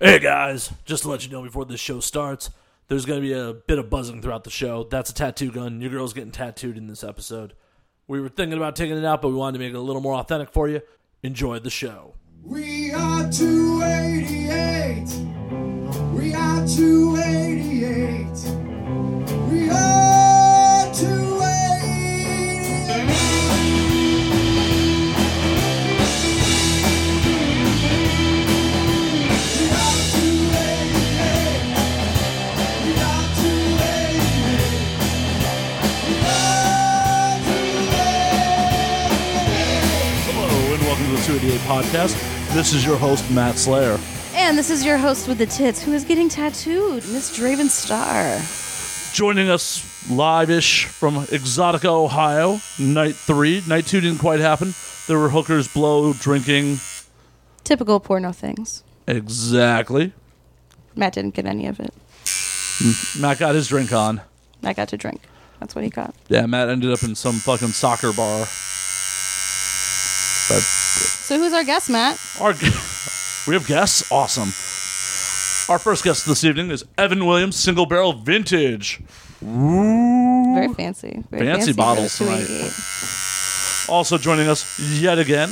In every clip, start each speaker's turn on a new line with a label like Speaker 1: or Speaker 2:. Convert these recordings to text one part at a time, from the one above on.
Speaker 1: Hey guys, just to let you know before this show starts, there's going to be a bit of buzzing throughout the show. That's a tattoo gun. Your girl's getting tattooed in this episode. We were thinking about taking it out, but we wanted to make it a little more authentic for you. Enjoy the show.
Speaker 2: We are 288. We are 288. We are 288. We are 288. We are 288. We are 288.
Speaker 1: Hello, and welcome to the 288 Podcast. This is your host, Matt Slayer.
Speaker 3: And this is your host with the tits, who is getting tattooed, Miss Draven Star.
Speaker 1: Joining us live ish from Exotica, Ohio, night three. Night two didn't quite happen. There were hookers, blow, drinking.
Speaker 3: Typical porno things.
Speaker 1: Exactly.
Speaker 3: Matt didn't get any of it.
Speaker 1: Matt got his drink on.
Speaker 3: Matt got to drink. That's what he got.
Speaker 1: Yeah, Matt ended up in some fucking soccer bar. But
Speaker 3: So who's our guest, Matt?
Speaker 1: Our we have guests. Awesome. Our first guest this evening is Evan Williams, Single Barrel Vintage.
Speaker 3: Very fancy. Very
Speaker 1: Fancy
Speaker 3: for
Speaker 1: bottles
Speaker 3: the
Speaker 1: tonight.
Speaker 3: 288.
Speaker 1: Also joining us yet again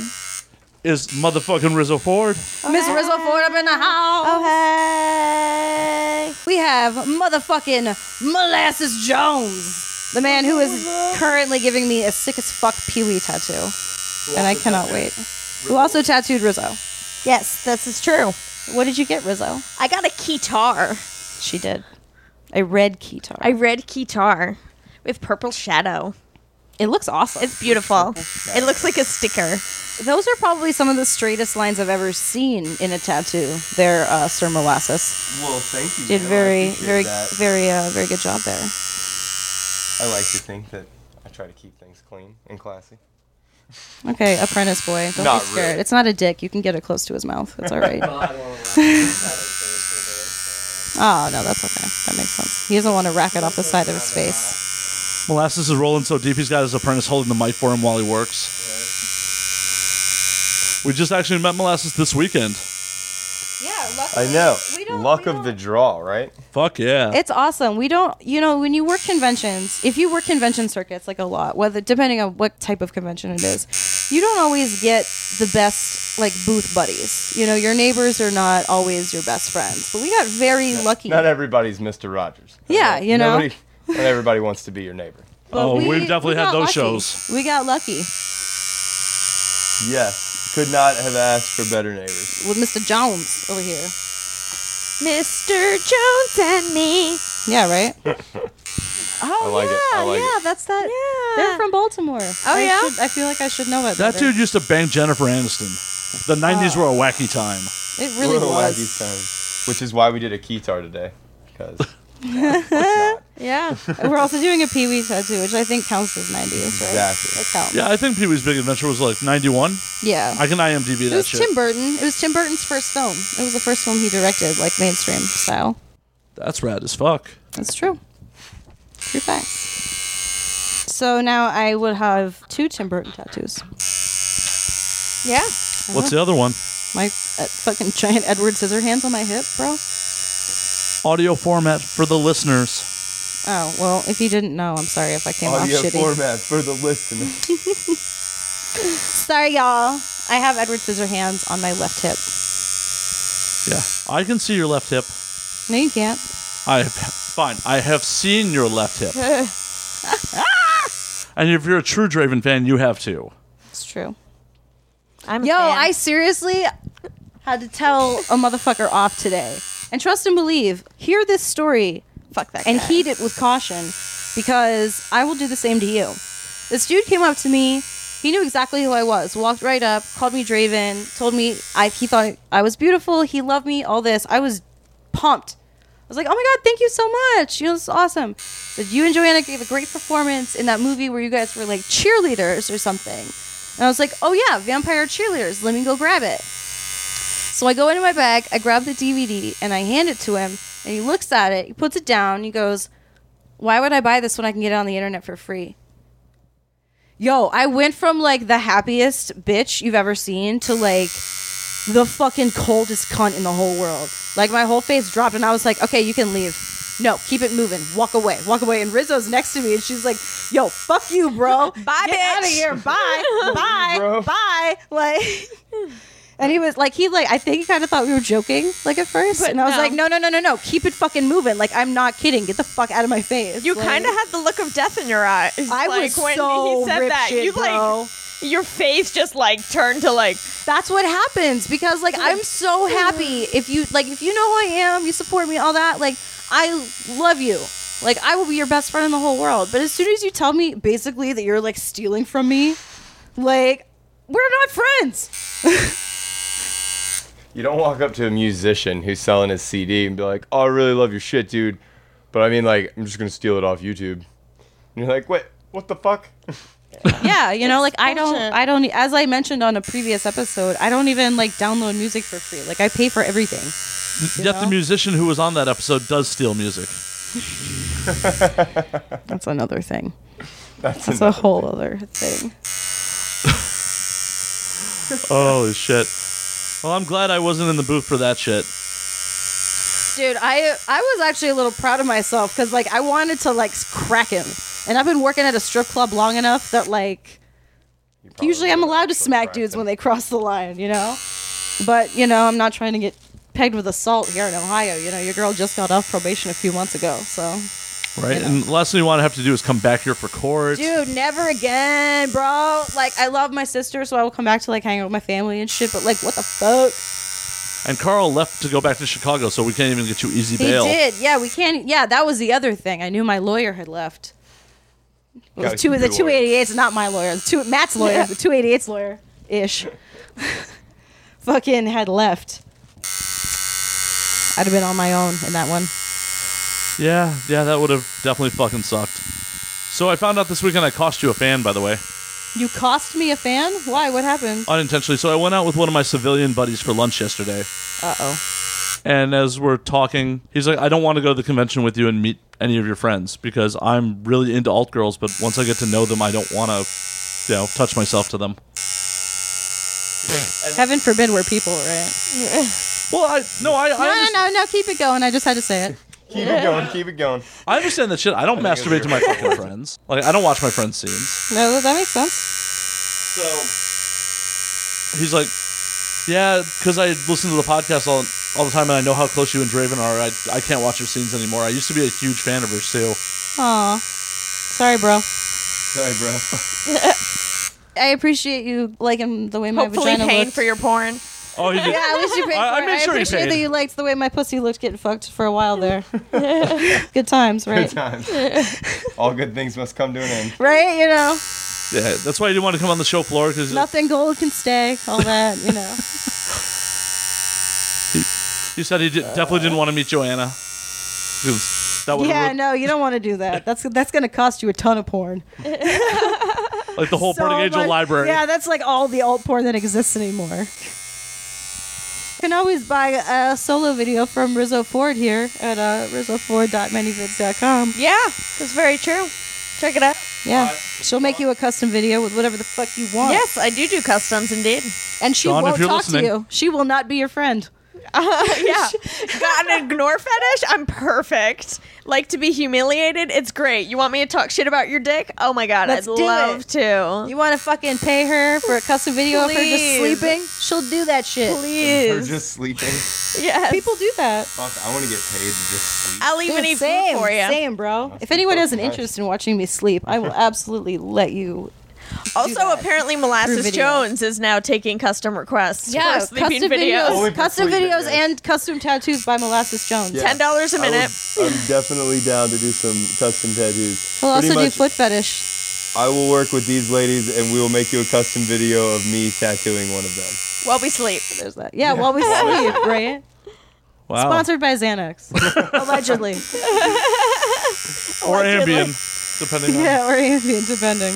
Speaker 1: is motherfucking Rizzo Ford.
Speaker 3: Miss Rizzo Ford up in the house. Oh hey. We have motherfucking Molasses Jones, the man who is currently giving me a sick as fuck Pee Wee tattoo, and I cannot wait. Who also tattooed Rizzo?
Speaker 4: Yes, this is true.
Speaker 3: What did you get, Rizzo?
Speaker 4: I got a guitar.
Speaker 3: She did. A red keytar.
Speaker 4: I read guitar with purple shadow.
Speaker 3: it looks awesome.
Speaker 4: It's beautiful. It looks like a sticker.
Speaker 3: Those are probably some of the straightest lines I've ever seen in a tattoo. There, uh, Sir Molasses
Speaker 5: Well, thank you.
Speaker 3: did
Speaker 5: Bill. I
Speaker 3: very,
Speaker 5: appreciate
Speaker 3: very,
Speaker 5: That.
Speaker 3: very, uh, very good job there.
Speaker 5: I like to think that I try to keep things clean and classy.
Speaker 3: Okay, apprentice boy, don't
Speaker 5: Not
Speaker 3: be scared.
Speaker 5: really.
Speaker 3: It's not a dick. You can get it close to his mouth. It's all right. oh no, that's okay. That makes sense. He doesn't want to rack it off the side of his face.
Speaker 1: Molasses is rolling so deep he's got his apprentice holding the mic for him while he works. We just actually met Molasses this weekend.
Speaker 3: Yeah,
Speaker 5: I know. Luck of the draw, right?
Speaker 1: Fuck yeah.
Speaker 3: It's awesome. We don't, you know, when you work conventions, if you work convention circuits like a lot, whether depending on what type of convention it is, you don't always get the best like booth buddies. You know, your neighbors are not always your best friends, but we got very lucky.
Speaker 5: Not everybody's Mr. Rogers.
Speaker 3: Yeah, you know.
Speaker 5: Nobody, not everybody wants to be your neighbor.
Speaker 3: But
Speaker 1: Oh, we've definitely had
Speaker 3: got
Speaker 1: those
Speaker 3: lucky.
Speaker 1: shows.
Speaker 3: We got lucky
Speaker 5: Yes. Could not have asked for better neighbors.
Speaker 3: with Mr. Jones over here.
Speaker 4: Mr. Jones and me.
Speaker 3: Yeah, right. Oh
Speaker 5: I like it. I
Speaker 3: yeah,
Speaker 5: like
Speaker 3: yeah,
Speaker 5: it.
Speaker 3: that's that.
Speaker 4: Yeah.
Speaker 3: They're from Baltimore. Oh I
Speaker 4: yeah?
Speaker 3: should- I feel like I should know it.
Speaker 1: that
Speaker 3: better.
Speaker 1: dude used to bang Jennifer Aniston. The 90s were a wacky time.
Speaker 3: It really
Speaker 5: We're a wacky
Speaker 3: was.
Speaker 5: time, Which is why we did a keytar today. Because
Speaker 3: Yeah. We're also doing a Pee Wee tattoo, which I think counts as 90s, right?
Speaker 5: Exactly.
Speaker 3: It counts.
Speaker 1: Yeah, I think Pee Wee's Big Adventure was like 91.
Speaker 3: Yeah.
Speaker 1: I can IMDb
Speaker 3: it
Speaker 1: that
Speaker 3: was
Speaker 1: shit.
Speaker 3: Tim Burton. It was Tim Burton's first film. It was the first film he directed, like mainstream style.
Speaker 1: That's rad as fuck.
Speaker 3: That's true. True facts. So now I would have two Tim Burton tattoos.
Speaker 4: Yeah.
Speaker 1: What's the other one?
Speaker 3: My uh, fucking giant Edward Scissorhands on my hip, bro.
Speaker 1: Audio format for the listeners.
Speaker 3: Oh well, if you didn't know, I'm sorry if I came
Speaker 5: audio
Speaker 3: off shitty.
Speaker 5: format for the listener.
Speaker 3: Sorry, y'all. I have Edward Scissorhands on my left hip.
Speaker 1: Yeah, I can see your left hip.
Speaker 3: No, you can't.
Speaker 1: I have, fine. I have seen your left hip. and if you're a true Draven fan, you have too.
Speaker 3: It's true.
Speaker 4: I'm
Speaker 3: Yo, I seriously had to tell a motherfucker off today. And trust and believe, hear this story
Speaker 4: fuck that.
Speaker 3: and
Speaker 4: guy.
Speaker 3: heed it with caution because I will do the same to you. This dude came up to me. He knew exactly who I was. Walked right up, called me Draven, told me I, he thought I was beautiful. He loved me. All this. I was pumped. I was like, "Oh my god, thank you so much! You know, this is awesome." Said you and Joanna gave a great performance in that movie where you guys were like cheerleaders or something. And I was like, "Oh yeah, vampire cheerleaders. Let me go grab it." So I go into my bag, I grab the DVD, and I hand it to him. And he looks at it, he puts it down, he goes, Why would I buy this when I can get it on the internet for free? Yo, I went from like the happiest bitch you've ever seen to like the fucking coldest cunt in the whole world. Like my whole face dropped, and I was like, okay, you can leave. No, keep it moving. Walk away. Walk away. And Rizzo's next to me, and she's like, "Yo, fuck you, bro.
Speaker 4: Bye,
Speaker 3: Get
Speaker 4: bitch.
Speaker 3: out of here. Bye, bye,
Speaker 5: Bro.
Speaker 3: bye." Like, and he was like, he like, I think he kind of thought we were joking, like at first,
Speaker 4: But
Speaker 3: and I was
Speaker 4: no.
Speaker 3: like, no, no, no, no, no, keep it fucking moving. Like, I'm not kidding. Get the fuck out of my face.
Speaker 4: You
Speaker 3: Like,
Speaker 4: kind of had the look of death in your eye.
Speaker 3: I
Speaker 4: like,
Speaker 3: was
Speaker 4: when
Speaker 3: so
Speaker 4: he said
Speaker 3: rip
Speaker 4: that.
Speaker 3: shit,
Speaker 4: you
Speaker 3: bro.
Speaker 4: like your face just like turned to like
Speaker 3: that's what happens because like I'm so happy if you like if you know who I am, you support me, all that. Like I love you. Like I will be your best friend in the whole world. But as soon as you tell me basically that you're like stealing from me, like we're not friends.
Speaker 5: You don't walk up to a musician who's selling his CD and be like, "Oh, I really love your shit, dude," but I mean, like, I'm just gonna steal it off YouTube. And you're like, "What? What the fuck?"
Speaker 3: Yeah, you know, like I don't
Speaker 4: bullshit.
Speaker 3: I don't e, as I mentioned on a previous episode, I don't even like download music for free. Like I pay for everything.
Speaker 1: Yet the musician who was on that episode does steal music.
Speaker 3: That's another thing.
Speaker 5: That's,
Speaker 3: That's a
Speaker 5: enough.
Speaker 3: whole other thing.
Speaker 1: Holy shit. Well, I'm glad I wasn't in the booth for that shit.
Speaker 3: dude i i was actually a little proud of myself because like i wanted to like crack him and i've been working at a strip club long enough that like
Speaker 5: You probably
Speaker 3: usually i'm
Speaker 5: would
Speaker 3: allowed to
Speaker 5: actually
Speaker 3: smack
Speaker 5: crack
Speaker 3: dudes
Speaker 5: them.
Speaker 3: when they cross the line you know but you know i'm not trying to get pegged with assault here in ohio you know your girl just got off probation a few months ago so
Speaker 1: Right? And the last thing you want to have to do is come back here for court.
Speaker 3: dude never again bro like i love my sister so i will come back to like hang out with my family and shit but like what the fuck
Speaker 1: And Carl left to go back to Chicago, so we can't even get you easy
Speaker 3: he
Speaker 1: bail.
Speaker 3: did yeah we can't e-, yeah that was the other thing i knew my lawyer had left It
Speaker 5: Gotta
Speaker 3: was two,
Speaker 5: keep
Speaker 3: the
Speaker 5: your lawyer.
Speaker 3: 288s, not my lawyer. The two, Matt's lawyer, the 288's lawyer ish, fucking had left. I'd have been on my own in that one.
Speaker 1: Yeah, yeah, that would have definitely fucking sucked. So I found out this weekend I cost you a fan, by the way,
Speaker 3: You cost me a fan? Why? What happened?
Speaker 1: unintentionally. So I went out with one of my civilian buddies for lunch yesterday.
Speaker 3: Uh oh.
Speaker 1: And as we're talking, he's like, I don't want to go to the convention with you and meet any of your friends because I'm really into alt girls, but once I get to know them, I don't want to, you know, touch myself to them.
Speaker 3: Heaven forbid we're people, right?
Speaker 1: Well, I no, I I,
Speaker 3: No,
Speaker 1: understand,
Speaker 3: no, no, no, keep it going. I just had to say it.
Speaker 5: Keep it going. Keep it going.
Speaker 1: I understand that shit. I don't
Speaker 5: think it was
Speaker 1: masturbate to my
Speaker 5: your
Speaker 1: fucking friends. Like I don't watch my friends' scenes.
Speaker 3: No, that- that makes sense.
Speaker 1: So he's like, yeah, because I listen to the podcast all all the time, and I know how close you and Draven are. I I can't watch your scenes anymore. I used to be a huge fan of hers too.
Speaker 3: Aw. Sorry, bro.
Speaker 5: Sorry, bro.
Speaker 3: I appreciate you liking the way my
Speaker 4: hopefully
Speaker 3: vagina
Speaker 4: paying
Speaker 3: looked.
Speaker 4: for your porn.
Speaker 1: Oh, he did.
Speaker 3: Yeah, I wish you paid for
Speaker 1: I- I
Speaker 3: it.
Speaker 1: made
Speaker 3: I
Speaker 1: sure he
Speaker 3: appreciate
Speaker 1: paid.
Speaker 3: that you liked the way my pussy looked getting fucked for a while there. Good times, right?
Speaker 5: Good times. All good things must come to an end.
Speaker 3: Right? You know,
Speaker 1: Yeah, that's why he didn't want to come on the show floor because
Speaker 3: nothing gold can stay. All that, you know.
Speaker 1: he said he did, definitely didn't want to meet Joanna. 'Cause That would
Speaker 3: yeah,
Speaker 1: ruin-
Speaker 3: no, you don't want to do that. That's that's gonna cost you a ton of porn.
Speaker 1: like the whole
Speaker 3: So
Speaker 1: Burning Angel
Speaker 3: much-
Speaker 1: library.
Speaker 3: Yeah, that's like all the alt porn that exists anymore. You can always buy a solo video from Rizzo Ford here at uh, rizzoford.manyvids.com.
Speaker 4: Yeah, that's very true. Check it out.
Speaker 3: Yeah, she'll make you a custom video with whatever the fuck you want.
Speaker 4: Yes, I do do customs indeed.
Speaker 3: and she
Speaker 1: Dawn, if
Speaker 3: won't
Speaker 1: you're
Speaker 3: talk
Speaker 1: listening.
Speaker 3: to you. She will not be your friend.
Speaker 4: yeah. Got an ignore fetish? I'm perfect. Like to be humiliated? It's great. You want me to talk shit about your dick? Oh my god,
Speaker 3: Let's
Speaker 4: I'd
Speaker 3: do
Speaker 4: love
Speaker 3: it.
Speaker 4: to.
Speaker 3: You want to fucking pay her for a custom video of her just
Speaker 4: Please.
Speaker 3: sleeping? She'll do that shit.
Speaker 5: We're
Speaker 4: Please.
Speaker 5: just sleeping.
Speaker 4: yes.
Speaker 3: People do that.
Speaker 5: Fuck, I want to get paid to just sleep.
Speaker 4: I'll even
Speaker 3: Dude,
Speaker 4: eat
Speaker 3: same,
Speaker 4: food for you.
Speaker 3: same, bro.
Speaker 5: That's
Speaker 3: If anyone has an
Speaker 5: fucking nice.
Speaker 3: interest in watching me sleep, I will absolutely let you.
Speaker 4: Also,
Speaker 3: that.
Speaker 4: apparently, Molasses
Speaker 3: video.
Speaker 4: Jones is now taking custom requests for sleeping
Speaker 3: custom
Speaker 4: videos.
Speaker 5: Only
Speaker 3: videos,
Speaker 5: for
Speaker 3: custom
Speaker 5: sleeping,
Speaker 3: videos,
Speaker 5: guys.
Speaker 3: and custom tattoos by Molasses Jones.
Speaker 5: Yeah.
Speaker 4: Ten dollars a minute.
Speaker 5: I'm definitely down to do some custom tattoos.
Speaker 3: He'll also do foot fetish.
Speaker 5: I will work with these ladies and we will make you a custom video of me tattooing one of them.
Speaker 4: while we sleep.
Speaker 3: There's that. Yeah, while we sleep, right?
Speaker 1: wow.
Speaker 3: Sponsored by Xanax, allegedly.
Speaker 1: or
Speaker 4: Allegedly.
Speaker 1: Ambien, depending on.
Speaker 3: yeah, or Ambien, depending,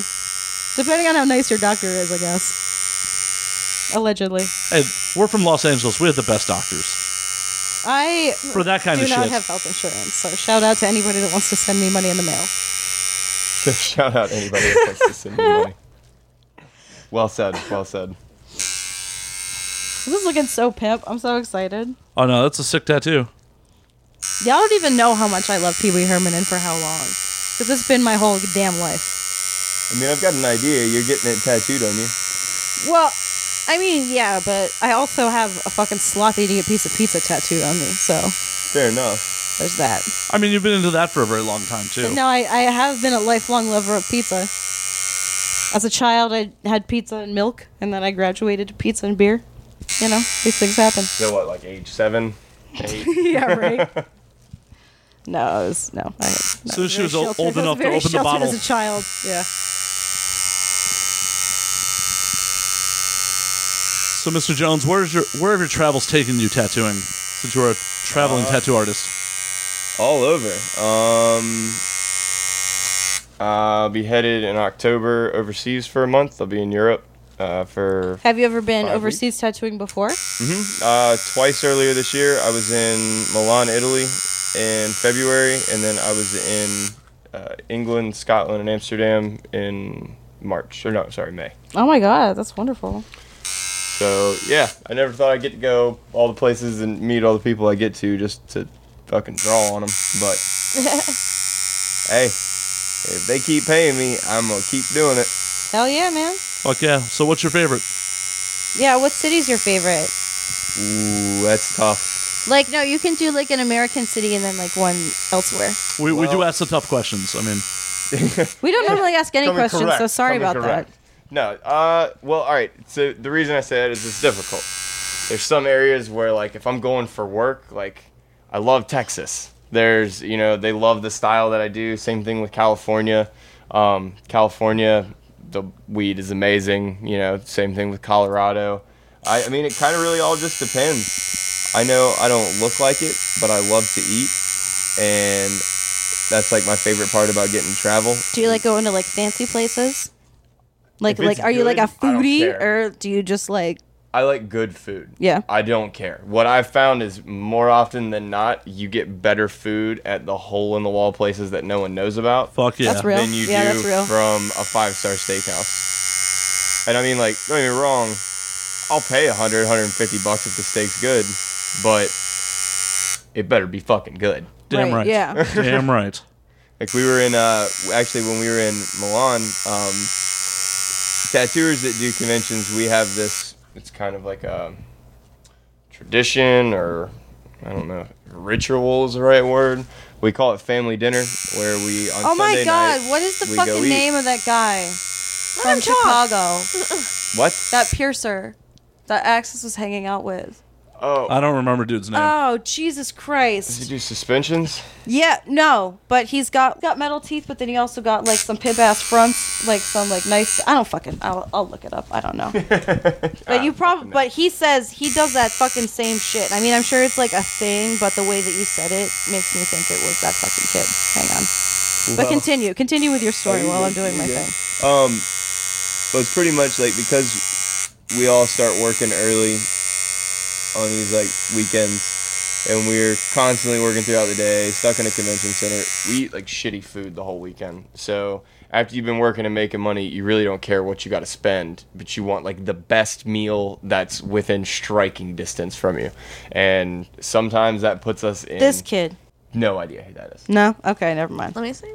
Speaker 3: depending on how nice your doctor is, I guess. Allegedly,
Speaker 1: Hey, we're from Los Angeles. We have the best doctors
Speaker 3: I
Speaker 1: for that kind
Speaker 3: do
Speaker 1: of
Speaker 3: not
Speaker 1: shit.
Speaker 3: have health insurance. So shout out to anybody that wants to send me money in the mail.
Speaker 5: So shout out anybody that likes to send me money. Well said. Well said.
Speaker 3: This is looking so pimp. I'm so excited.
Speaker 1: Oh no, that's a sick tattoo.
Speaker 3: Y'all don't even know how much I love Pee Wee Herman and for how long. Because it's been my whole damn life.
Speaker 5: I mean, I've got an idea. You're getting it tattooed on you.
Speaker 3: Well, I mean, yeah, but I also have a fucking sloth eating a piece of pizza tattooed on me. So
Speaker 5: Fair enough.
Speaker 3: there's that.
Speaker 1: I mean, you've been into that for a very long time too.
Speaker 3: But no, I, I have been a lifelong lover of pizza. As a child, I had pizza and milk, and then I graduated to pizza and beer. You know, these things happen.
Speaker 5: So what, like age seven? Eight?
Speaker 3: yeah, right. No, it was, no. I, no.
Speaker 1: Soon as she
Speaker 3: Very
Speaker 1: was o-
Speaker 3: sheltered.
Speaker 1: old
Speaker 3: I was
Speaker 1: enough to
Speaker 3: very
Speaker 1: open the
Speaker 3: sheltered
Speaker 1: bottle.
Speaker 3: as a child. Yeah.
Speaker 1: So, Mr. Jones, where's your where have your travels taken you tattooing? Since you were a traveling tattoo artist,
Speaker 5: All over. Um, I'll be headed in October overseas for a month. I'll be in Europe uh, for
Speaker 3: Have you ever been
Speaker 5: Five
Speaker 3: overseas tattooing before?
Speaker 5: Uh, twice earlier this year, I was in Milan, Italy, in February, and then I was in uh, England, Scotland, and Amsterdam in March. Or no, sorry, May.
Speaker 3: Oh my god, that's wonderful.
Speaker 5: So yeah, I never thought I'd get to go all the places and meet all the people I get to just to fucking draw on them. But hey, if they keep paying me, I'm gonna keep doing it.
Speaker 3: Hell yeah, man.
Speaker 1: fuck yeah. So, what's your favorite?
Speaker 3: Yeah, what city's your favorite?
Speaker 5: Ooh, that's tough.
Speaker 3: Like, no, you can do like an American city and then like one elsewhere.
Speaker 1: We, we do
Speaker 5: Well-
Speaker 1: ask the tough questions. I mean,
Speaker 3: We don't normally ask any
Speaker 5: Coming
Speaker 3: questions, so
Speaker 5: correct,
Speaker 3: sorry
Speaker 5: coming
Speaker 3: about
Speaker 5: correct. No, uh, well, all right. So the reason I say that is it's difficult. There's some areas where, like, if I'm going for work, like, I love Texas. There's, you know, they love the style that I do. Same thing with California. Um, California, the weed is amazing. You know, same thing with Colorado. I, I mean, it kind of really all just depends. I know I don't look like it, but I love to eat, and that's like my favorite part about getting to travel.
Speaker 3: that. Do you like go into like fancy places? Like,
Speaker 5: If
Speaker 3: like,
Speaker 5: it's
Speaker 3: are you like a
Speaker 5: good, I don't
Speaker 3: foodie,
Speaker 5: care.
Speaker 3: or do you just like?
Speaker 5: I like good food.
Speaker 3: Yeah.
Speaker 5: I don't care. What I've found is more often than not, you get better food at the hole in the wall places that no one knows about
Speaker 1: fuck yeah.
Speaker 3: That's real.
Speaker 5: than you
Speaker 3: Yeah,
Speaker 5: do
Speaker 3: that's real.
Speaker 5: from a five star steakhouse. And I mean, like, don't get me wrong, I'll pay 100, 150 bucks if the steak's good, but it better be fucking good.
Speaker 1: Damn right.
Speaker 3: Yeah.
Speaker 1: Damn right.
Speaker 5: Like we were in, uh, actually when we were in Milan, um, tattooers that do conventions, we have this. It's kind of like a tradition, or I don't know, ritual is the right word. We call it family dinner, where we on
Speaker 3: oh my
Speaker 5: Sunday
Speaker 3: god,
Speaker 5: night,
Speaker 3: what is the
Speaker 5: we go
Speaker 3: fucking
Speaker 5: eat.
Speaker 3: name of that guy
Speaker 4: Let
Speaker 3: from
Speaker 4: him talk.
Speaker 3: Chicago?
Speaker 5: What?
Speaker 3: That piercer that Axis was hanging out with.
Speaker 5: Oh,
Speaker 1: I don't remember dude's name.
Speaker 3: Oh Jesus Christ!
Speaker 5: does he do suspensions?
Speaker 3: Yeah, no, but he's got got metal teeth, but then he also got like some pimp ass fronts, like some like nice. I don't fucking. I'll, I'll look it up. I don't know. But you probably. But he says he does that fucking same shit. I mean, I'm sure it's like a thing, but the way that you said it makes me think it was that fucking kid. Hang on. But continue, continue with your story while I'm doing my thing.
Speaker 5: Um, but it's pretty much like because we all start working early on these like weekends, and we're constantly working throughout the day, stuck in a convention center. We eat like shitty food the whole weekend. So after you've been working and making money, you really don't care what you got to spend, but you want like the best meal that's within striking distance from you. And sometimes that puts us in
Speaker 3: This kid.
Speaker 5: no idea who that is.
Speaker 3: No. Okay, never mind.
Speaker 4: Let me see.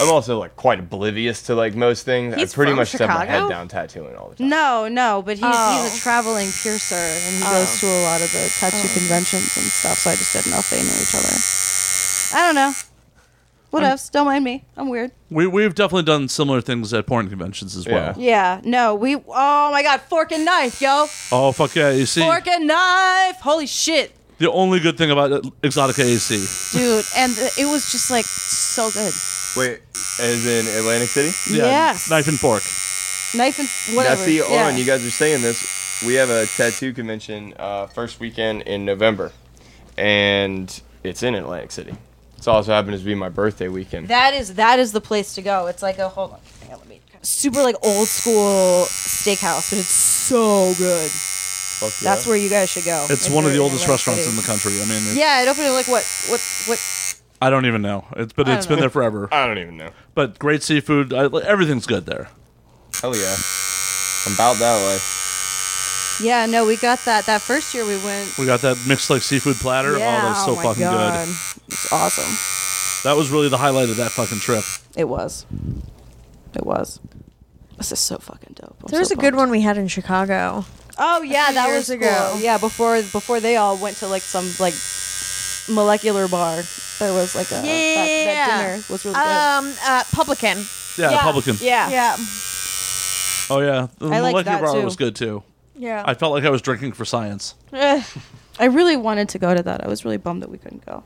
Speaker 5: I'm also like quite oblivious to like most things.
Speaker 4: He's
Speaker 5: I pretty
Speaker 4: from
Speaker 5: much set my
Speaker 4: Chicago?
Speaker 5: head down tattooing all the time.
Speaker 3: No, no, but he's, he's
Speaker 4: Oh.
Speaker 3: a traveling piercer and he goes to a lot of the tattoo conventions and stuff. So I just didn't know if they knew each other. I don't know. What else? Don't mind me. I'm weird.
Speaker 1: We we've definitely done similar things at porn conventions as well.
Speaker 5: Yeah.
Speaker 3: Yeah. No. We. Oh my God. Fork and knife, yo.
Speaker 1: Oh fuck yeah! You see,
Speaker 3: Fork and knife. Holy shit,
Speaker 1: the only good thing about Exotica AC,
Speaker 3: dude. And th- it was just like so good.
Speaker 5: Wait, as in Atlantic City?
Speaker 1: yeah,
Speaker 3: Yes.
Speaker 1: knife and fork.
Speaker 3: Knife and whatever.
Speaker 5: Now, see, hold
Speaker 3: yeah.
Speaker 5: on. You guys are saying this. We have a tattoo convention uh, first weekend in November, and it's in Atlantic City. It's also happens to be my birthday weekend.
Speaker 3: That is that is the place to go. It's like a hold on, hang on, let me super like old school steakhouse, but it's so good.
Speaker 5: Fuck yeah.
Speaker 3: That's where you guys should go.
Speaker 1: It's
Speaker 3: if
Speaker 1: one of
Speaker 3: you're
Speaker 1: the oldest
Speaker 3: Atlantic
Speaker 1: restaurants
Speaker 3: City.
Speaker 1: in the country. I mean, it-
Speaker 3: Yeah, it opened at like what what what
Speaker 1: I don't even know. It's but
Speaker 3: I
Speaker 1: it's
Speaker 3: don't
Speaker 1: been there forever.
Speaker 5: I don't even know.
Speaker 1: But great seafood. I, everything's good there.
Speaker 5: Hell yeah. I'm about that way.
Speaker 3: Yeah, no, we got that. That first year we went.
Speaker 1: We got that mixed like seafood platter.
Speaker 3: yeah,
Speaker 1: oh, that's so
Speaker 3: my
Speaker 1: fucking
Speaker 3: God.
Speaker 1: good.
Speaker 3: It's awesome.
Speaker 1: That was really the highlight of that fucking trip.
Speaker 3: It was. It was. This is so fucking dope. I'm
Speaker 4: There's
Speaker 3: so
Speaker 4: a good
Speaker 3: pumped.
Speaker 4: one we had in Chicago.
Speaker 3: Oh yeah,
Speaker 4: few
Speaker 3: that
Speaker 4: years
Speaker 3: was
Speaker 4: ago.
Speaker 3: cool. Yeah, before before they all went to like some like molecular bar. There was like a that- that, dinner was really
Speaker 4: um, uh, Publican.
Speaker 1: Yeah,
Speaker 3: good.
Speaker 1: Republican.
Speaker 3: Oh, Yeah.
Speaker 4: Yeah.
Speaker 1: Oh yeah, the
Speaker 3: I liked
Speaker 1: molecular
Speaker 3: that,
Speaker 1: bar
Speaker 3: too.
Speaker 1: was good too.
Speaker 4: Yeah.
Speaker 1: I felt like I was drinking for science.
Speaker 4: Ugh.
Speaker 3: I really wanted to go to that. I was really bummed that we couldn't go.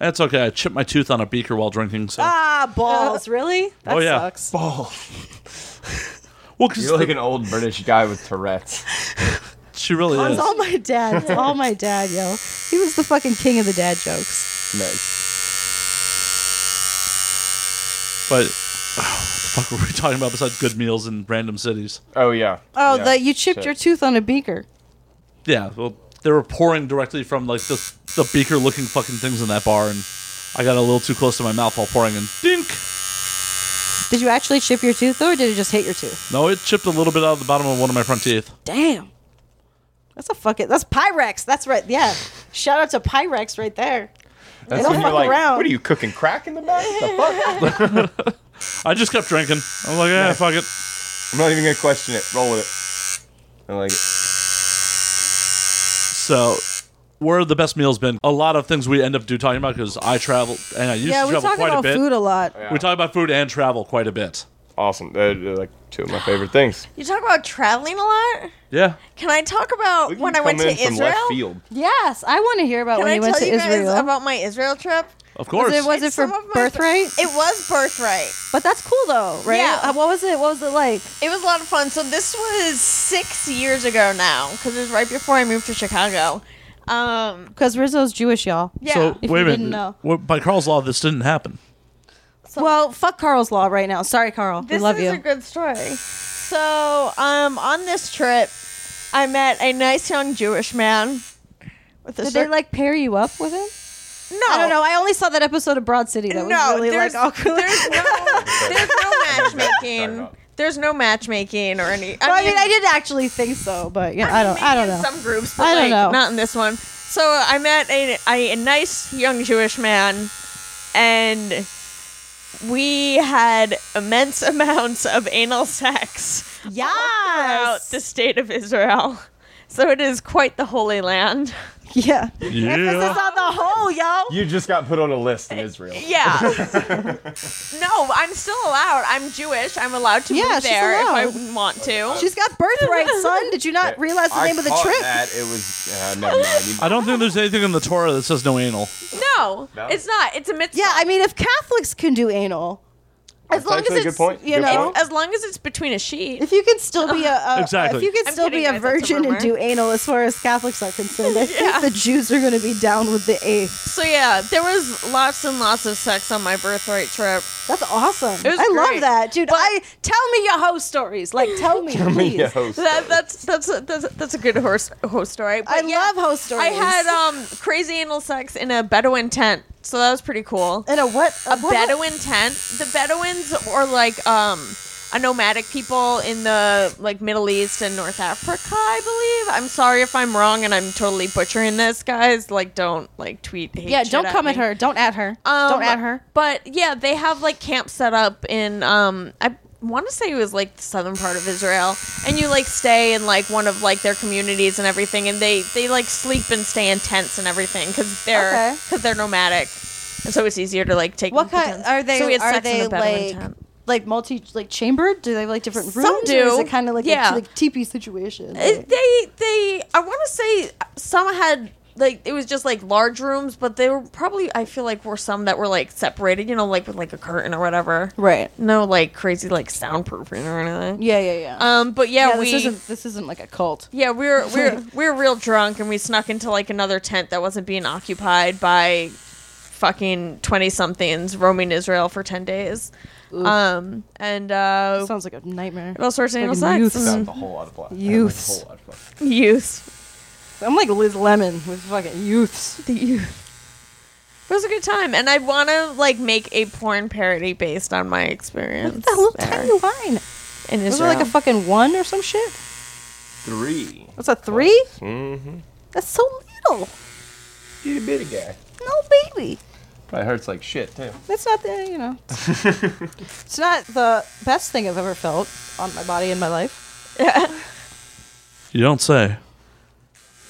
Speaker 1: That's okay. I chipped my tooth on a beaker while drinking. So
Speaker 3: Ah, balls! really? That
Speaker 1: Oh, yeah.
Speaker 3: sucks.
Speaker 1: well, 'cause
Speaker 5: You're like
Speaker 1: the-
Speaker 5: an old British guy with Tourette's.
Speaker 1: she really is.
Speaker 3: It's all my dad. It's all my dad, yo. He was the fucking king of the dad jokes.
Speaker 5: Nice.
Speaker 1: But what the fuck were we talking about besides good meals in random cities?
Speaker 5: Oh yeah.
Speaker 3: Oh,
Speaker 5: yeah.
Speaker 3: that you chipped
Speaker 5: Shit.
Speaker 3: your tooth on a beaker.
Speaker 1: Yeah, well, they were pouring directly from like the the beaker looking fucking things in that bar, and I got a little too close to my mouth while pouring, and dink.
Speaker 3: Did you actually chip your tooth though, or did it just hit your tooth?
Speaker 1: No, it chipped a little bit out of the bottom of one of my front teeth.
Speaker 3: Damn. That's a fucking. That's Pyrex. That's right. Yeah. Shout out to Pyrex right there.
Speaker 5: That's
Speaker 3: don't
Speaker 5: when you're
Speaker 3: fuck
Speaker 5: like,
Speaker 3: around.
Speaker 5: what are you cooking crack in the back? The fuck?
Speaker 1: I just kept drinking. I was like, yeah, fuck it.
Speaker 5: I'm not even gonna question it. Roll with it. I like it.
Speaker 1: So, where have the best meals been? A lot of things we end up do talking about because I travel and I used
Speaker 3: Yeah,
Speaker 1: to
Speaker 3: we
Speaker 1: travel
Speaker 3: talk
Speaker 1: quite
Speaker 3: about
Speaker 1: a bit. Oh,
Speaker 3: food a lot.
Speaker 5: Yeah.
Speaker 1: We talk about food and travel quite a bit.
Speaker 5: Awesome. They're, they're like two of my favorite things.
Speaker 4: You talk about traveling a lot.
Speaker 1: Yeah,
Speaker 4: Can I talk about when
Speaker 5: Look at you
Speaker 4: I went
Speaker 5: come
Speaker 4: to
Speaker 5: in from left
Speaker 4: Israel?
Speaker 5: field.
Speaker 3: Yes, I want to hear about
Speaker 4: Can
Speaker 3: when
Speaker 4: I
Speaker 3: you went
Speaker 4: tell
Speaker 3: to
Speaker 4: you guys
Speaker 3: Israel.
Speaker 4: about my Israel trip?
Speaker 1: of course.
Speaker 3: it- was
Speaker 4: It's
Speaker 3: for
Speaker 4: some of my-
Speaker 3: Birthright?
Speaker 4: It was birthright.
Speaker 3: but that's cool though, right?
Speaker 4: Yeah.
Speaker 3: Uh, What was it? What was it like?
Speaker 4: It was a lot of fun. So this was six years ago now, because it was right before I moved to Chicago. Um,
Speaker 3: Because Rizzo's Jewish, y'all.
Speaker 4: yeah.
Speaker 1: So
Speaker 3: If
Speaker 1: wait
Speaker 3: you
Speaker 1: a minute.
Speaker 3: didn't know.
Speaker 1: What- by Carl's law, this didn't happen.
Speaker 3: well, fuck Carl's law right now. Sorry, Carl.
Speaker 4: This
Speaker 3: we love
Speaker 4: is
Speaker 3: you.
Speaker 4: a good story. So, um, on this trip, I met a nice young Jewish man. With a
Speaker 3: Did
Speaker 4: cir-
Speaker 3: they like pair you up with him?
Speaker 4: No,
Speaker 3: I don't know. I only saw that episode of Broad City. That was
Speaker 4: no,
Speaker 3: really
Speaker 4: there's,
Speaker 3: like all cool.
Speaker 4: there's no, there's no
Speaker 5: Sorry
Speaker 4: matchmaking.
Speaker 5: about-
Speaker 4: There's no matchmaking or any.
Speaker 3: Well, I mean, I didn't actually think so, but yeah, I,
Speaker 4: mean,
Speaker 3: don't. I don't
Speaker 4: maybe
Speaker 3: know.
Speaker 4: in Some groups, but
Speaker 3: I don't
Speaker 4: like,
Speaker 3: know.
Speaker 4: Not in this one. So I met a, a, a nice young Jewish man, and we had immense amounts of anal sex all throughout
Speaker 3: Yes.
Speaker 4: the state of Israel. So it is quite the holy land.
Speaker 3: yeah.
Speaker 1: Yeah.
Speaker 3: on the whole, yo.
Speaker 5: You just got put on a list in Israel.
Speaker 4: Yeah. no, I'm still allowed. I'm Jewish. I'm allowed to
Speaker 3: Yeah,
Speaker 4: move
Speaker 3: she's
Speaker 4: there if
Speaker 3: allowed.
Speaker 4: I want to.
Speaker 3: She's got birthright, son. Did you not realize the
Speaker 5: I
Speaker 3: name of the
Speaker 5: caught
Speaker 3: trip?
Speaker 5: That it was. Uh, never mind. You-
Speaker 1: I don't think there's anything in the Torah that says no anal.
Speaker 4: no,
Speaker 5: No.
Speaker 4: it's not. It's a mitzvah.
Speaker 3: Yeah, I mean, if Catholics can do anal,
Speaker 4: as
Speaker 5: That's
Speaker 4: long as
Speaker 5: actually a
Speaker 4: it's
Speaker 5: good point.
Speaker 3: you
Speaker 5: Good
Speaker 3: know,
Speaker 5: point.
Speaker 4: as long as it's between a sheet.
Speaker 3: if you can still be a, a
Speaker 1: Exactly.
Speaker 3: if you can
Speaker 4: I'm
Speaker 3: still
Speaker 4: kidding,
Speaker 3: be a
Speaker 4: guys, that's a
Speaker 3: virgin and
Speaker 4: rumor.
Speaker 3: do anal, as far as Catholics are concerned, I
Speaker 4: Yeah.
Speaker 3: think the Jews are going to be down with the ape.
Speaker 4: So yeah, there was lots and lots of sex on my birthright trip.
Speaker 3: That's awesome.
Speaker 4: It was
Speaker 3: I love
Speaker 4: great.
Speaker 3: that, dude.
Speaker 4: But-
Speaker 3: I tell me your hoe stories. Like, tell me, please.
Speaker 5: Yeah, host.
Speaker 4: That, that's that's a, that's a, that's a good horse horse story. But
Speaker 3: I uh,
Speaker 4: yeah,
Speaker 3: love hoe stories.
Speaker 4: I had um crazy anal sex in a Bedouin tent, so that was pretty cool.
Speaker 3: in a what?
Speaker 4: A
Speaker 3: what-
Speaker 4: Bedouin tent. The Bedouins were like um a nomadic people in the like Middle East and North Africa, I believe. I'm sorry if I'm wrong and I'm totally butchering this, guys. Like, don't like tweet. Hate
Speaker 3: Yeah,
Speaker 4: shit
Speaker 3: don't come at
Speaker 4: me.
Speaker 3: her. Don't at her.
Speaker 4: Um,
Speaker 3: don't at her.
Speaker 4: But yeah, they have like camp set up in um I want to say it was like the southern part of Israel and you like stay in like one of like their communities and everything and they they like sleep and stay in tents and everything cuz they're
Speaker 3: Okay.
Speaker 4: cuz they're nomadic. And so it's easier to like take
Speaker 3: What
Speaker 4: them to
Speaker 3: kind
Speaker 4: tents.
Speaker 3: are they?
Speaker 4: So we had
Speaker 3: are
Speaker 4: sex in
Speaker 3: they
Speaker 4: a Bedouin
Speaker 3: like
Speaker 4: tent.
Speaker 3: like multi like chambered? Do they have like different
Speaker 4: Some
Speaker 3: rooms? Or is
Speaker 4: do.
Speaker 3: it kind of like
Speaker 4: Yeah.
Speaker 3: a like teepee situation?
Speaker 4: It- they they I want to say some had like it was just like large rooms, but they were probably I feel like were some that were like separated, you know, like with like a curtain or whatever.
Speaker 3: right.
Speaker 4: No like crazy like soundproofing or anything.
Speaker 3: Yeah, yeah, yeah.
Speaker 4: Um, but yeah,
Speaker 3: yeah,
Speaker 4: we
Speaker 3: this isn't this isn't like a cult.
Speaker 4: yeah we were we were we were real drunk and we snuck into like another tent that wasn't being occupied by fucking twenty somethings roaming Israel for ten days. Um, and uh,
Speaker 3: Sounds like a nightmare.
Speaker 4: all sorts of anal
Speaker 3: like a
Speaker 4: sex
Speaker 3: youth.
Speaker 5: Sounds a whole lot of fun.
Speaker 3: Youths.
Speaker 5: Sounds like a whole lot of fun.
Speaker 4: youth.
Speaker 3: I'm like Liz Lemon with fucking youths.
Speaker 4: The youth. It was a good time, and I want to like make a porn parody based on my experience.
Speaker 3: That little
Speaker 4: there
Speaker 3: tiny wine.
Speaker 4: in
Speaker 3: Was it
Speaker 4: Israel.
Speaker 3: like a fucking one or some shit?
Speaker 5: three.
Speaker 3: That's a 3 Mm-hmm. That's so little.
Speaker 5: Itty bitty guy.
Speaker 3: No baby.
Speaker 5: Probably hurts like shit too.
Speaker 3: That's not the you know. it's not the best thing I've ever felt on my body in my life.
Speaker 1: You don't say.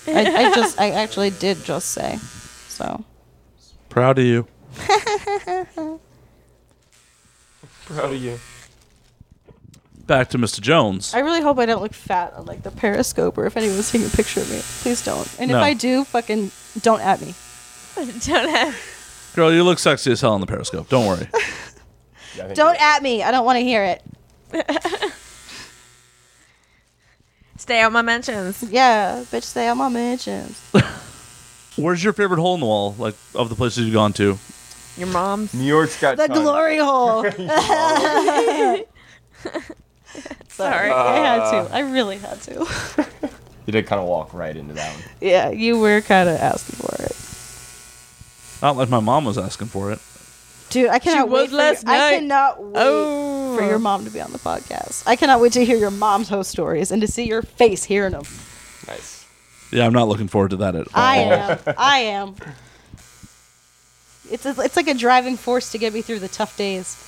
Speaker 3: I, I just I actually did just say. So
Speaker 1: Proud of you.
Speaker 5: Proud of you.
Speaker 1: Back to Mr. Jones.
Speaker 3: I really hope I don't look fat on like the Periscope or if anyone's taking a picture of me. Please don't. And
Speaker 1: No.
Speaker 3: if I do, fucking don't at me.
Speaker 4: Don't have.
Speaker 1: Girl, you look sexy as hell on the Periscope. Don't worry.
Speaker 5: Yeah, I think
Speaker 3: Don't
Speaker 5: you're-
Speaker 3: at me. I don't want to hear it.
Speaker 4: Stay out my mentions.
Speaker 3: Yeah, bitch, stay out my mentions.
Speaker 1: Where's your favorite hole in the wall, like, of the places you've gone to?
Speaker 4: Your mom's.
Speaker 5: New York's got
Speaker 3: The
Speaker 5: tons.
Speaker 3: glory hole.
Speaker 4: Sorry.
Speaker 3: I had to. I really had to.
Speaker 5: You did kind of walk right into that one.
Speaker 3: yeah, you were kind of asking for it.
Speaker 1: Not like my mom was asking for it.
Speaker 3: Dude, I cannot
Speaker 4: was
Speaker 3: wait. For
Speaker 4: last
Speaker 3: your, I
Speaker 4: night.
Speaker 3: cannot wait
Speaker 4: Oh.
Speaker 3: for your mom to be on the podcast. I cannot wait to hear your mom's host stories and to see your face hearing
Speaker 5: Oh.
Speaker 3: them.
Speaker 5: Nice.
Speaker 1: Yeah, I'm not looking forward to that at all.
Speaker 3: I am. I am. It's it's like a driving force to get me through the tough days.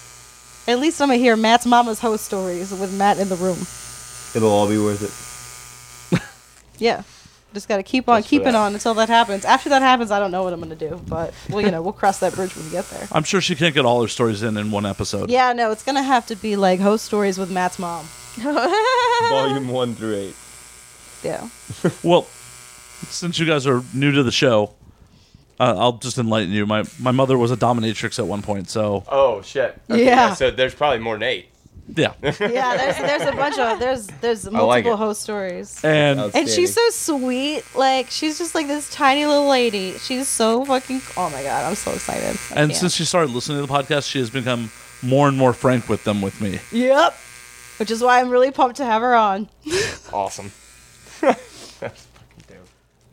Speaker 3: At least I'm gonna hear Matt's mama's host stories with Matt in the room.
Speaker 5: It'll all be worth it.
Speaker 3: Yeah. Just gotta keep on
Speaker 5: Just for
Speaker 3: keeping
Speaker 5: that.
Speaker 3: on until that happens. After that happens, I don't know what I'm gonna do, but well, you know, we'll cross that bridge when we get there.
Speaker 1: I'm sure she can't get all her stories in in one episode.
Speaker 3: Yeah, no, it's gonna have to be like host stories with Matt's mom.
Speaker 5: Volume one through eight.
Speaker 3: Yeah.
Speaker 1: Well, since you guys are new to the show, uh, I'll just enlighten you. My my mother was a dominatrix at one point, so
Speaker 5: Oh shit.
Speaker 3: Okay, Yeah. yeah,
Speaker 5: So
Speaker 3: so
Speaker 5: there's probably more than eight.
Speaker 1: yeah.
Speaker 3: Yeah, there's there's a bunch of there's there's multiple
Speaker 5: like it.
Speaker 3: host stories.
Speaker 1: And
Speaker 3: And she's so sweet. Like she's just like this tiny little lady. She's so fucking. Oh my god, I'm so excited. I
Speaker 1: and
Speaker 3: can't.
Speaker 1: since she started listening to the podcast, she has become more and more frank with them with me.
Speaker 3: yep, which is why I'm really pumped to have her on.
Speaker 5: awesome.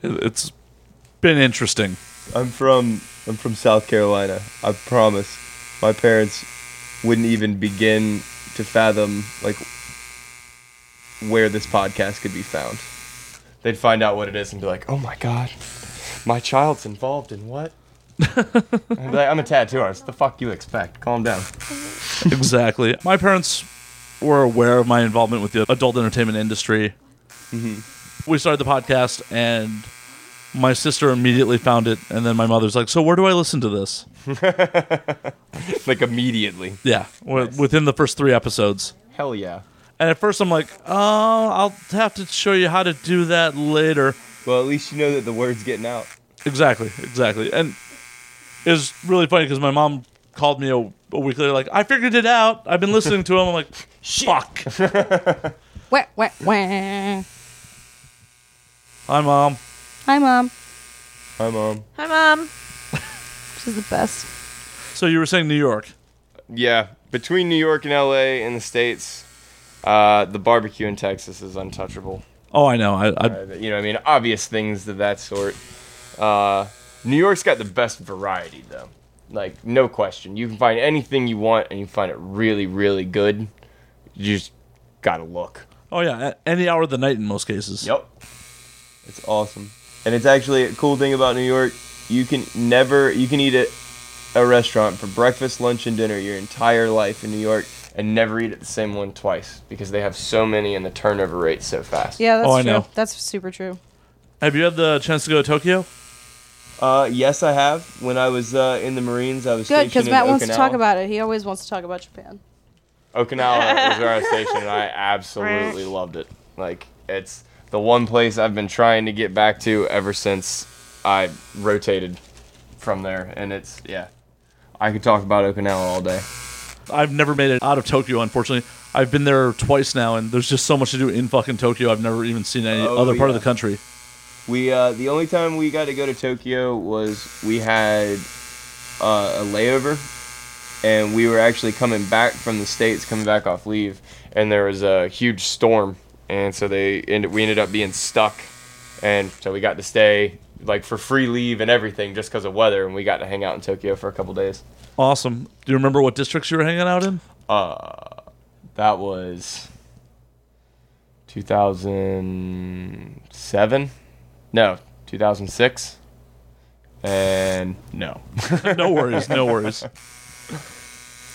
Speaker 1: It- It's been interesting.
Speaker 6: I'm from I'm from South Carolina. I promise. My parents wouldn't even begin to fathom like where this podcast could be found.
Speaker 5: They'd find out what it is and be like, "Oh my god, my child's involved in what?" I'd be like, I'm a tattoo artist. The fuck you expect? Calm down.
Speaker 1: exactly. My parents were aware of my involvement with the adult entertainment industry. We started the podcast, and my sister immediately found it, and then my mother's like, "So where do I listen to this?"
Speaker 5: Like immediately.
Speaker 1: Yeah, w- within the first three episodes.
Speaker 5: Hell yeah.
Speaker 1: And at first, I'm like, "Oh, I'll have to show you how to do that later."
Speaker 6: Well, at least you know that the word's getting out.
Speaker 1: Exactly, exactly. And it was really funny because my mom called me a, a week later, like, "I figured it out. I've been listening to him." I'm like, "Fuck."
Speaker 3: Wah, wah, wah.
Speaker 1: Hi, mom.
Speaker 3: Hi, mom.
Speaker 6: Hi, mom.
Speaker 4: Hi, mom.
Speaker 3: She's the best.
Speaker 1: So you were saying New York?
Speaker 5: Yeah, between New York and LA and the states, uh, the barbecue in Texas is untouchable.
Speaker 1: Oh, I know. I, I
Speaker 5: Uh, you know, what I mean, obvious things of that sort. Uh, New York's got the best variety, though. Like, no question. You can find anything you want, and you can find it really, really good. You just gotta look.
Speaker 1: Oh yeah, at any hour of the night in most cases.
Speaker 5: Yep.
Speaker 6: It's awesome. And it's actually a cool thing about New York. You can never you can eat at a restaurant for breakfast, lunch, and dinner your entire life in New York.
Speaker 5: And never eat at the same one twice because they have so many, and the turnover rate's so fast.
Speaker 3: Yeah, that's
Speaker 1: Oh, I
Speaker 3: true.
Speaker 1: know.
Speaker 3: That's super true.
Speaker 1: Have you had the chance to go to Tokyo?
Speaker 6: Uh, yes, I have. When I was uh, in the Marines, I was
Speaker 3: Good,
Speaker 6: stationed
Speaker 3: because
Speaker 6: in
Speaker 3: Matt wants to
Speaker 6: Okinawa.
Speaker 3: talk about it. He always wants to talk about Japan.
Speaker 5: Okinawa was our station, and I absolutely loved it. Like, it's the one place I've been trying to get back to ever since I rotated from there, and it's yeah. I could talk about Okinawa all day.
Speaker 1: I've never made it out of Tokyo, unfortunately. I've been there twice now, and there's just so much to do in fucking Tokyo. I've never even seen any
Speaker 6: Oh,
Speaker 1: other part of
Speaker 6: yeah.
Speaker 1: the country.
Speaker 6: We uh, the only time we got to go to Tokyo was we had uh, a layover, and we were actually coming back from the states, coming back off leave,
Speaker 5: And there was a huge storm, and so they ended, we ended up being stuck, and so we got to stay like for free leave and everything just because of weather, and we got to hang out in Tokyo for a couple days.
Speaker 1: Awesome. Do you remember what districts you were hanging out in?
Speaker 5: That was 2007. No, 2006. And no.
Speaker 1: No worries, no worries.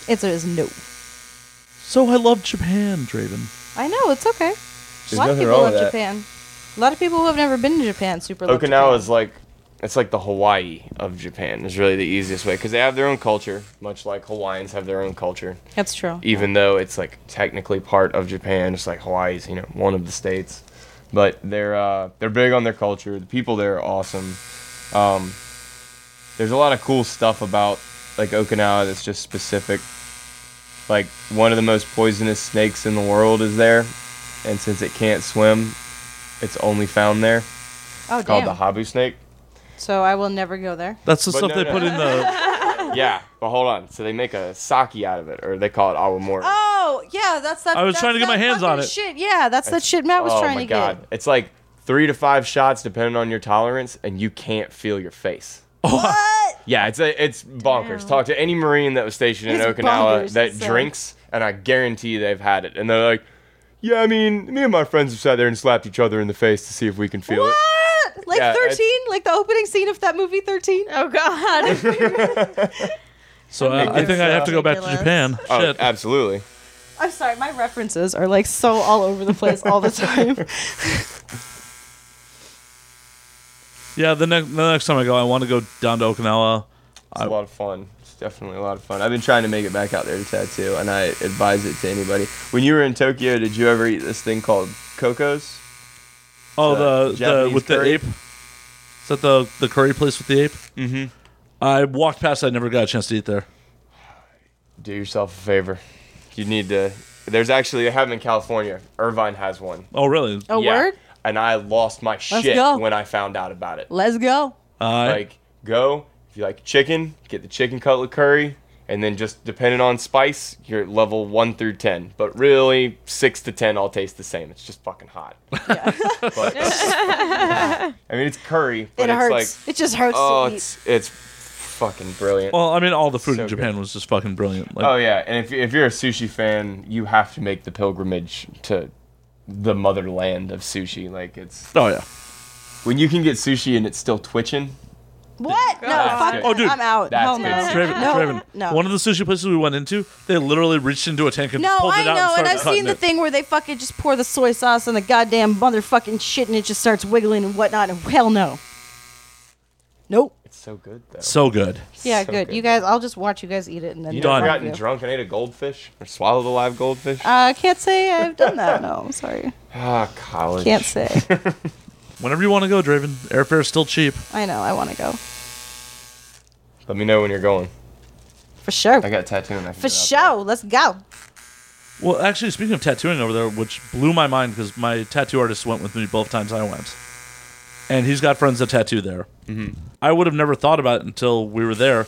Speaker 3: Answer is no.
Speaker 1: So I love Japan, Draven.
Speaker 3: I know it's okay. a lot
Speaker 6: nothing
Speaker 3: of people
Speaker 6: wrong
Speaker 3: love
Speaker 6: with that.
Speaker 3: Japan. A lot of people who have never been to Japan super. love
Speaker 5: Okinawa
Speaker 3: Japan.
Speaker 5: is like it's like the Hawaii of Japan. Is really the easiest way because they have their own culture, much like Hawaiians have their own culture.
Speaker 3: That's true.
Speaker 5: Even though it's like technically part of Japan, just like Hawaii's, you know, one of the states. But they're uh, they're big on their culture. The people there are awesome. Um, there's a lot of cool stuff about like Okinawa that's just specific. Like one of the most poisonous snakes in the world is there, and since it can't swim, it's only found there.
Speaker 3: Oh
Speaker 5: Called
Speaker 3: damn!
Speaker 5: the habu snake.
Speaker 3: so I will never go there.
Speaker 1: That's the
Speaker 5: But
Speaker 1: stuff
Speaker 5: no,
Speaker 1: they
Speaker 5: no.
Speaker 1: put in the.
Speaker 5: Yeah, but hold on. So they make a sake out of it, or they call it awamori.
Speaker 3: Oh yeah, that's that.
Speaker 1: I was
Speaker 3: that's
Speaker 1: trying to get
Speaker 3: that
Speaker 1: my hands on
Speaker 3: fucking
Speaker 1: it.
Speaker 3: Shit, yeah, that's that shit Matt was
Speaker 5: oh
Speaker 3: trying
Speaker 5: my
Speaker 3: to
Speaker 5: god,
Speaker 3: get.
Speaker 5: it's like three to five shots depending on your tolerance, and you can't feel your face.
Speaker 3: What?
Speaker 5: Yeah, it's a, it's bonkers.
Speaker 4: Damn.
Speaker 5: Talk to any marine that was stationed in
Speaker 3: It's
Speaker 5: Okinawa
Speaker 3: bonkers,
Speaker 5: that
Speaker 3: it's so-
Speaker 5: drinks, and I guarantee they've had it, and they're like. Yeah, I mean, me and my friends have sat there and slapped each other in the face to see if we can feel it.
Speaker 3: What? Like
Speaker 5: Yeah, it's-
Speaker 3: thirteen? Like the opening scene of that movie Thirteen?
Speaker 4: Oh God.
Speaker 1: So uh, I, I think I have to go back to
Speaker 4: ridiculous.
Speaker 1: Japan.
Speaker 5: Oh,
Speaker 1: Shit.
Speaker 5: absolutely.
Speaker 3: I'm sorry, my references are like so all over the place all the time.
Speaker 1: Yeah, the next the next time I go, I want to go down to Okinawa.
Speaker 6: It's a lot of fun. It's definitely a lot of fun. I've been trying to make it back out there to tattoo, and I advise it to anybody. When you were in Tokyo, did you ever eat this thing called Coco's?
Speaker 1: Oh,
Speaker 6: The
Speaker 1: the, the
Speaker 6: Japanese
Speaker 1: with
Speaker 6: curry?
Speaker 1: the ape. Is that the the curry place with the ape? Mm-hmm. I walked past. I never got a chance to eat there.
Speaker 5: Do yourself a favor. You need to. There's actually, they have them in California. Irvine has one.
Speaker 1: Oh, really?
Speaker 3: A
Speaker 5: Yeah.
Speaker 3: word?
Speaker 5: And I lost my shit
Speaker 3: go.
Speaker 5: when I found out about it.
Speaker 3: Let's go.
Speaker 1: I-
Speaker 5: Like, go if you like chicken, get the chicken cutlet curry, and then just depending on spice, you're at level one through ten. But really, six to ten all taste the same. It's just fucking hot. But- I mean, it's curry, but
Speaker 3: it
Speaker 5: it's
Speaker 3: hurts.
Speaker 5: like,
Speaker 3: it just hurts
Speaker 5: oh,
Speaker 3: to eat.
Speaker 5: it's it's fucking brilliant.
Speaker 1: well, I mean, all the food
Speaker 5: So
Speaker 1: in Japan was just fucking brilliant. Like,
Speaker 5: Oh yeah, and if if you're a sushi fan, you have to make the pilgrimage to the motherland of sushi. Like it's
Speaker 1: oh, yeah.
Speaker 5: when you can get sushi and it's still twitching.
Speaker 3: What? No,
Speaker 5: That's
Speaker 3: fuck
Speaker 5: good.
Speaker 1: Oh, dude,
Speaker 3: I'm out.
Speaker 5: that's
Speaker 3: Hell
Speaker 5: good.
Speaker 3: no.
Speaker 1: Draven,
Speaker 3: no,
Speaker 1: Draven,
Speaker 3: no.
Speaker 1: One of the sushi places we went into, they literally reached into a tank and
Speaker 3: no,
Speaker 1: pulled
Speaker 3: I
Speaker 1: it out and
Speaker 3: know, and
Speaker 1: started
Speaker 3: I've
Speaker 1: cutting
Speaker 3: seen the
Speaker 1: it.
Speaker 3: thing where they fucking just pour the soy sauce on the goddamn motherfucking shit, and it just starts wiggling and whatnot. And hell no, nope.
Speaker 5: It's so good though.
Speaker 1: So good.
Speaker 3: Yeah,
Speaker 5: So
Speaker 3: good. You guys, I'll just watch you guys eat it, Uh, and then
Speaker 5: You
Speaker 1: Done.
Speaker 5: never
Speaker 3: review.
Speaker 5: gotten drunk and ate a goldfish or swallowed a live goldfish?
Speaker 3: I can't say I've done that. No, I'm sorry.
Speaker 5: ah, college.
Speaker 3: Can't say.
Speaker 1: Whenever you want to go, Draven, airfare's still cheap.
Speaker 3: I know. I want to go
Speaker 5: Let me know when you're going.
Speaker 3: for sure.
Speaker 5: I got a tattoo and I can
Speaker 3: For
Speaker 5: get out
Speaker 3: sure. Let's go.
Speaker 1: Well, actually, speaking of tattooing over there, which blew my mind because my tattoo artist went with me both times I went, and he's got friends that tattoo there. Mm-hmm. I would have never thought about it until we were there.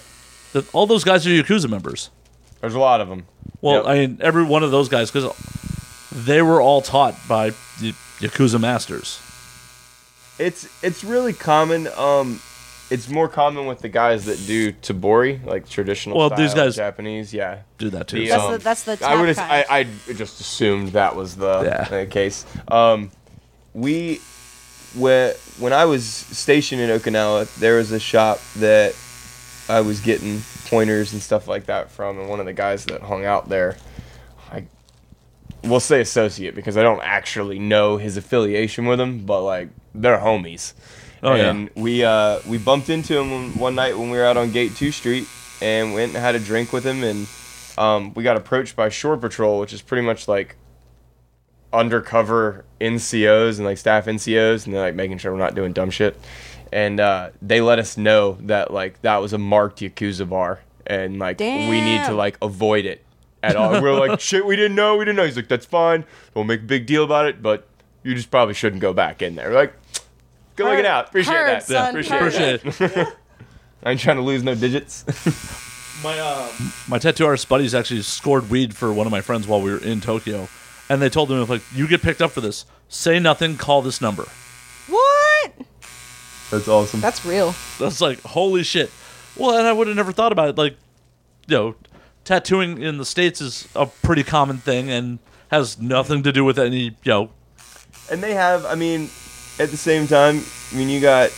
Speaker 1: That all those guys are yakuza members.
Speaker 5: there. There's a lot of them.
Speaker 1: Well,
Speaker 5: Yep.
Speaker 1: I mean, every one of those guys because they were all taught by y- yakuza masters.
Speaker 5: It's it's really common. Um, it's more common with the guys that do tabori, like traditional.
Speaker 1: Well, these
Speaker 5: style
Speaker 1: guys-
Speaker 5: Japanese, yeah.
Speaker 1: Do that too.
Speaker 5: The,
Speaker 3: That's
Speaker 5: um,
Speaker 3: the- that's the
Speaker 5: I
Speaker 3: tap
Speaker 5: would.
Speaker 3: kind.
Speaker 5: I, I just assumed that was the
Speaker 1: Yeah.
Speaker 5: uh, case. Um, we, where when I was stationed in Okinawa, there was a shop that I was getting pointers and stuff like that from, and one of the guys that hung out there, I will say associate because I don't actually know his affiliation with him, but like they're homies.
Speaker 1: Oh, yeah.
Speaker 5: and we uh, we bumped into him one- one night when we were out on Gate Two Street and went and had a drink with him, and um, we got approached by Shore Patrol, which is pretty much like undercover NCOs and like staff NCOs, and they're like making sure we're not doing dumb shit. And uh, they let us know that like that was a marked yakuza bar, and like we need to
Speaker 3: Damn.
Speaker 5: like avoid it at all. We we're like, shit, we didn't know, we didn't know. He's like, that's fine, don't make a big deal about it, but you just probably shouldn't go back in there. We're like, good looking
Speaker 3: Heard.
Speaker 5: out, appreciate
Speaker 3: Heard,
Speaker 5: that,
Speaker 3: son,
Speaker 5: appreciate,
Speaker 3: heard.
Speaker 5: that.
Speaker 1: Appreciate it.
Speaker 5: I ain't trying to lose no digits.
Speaker 1: My uh, my tattoo artist buddies actually scored weed for one of my friends while we were in Tokyo, and they told him if like you get picked up for this, say nothing, call this number.
Speaker 3: What?
Speaker 6: That's awesome.
Speaker 3: That's real.
Speaker 1: That's like holy shit. Well, and I would have never thought about it. Like, you know, tattooing in the states is a pretty common thing and has nothing to do with any you know
Speaker 6: and they have. I mean, at the same time, I mean, you got.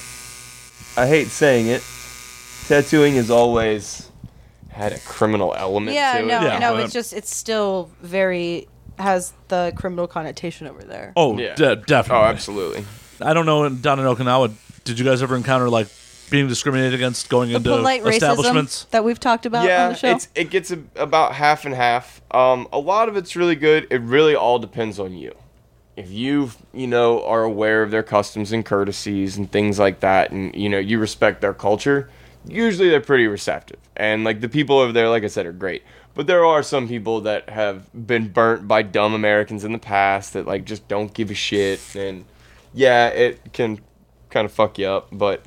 Speaker 6: I hate saying it. Tattooing has always
Speaker 5: Had a criminal element
Speaker 3: Yeah,
Speaker 5: to it.
Speaker 3: no,
Speaker 1: Yeah.
Speaker 3: no. It's just it's still very has the criminal connotation over there.
Speaker 1: Oh,
Speaker 5: Yeah.
Speaker 1: de-
Speaker 5: Oh,
Speaker 1: definitely.
Speaker 5: absolutely.
Speaker 1: I don't know. in- Down in Okinawa, did you guys ever encounter like being discriminated against going
Speaker 3: The
Speaker 1: into
Speaker 3: polite
Speaker 1: establishments?
Speaker 3: racism that we've talked about
Speaker 5: yeah,
Speaker 3: on the show.
Speaker 5: it's it gets a, about half and half. Um, a lot of it's really good. It really all depends on you. If you you know are aware of their customs and courtesies and things like that, and you know you respect their culture, usually they're pretty receptive. And like the people over there, like I said, are great. But there are some people that have been burnt by dumb Americans in the past that like just don't give a shit. And yeah, it can kind of fuck you up. But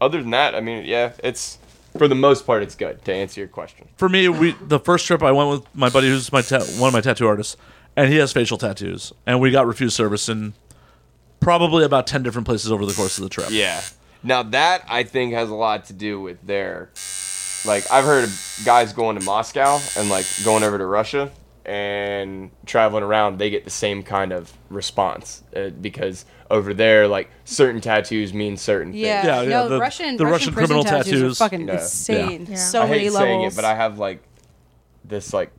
Speaker 5: other than that, I mean, yeah, it's for the most part, it's good. To answer your question,
Speaker 1: For me, we the first trip I went with my buddy, who's my ta- one of my tattoo artists, and he has facial tattoos, and we got refused service in probably about ten different places over the course of the trip.
Speaker 5: yeah. Now that I think has a lot to do with their, like I've heard of guys going to Moscow and like going over to Russia and traveling around, they get the same kind of response uh, because over there, like certain tattoos mean certain
Speaker 3: yeah,
Speaker 5: things.
Speaker 1: Yeah, yeah,
Speaker 3: no,
Speaker 1: the-
Speaker 3: Russian,
Speaker 1: the
Speaker 3: Russian,
Speaker 1: Russian
Speaker 3: prison
Speaker 1: criminal
Speaker 3: tattoos,
Speaker 1: tattoos.
Speaker 3: are fucking
Speaker 5: Yeah.
Speaker 3: insane.
Speaker 4: Yeah.
Speaker 3: So
Speaker 5: I hate
Speaker 3: many
Speaker 5: saying
Speaker 3: levels.
Speaker 5: it, but I have like this like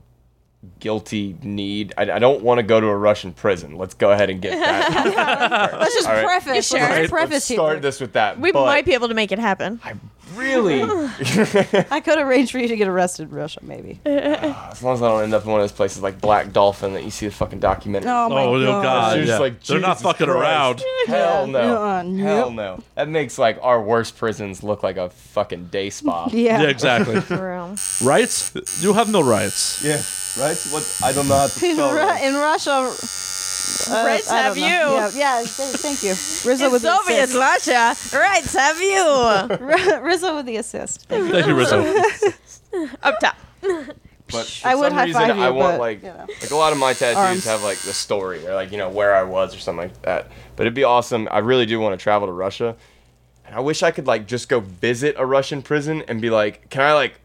Speaker 5: guilty need. I, I don't want to go to a Russian prison. Let's go ahead and get that.
Speaker 3: let's just
Speaker 5: All right.
Speaker 3: preface.
Speaker 4: You
Speaker 3: Let's
Speaker 4: sure?
Speaker 5: Let's
Speaker 3: preface here.
Speaker 5: start this with that.
Speaker 4: We
Speaker 5: but
Speaker 4: might be able to make it happen.
Speaker 5: I really.
Speaker 3: I could arrange for you to get arrested in Russia, maybe. Oh,
Speaker 5: As long as I don't end up in one of those places like Black Dolphin that you see the fucking documentary.
Speaker 3: my
Speaker 1: oh, no,
Speaker 3: god.
Speaker 1: God.
Speaker 5: It's
Speaker 1: yeah.
Speaker 5: just like,
Speaker 1: They're not
Speaker 5: Jesus
Speaker 1: fucking
Speaker 5: Christ.
Speaker 1: around.
Speaker 5: Hell no.
Speaker 3: Uh, nope.
Speaker 5: Hell no. That makes like our worst prisons look like a fucking day spa.
Speaker 1: Yeah,
Speaker 3: Yeah.
Speaker 1: exactly.
Speaker 4: For real.
Speaker 1: rights? You have no rights.
Speaker 6: Yeah, right? What I don't know how to
Speaker 3: In,
Speaker 6: spell
Speaker 3: Ru-
Speaker 6: that.
Speaker 3: in Russia, uh,
Speaker 4: Rights
Speaker 3: I
Speaker 4: have
Speaker 3: don't
Speaker 4: you.
Speaker 3: know. Yeah, yeah th- thank you. Rizzo
Speaker 4: In
Speaker 3: with the
Speaker 4: Soviet
Speaker 3: assist.
Speaker 4: Russia, rights have you.
Speaker 3: Rizzo with the assist.
Speaker 1: Thank you, Rizzo.
Speaker 4: Up top.
Speaker 5: But for
Speaker 3: I would
Speaker 5: some
Speaker 3: high
Speaker 5: reason,
Speaker 3: five you,
Speaker 5: I want
Speaker 3: but,
Speaker 5: like
Speaker 3: you know.
Speaker 5: like a lot of my tattoos
Speaker 3: Arms.
Speaker 5: have like the story or like you know where I was or something like that. But it'd be awesome. I really do want to travel to Russia, and I wish I could like just go visit a Russian prison and be like, can I like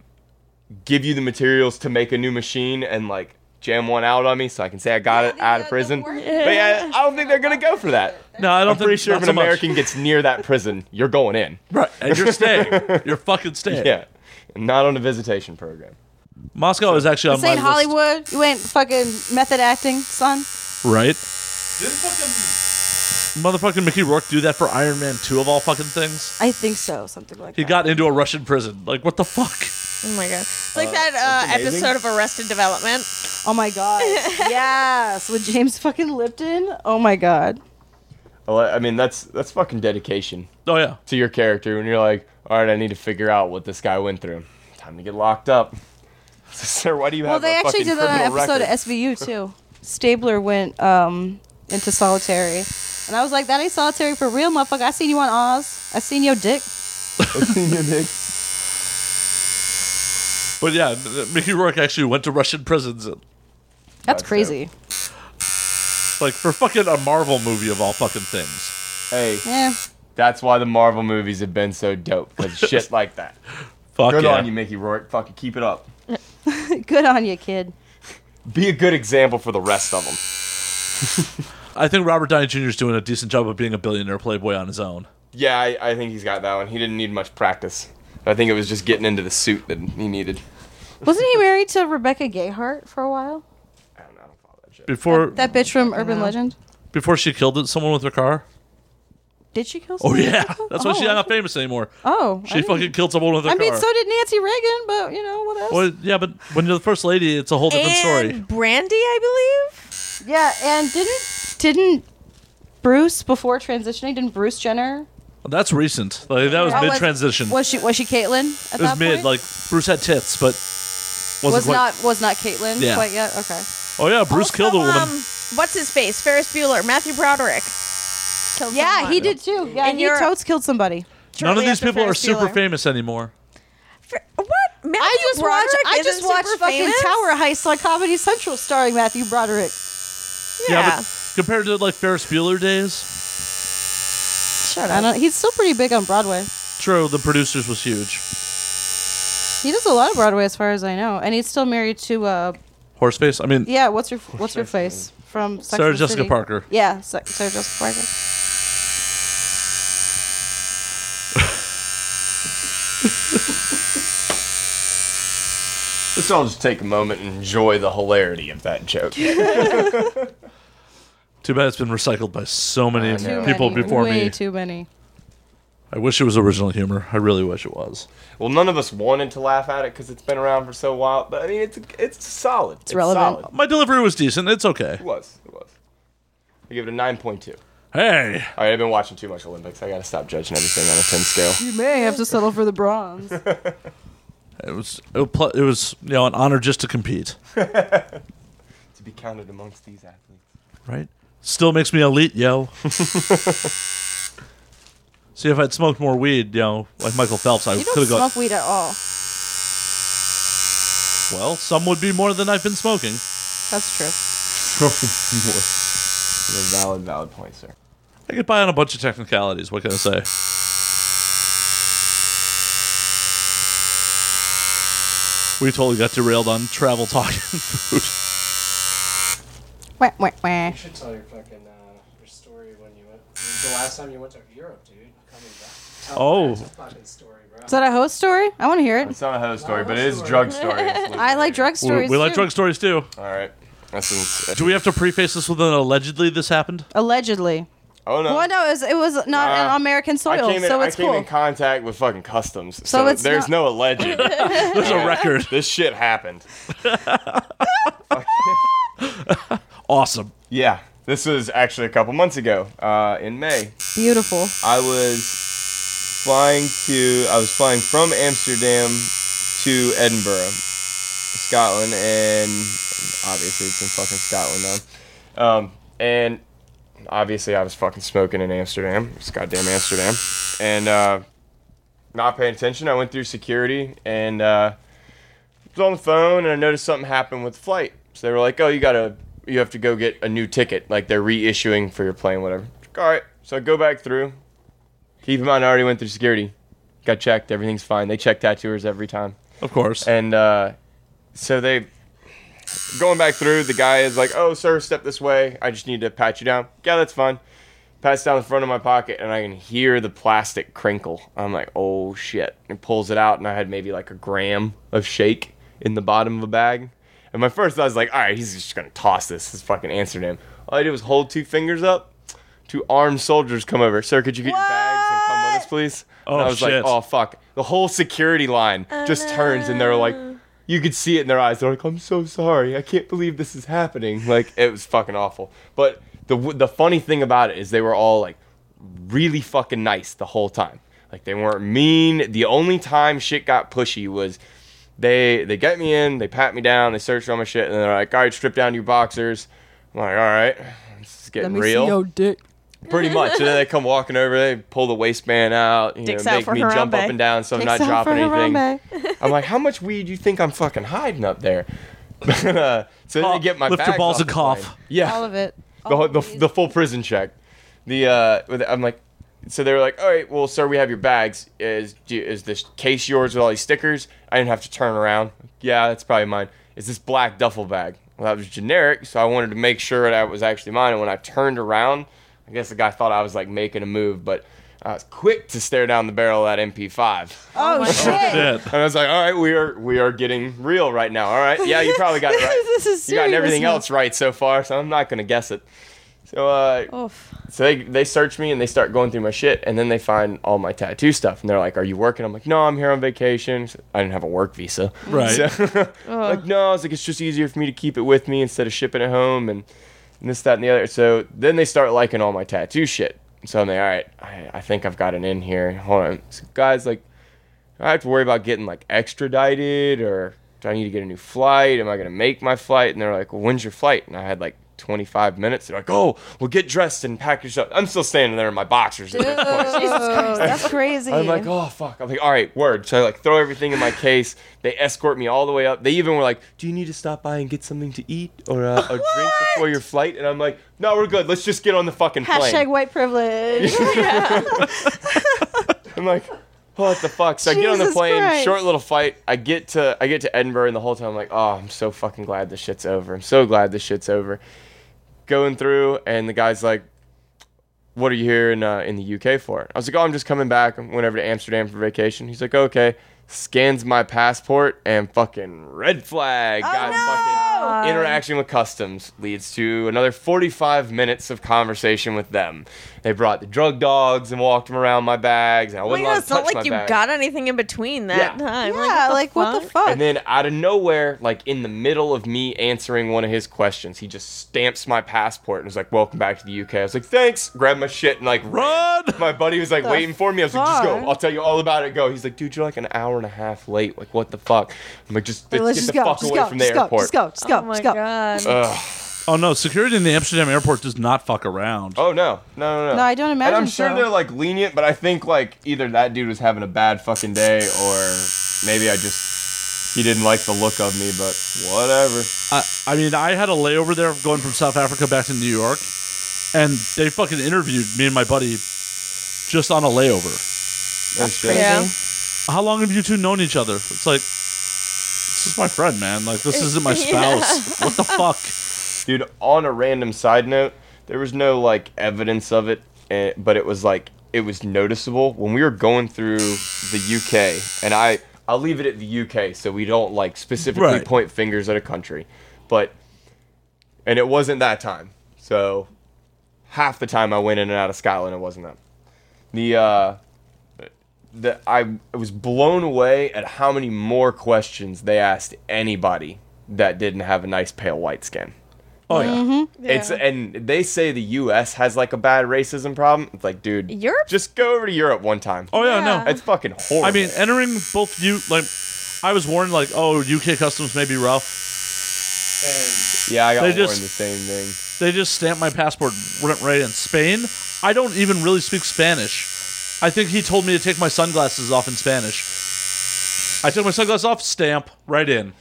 Speaker 5: give you the materials to make a new machine and like jam one out on me so I can say I got it out of prison. But yeah, I don't think they're gonna go for that.
Speaker 1: No, I don't
Speaker 5: I'm
Speaker 1: think
Speaker 5: pretty sure if
Speaker 1: not
Speaker 5: an
Speaker 1: so much.
Speaker 5: American gets near that prison, you're going in.
Speaker 1: Right, and you're staying. You're fucking staying.
Speaker 5: Yeah, not on a visitation program.
Speaker 1: Moscow is actually on
Speaker 3: This ain't
Speaker 1: my list.
Speaker 3: Hollywood. You ain't fucking method acting, son.
Speaker 1: Right? Didn't fucking motherfucking Mickey Rourke do that for Iron Man 2 of all fucking things?
Speaker 3: I think so. Something like
Speaker 1: He
Speaker 3: that.
Speaker 1: got into a Russian prison. Like, what the fuck?
Speaker 4: Oh my god. It's like that uh, episode of Arrested Development.
Speaker 3: oh my god. yes, with James fucking Lipton. Oh my god.
Speaker 5: Well, I mean, that's that's fucking dedication.
Speaker 1: Oh yeah,
Speaker 5: to your character when you're like, all right, I need to figure out what this guy went through. Time to get locked up. Sir, why do you
Speaker 3: Well,
Speaker 5: have
Speaker 3: they
Speaker 5: a
Speaker 3: actually
Speaker 5: fucking
Speaker 3: did that on an
Speaker 5: criminal
Speaker 3: episode
Speaker 5: record?
Speaker 3: of SVU too. Stabler went um, into solitary, and I was like, "That ain't solitary for real, motherfucker." I seen you on Oz. I seen your dick.
Speaker 1: but yeah, th- Mickey Rourke actually went to Russian prisons,
Speaker 3: That's
Speaker 5: That's
Speaker 3: crazy.
Speaker 1: like for fucking a Marvel movie of all fucking things.
Speaker 5: hey,
Speaker 3: Yeah.
Speaker 5: that's why the Marvel movies have been so dope. Cause shit like that.
Speaker 1: Fuck
Speaker 5: Good
Speaker 1: yeah.
Speaker 5: on you, Mickey Rourke. Fucking keep it up.
Speaker 3: Good on you, kid.
Speaker 5: Be a good example for the rest of them.
Speaker 1: I think Robert Downey Jr. is doing a decent job of being a billionaire playboy on his own.
Speaker 5: Yeah, I, I think he's got that one. He didn't need much practice. I think it was just getting into the suit that he needed.
Speaker 3: Wasn't he married to Rebecca Gayhart for a while?
Speaker 5: I don't, I don't follow that shit.
Speaker 1: Before
Speaker 3: That bitch from Urban Legend.
Speaker 1: before she killed it- someone with her car.
Speaker 3: Did she kill?
Speaker 1: Oh
Speaker 3: someone?
Speaker 1: yeah, that's why she's
Speaker 3: Oh,
Speaker 1: not famous anymore.
Speaker 3: Oh. I
Speaker 1: She
Speaker 3: didn't-
Speaker 1: fucking killed someone with her
Speaker 3: I
Speaker 1: car.
Speaker 3: mean, so did Nancy Reagan, but you know what else?
Speaker 1: Well, yeah, but when you're the first lady, it's a whole different story.
Speaker 4: And Brandy, I believe.
Speaker 3: Yeah, and didn't didn't Bruce before transitioning? Didn't Bruce Jenner?
Speaker 1: That's recent. Like that was
Speaker 3: Oh, was-
Speaker 1: mid transition. It
Speaker 3: Was she was she Caitlyn at
Speaker 1: was
Speaker 3: that
Speaker 1: mid.
Speaker 3: point?
Speaker 1: Like Bruce had tits, but wasn't
Speaker 3: was
Speaker 1: quite-
Speaker 3: not was not Caitlyn
Speaker 1: Yeah.
Speaker 3: quite yet. Okay,
Speaker 1: Oh yeah, Bruce
Speaker 4: Also,
Speaker 1: killed a woman.
Speaker 4: um, what's his face? Ferris Bueller, Matthew Broderick. Killed
Speaker 3: yeah,
Speaker 4: someone.
Speaker 3: he did too. Yeah,
Speaker 4: And
Speaker 3: and he
Speaker 4: you're-
Speaker 3: totes killed somebody.
Speaker 1: None of
Speaker 4: Shortly
Speaker 1: these
Speaker 4: after
Speaker 1: people are
Speaker 4: Ferris
Speaker 1: super
Speaker 4: Bueller.
Speaker 1: famous anymore.
Speaker 4: Fer- what? Matthew
Speaker 3: I just watched
Speaker 4: Broderick
Speaker 3: I just
Speaker 4: isn't
Speaker 3: watched
Speaker 4: super
Speaker 3: fucking
Speaker 4: famous?
Speaker 3: Tower Heist on Comedy Central starring Matthew Broderick.
Speaker 4: Yeah.
Speaker 1: but compared to like Ferris Bueller days,
Speaker 3: Shut up. I don't, he's still pretty big on Broadway.
Speaker 1: true, the producers was huge.
Speaker 3: He does a lot of Broadway as far as I know, and he's still married to uh,
Speaker 1: Horseface. I mean,
Speaker 3: Yeah, what's your what's your face from Sex
Speaker 1: Sarah
Speaker 3: and the
Speaker 1: Jessica
Speaker 3: City.
Speaker 1: Parker.
Speaker 3: Yeah, Sa- Sarah Jessica Parker.
Speaker 5: Let's all just take a moment and enjoy the hilarity of that joke.
Speaker 1: Too bad it's been recycled by so many
Speaker 5: I know. Too
Speaker 1: people
Speaker 3: many,
Speaker 1: before
Speaker 3: way
Speaker 1: me.
Speaker 3: too many.
Speaker 1: I wish it was original humor. I really wish it was.
Speaker 5: well, none of us wanted to laugh at it because it's been around for so while, but I mean, it's it's solid. It's,
Speaker 3: relevant.
Speaker 5: Solid.
Speaker 1: My delivery was decent. It's okay.
Speaker 5: It was. It was. I give it a 9.2.
Speaker 1: Hey,
Speaker 5: All right, I've been watching too much Olympics. I gotta stop judging everything on a 10 scale.
Speaker 3: You may have to settle for the bronze.
Speaker 1: it was it was, pl- it was you know an honor just to compete,
Speaker 5: to be counted amongst these athletes.
Speaker 1: right? Still makes me elite, yo. See if I'd smoked more weed, you know, like Michael Phelps, I
Speaker 3: You
Speaker 1: could
Speaker 3: don't
Speaker 1: have gone.
Speaker 3: smoke weed at all.
Speaker 1: Well, some would be more than I've been smoking.
Speaker 3: That's true.
Speaker 5: valid, valid point, sir.
Speaker 1: I get by on a bunch of technicalities. What can I say? We totally got derailed on travel talk and food.
Speaker 3: Wah, wah, wah.
Speaker 7: You should tell your fucking uh, your story when you went. The last time you went to Europe, dude. Coming back. Tell
Speaker 1: Oh.
Speaker 7: the fucking story, bro.
Speaker 3: Is that a host story? I want to hear it.
Speaker 5: It's not a hoe story, but it is drug story. It's
Speaker 3: I like drug
Speaker 1: We,
Speaker 3: stories.
Speaker 1: we like
Speaker 3: too.
Speaker 1: drug stories too.
Speaker 5: All right. That's ins-
Speaker 1: Do we have to preface this with an allegedly this happened?
Speaker 3: Allegedly.
Speaker 5: Oh no.
Speaker 3: Well, no, it was, it was not
Speaker 5: Nah.
Speaker 3: on American
Speaker 5: I
Speaker 3: soil,
Speaker 5: came, in,
Speaker 3: so
Speaker 5: I
Speaker 3: it's
Speaker 5: came
Speaker 3: cool.
Speaker 5: in contact with fucking customs, so,
Speaker 3: it's
Speaker 5: there's
Speaker 3: not-
Speaker 5: no alleged.
Speaker 1: There's a record.
Speaker 5: this shit happened.
Speaker 1: Awesome.
Speaker 5: Yeah, this was actually a couple months ago uh, in May.
Speaker 3: Beautiful.
Speaker 5: I was flying to I was flying from Amsterdam to Edinburgh, Scotland, and obviously it's in fucking Scotland now. Um, and obviously I was fucking smoking in Amsterdam. It's goddamn Amsterdam, and uh, not paying attention. I went through security and uh, was on the phone, and I noticed something happened with the flight. So they were like, "Oh, you gotta, you have to go get a new ticket. Like they're reissuing for your plane, whatever." All right, so I go back through. Keep in mind, I already went through security, got checked. Everything's fine. They check tattooers every time.
Speaker 1: Of course.
Speaker 5: And uh, so they going back through. The guy is like, "Oh, sir, step this way. I just need to pat you down." Yeah, that's fine. Pats down the front of my pocket, and I can hear the plastic crinkle. I'm like, "Oh shit!" And pulls it out, and I had maybe like a gram of shake in the bottom of a bag. And my first thought was like, "All right, he's just gonna toss this. This is fucking Amsterdam." All I did was hold two fingers up. Two armed soldiers come over. Sir, could you get your bags and come with us, please? and
Speaker 1: Oh,
Speaker 5: I was like,
Speaker 1: shit.
Speaker 5: "Oh fuck!" The whole security line just turns, and they're like, you could see it in their eyes. They're like, "I'm so sorry. I can't believe this is happening." Like it was fucking awful. But the w- the funny thing about it is they were all like really fucking nice the whole time. Like they weren't mean. The only time shit got pushy was they they get me in, they pat me down, they search all my shit, and they're like, "All right, strip down to your boxers." I'm like, "All right, this is getting real."
Speaker 3: dick.
Speaker 5: Pretty much. And then they come walking over, they pull the waistband out, you
Speaker 4: Dicks
Speaker 5: know,
Speaker 4: out
Speaker 5: make
Speaker 4: for
Speaker 5: me jump up
Speaker 4: Harambe.
Speaker 5: and down so I'm not dropping anything. I'm like, how much weed do you think I'm fucking hiding up there? uh, so then they get my
Speaker 1: Lift your
Speaker 5: bags
Speaker 1: balls
Speaker 5: off
Speaker 1: and
Speaker 5: the
Speaker 1: cough.
Speaker 5: plane. Yeah
Speaker 3: All of it.
Speaker 5: the,
Speaker 3: All
Speaker 5: whole-
Speaker 3: of
Speaker 5: the,
Speaker 3: these.
Speaker 5: the full prison check. The uh, with- I'm like, so they were like, all right, well, sir, we have your bags. Is do you- is this case yours with all these stickers? I didn't have to turn around. Yeah, that's probably mine. Is this black duffel bag? Well, that was generic, so I wanted to make sure that was actually mine. And when I turned around, I guess the guy thought I was like making a move, but I was quick to stare down the barrel of that MP5.
Speaker 3: Oh, shit.
Speaker 1: Shit.
Speaker 5: And I was like, all right, we are we are getting real right now. All right, yeah, you probably got it right.
Speaker 3: This is
Speaker 5: you got
Speaker 3: serious
Speaker 5: everything
Speaker 3: now.
Speaker 5: else right so far, so I'm not gonna guess it. So uh,
Speaker 4: Oof.
Speaker 5: so they, they search me and they start going through my shit and then they find all my tattoo stuff and they're like, "Are you working?" I'm like, "No, I'm here on vacation." I didn't have a work visa.
Speaker 1: Right.
Speaker 5: So, like, no, I was like, it's just easier for me to keep it with me instead of shipping it home and, and this, that, and the other. So then they start liking all my tattoo shit. So I'm like, all right, I, I think I've got an in here. Hold on. So guys, like, do I have to worry about getting like extradited or do I need to get a new flight? Am I going to make my flight? And they're like, well, when's your flight? And I had like 25 minutes. They're like, oh, well, get dressed and pack your stuff. I'm still standing there in my boxers at this point.
Speaker 3: Oh, that's crazy.
Speaker 5: I'm like, oh fuck. I'm like, all right, word. So I like throw everything in my case. They escort me all the way up. They even were like, do you need to stop by and get something to eat or uh, a drink before your flight? And I'm like, no, we're good. Let's just get on the fucking
Speaker 3: Hashtag
Speaker 5: plane.
Speaker 3: white privilege.
Speaker 5: I'm like, oh, what the fuck? So I get on the
Speaker 3: Jesus
Speaker 5: plane,
Speaker 3: Christ.
Speaker 5: short little fight. I get to I get to Edinburgh, and the whole time I'm like, oh, I'm so fucking glad this shit's over. I'm so glad this shit's over. Going through, and the guy's like, "What are you here in uh, in the UK for?" I was like, "Oh, I'm just coming back. I went over to Amsterdam for vacation." He's like, "Okay." Scans my passport and fucking red flag.
Speaker 3: Oh,
Speaker 4: Oh,
Speaker 5: got fucking interaction with customs leads to another 45 minutes of conversation with them. They brought the drug dogs and walked them around my bags. And I
Speaker 4: Well,
Speaker 5: wasn't
Speaker 4: you know,
Speaker 5: allowed
Speaker 4: it's
Speaker 5: to touch
Speaker 4: not like
Speaker 5: my
Speaker 4: you
Speaker 5: bag.
Speaker 4: got anything in between that
Speaker 5: Yeah.
Speaker 4: time.
Speaker 3: yeah, like what the fuck?
Speaker 5: And then out of nowhere, like in the middle of me answering one of his questions, he just stamps my passport and was like, "Welcome back to the UK." I was like, "Thanks." Grabbed my shit and like ran.
Speaker 1: Run!
Speaker 5: My buddy was like waiting for me. I was like, "Just
Speaker 3: fuck?
Speaker 5: go. I'll tell you all about it." Go. He's like, "Dude, you're like an hour and a half late. Like, what the fuck?" I'm like, "Just
Speaker 3: Like, let's
Speaker 5: let's get
Speaker 3: just
Speaker 5: the
Speaker 3: go,
Speaker 5: fuck
Speaker 3: just
Speaker 5: away
Speaker 3: go,
Speaker 5: from the
Speaker 3: just go,
Speaker 5: airport."
Speaker 3: just go, just go,
Speaker 4: Oh my
Speaker 3: just go.
Speaker 4: god.
Speaker 1: Oh no, security in the Amsterdam airport does not fuck around.
Speaker 5: Oh no, no, no, no!
Speaker 3: No, I don't
Speaker 5: And I'm
Speaker 3: imagine
Speaker 5: sure
Speaker 3: so.
Speaker 5: they're like lenient, but I think like either that dude was having a bad fucking day, or maybe I just he didn't like the look of me. But whatever.
Speaker 1: I, I mean, I had a layover there going from South Africa back to New York, and they fucking interviewed me and my buddy just on a layover.
Speaker 5: That's
Speaker 3: Crazy.
Speaker 4: Yeah.
Speaker 1: How long have you two known each other? It's like, this is my friend, man. Like, this isn't my spouse. What the fuck?
Speaker 5: Dude, on a random side note, there was no like evidence of it, eh, but it was like it was noticeable when we were going through the UK, and I I'll leave it at the UK so we don't like specifically
Speaker 1: Right.
Speaker 5: point fingers at a country, but and it wasn't that time. So half the time I went in and out of Scotland, it wasn't them. The uh, the I was blown away at how many more questions they asked anybody that didn't have a nice pale white skin.
Speaker 1: Oh yeah.
Speaker 5: It's and they say the U.S. has like a bad racism problem. It's like, dude,
Speaker 4: Europe?
Speaker 5: Just go over to Europe one time.
Speaker 1: Oh yeah.
Speaker 4: Yeah.
Speaker 1: No.
Speaker 5: It's fucking horrible.
Speaker 1: I mean, entering both you like, I was warned like, oh, UK customs may be rough.
Speaker 5: yeah, I got
Speaker 1: they
Speaker 5: warned
Speaker 1: just-
Speaker 5: the same thing.
Speaker 1: They just stamped my passport rent right in Spain. I don't even really speak Spanish. I think he told me to take my sunglasses off in Spanish. I took my sunglasses off, stamp right in.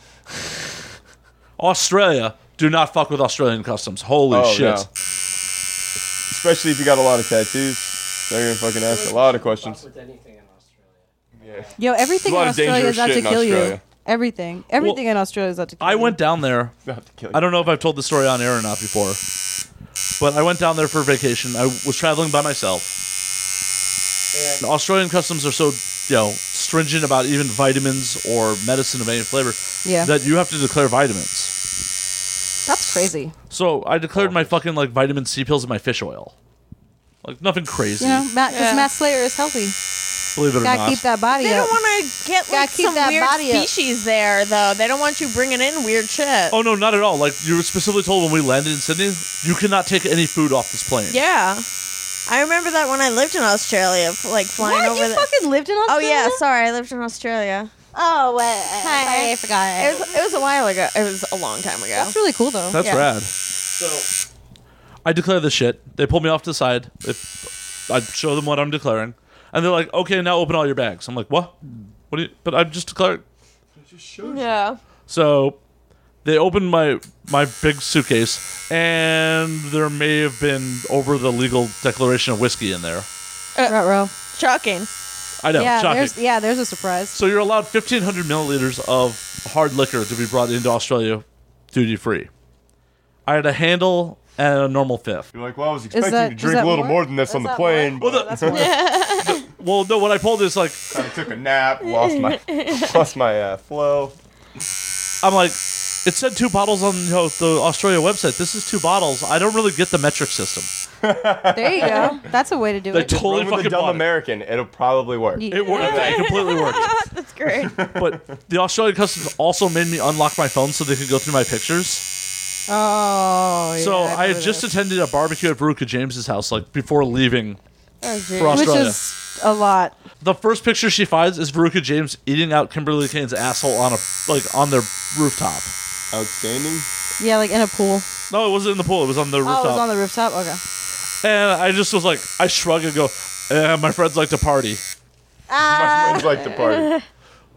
Speaker 1: Australia, do not fuck with Australian customs. Holy
Speaker 5: Oh,
Speaker 1: shit.
Speaker 5: no. Especially if you got a lot of tattoos, they're gonna fucking ask a lot of questions.
Speaker 7: With anything in Australia.
Speaker 3: Yo, everything
Speaker 5: There's a
Speaker 3: in
Speaker 5: lot of
Speaker 3: Australia
Speaker 5: dangerous
Speaker 3: is out to
Speaker 5: shit in
Speaker 3: kill you.
Speaker 5: Australia.
Speaker 3: Everything, everything in Australia is out to kill
Speaker 1: I
Speaker 3: you.
Speaker 1: went down there.
Speaker 5: Not to kill you.
Speaker 1: I don't know if I've told the story on air or not before, but I went down there for vacation. I was traveling by myself. And Australian customs are so, you know, stringent about even vitamins or medicine of any flavor
Speaker 3: Yeah.
Speaker 1: that you have to declare vitamins.
Speaker 3: That's crazy.
Speaker 1: So I declared my fucking like vitamin C pills and my fish oil. Like nothing crazy,
Speaker 3: You know, Matt, because
Speaker 4: Yeah.
Speaker 3: Matt Slayer is healthy.
Speaker 1: believe it or
Speaker 3: Gotta
Speaker 1: not.
Speaker 3: keep that body
Speaker 4: They
Speaker 3: up.
Speaker 4: don't want to get
Speaker 3: Gotta
Speaker 4: like
Speaker 3: keep
Speaker 4: some
Speaker 3: that
Speaker 4: weird
Speaker 3: body up.
Speaker 4: species there, though. They don't want you bringing in weird shit.
Speaker 1: Oh no, not at all. Like you were specifically told when we landed in Sydney, you cannot take any food off this plane.
Speaker 4: Yeah, I remember that when I lived in Australia, f- like flying
Speaker 3: what?
Speaker 4: over
Speaker 3: You
Speaker 4: the-
Speaker 3: fucking lived in
Speaker 4: Oh
Speaker 3: Australia?
Speaker 4: yeah, sorry, I lived in Australia.
Speaker 3: Oh, wait. Sorry, I forgot.
Speaker 4: It was, it was a while ago. It was a long time ago.
Speaker 3: That's really cool, though.
Speaker 1: That's
Speaker 4: Yeah.
Speaker 1: rad. So I declare this shit. They pull me off to the side. They, I show them what I'm declaring, and they're like, "Okay, now open all your bags." I'm like, "What? What? Do you, but I'm just declaring."
Speaker 4: Yeah.
Speaker 1: So they opened my my big suitcase, and there may have been over the legal declaration of whiskey in there.
Speaker 3: Rut row.
Speaker 4: Shocking.
Speaker 1: I know,
Speaker 3: yeah,
Speaker 1: Uh, shocking.
Speaker 3: there's yeah, there's a surprise.
Speaker 1: So you're allowed 1,500 milliliters of hard liquor to be brought into Australia duty free. I had a handle and a normal fifth.
Speaker 5: You're like, well, I was expecting
Speaker 3: that-
Speaker 5: to
Speaker 3: is
Speaker 5: drink
Speaker 3: that
Speaker 5: a little
Speaker 3: more?
Speaker 5: more, than this
Speaker 3: Is
Speaker 5: on the
Speaker 3: that
Speaker 5: plane,
Speaker 3: more?
Speaker 5: but
Speaker 3: That's more.
Speaker 1: Well, no, what I pulled is like
Speaker 5: I took a nap, lost my lost my uh, flow.
Speaker 1: I'm like, it said two bottles on you know, the Australia website. This is two bottles. I don't really get the metric system.
Speaker 3: there you go. That's a way to do
Speaker 1: They
Speaker 3: it.
Speaker 1: totally
Speaker 5: Run with
Speaker 1: fucking
Speaker 5: a dumb
Speaker 1: bought it.
Speaker 5: American, it'll probably work.
Speaker 3: Yeah.
Speaker 1: It worked. It completely worked.
Speaker 4: That's great.
Speaker 1: But the Australian customs also made me unlock my phone so they could go through my pictures.
Speaker 3: Oh, yeah,
Speaker 1: so I had
Speaker 3: remember
Speaker 1: just
Speaker 3: this.
Speaker 1: attended a barbecue at Veruca James's house, like before leaving for
Speaker 3: which
Speaker 1: Australia.
Speaker 3: is a lot.
Speaker 1: the first picture she finds is Veruca James eating out Kimberly Kane's asshole on a like on their rooftop.
Speaker 5: Outstanding.
Speaker 3: Yeah, like in a pool.
Speaker 1: No, it wasn't in the pool. It was on the
Speaker 3: Oh,
Speaker 1: rooftop.
Speaker 3: it was on the rooftop. Okay.
Speaker 1: and I just was like, I shrug and go, eh, my friends like to party.
Speaker 5: My friends like to party.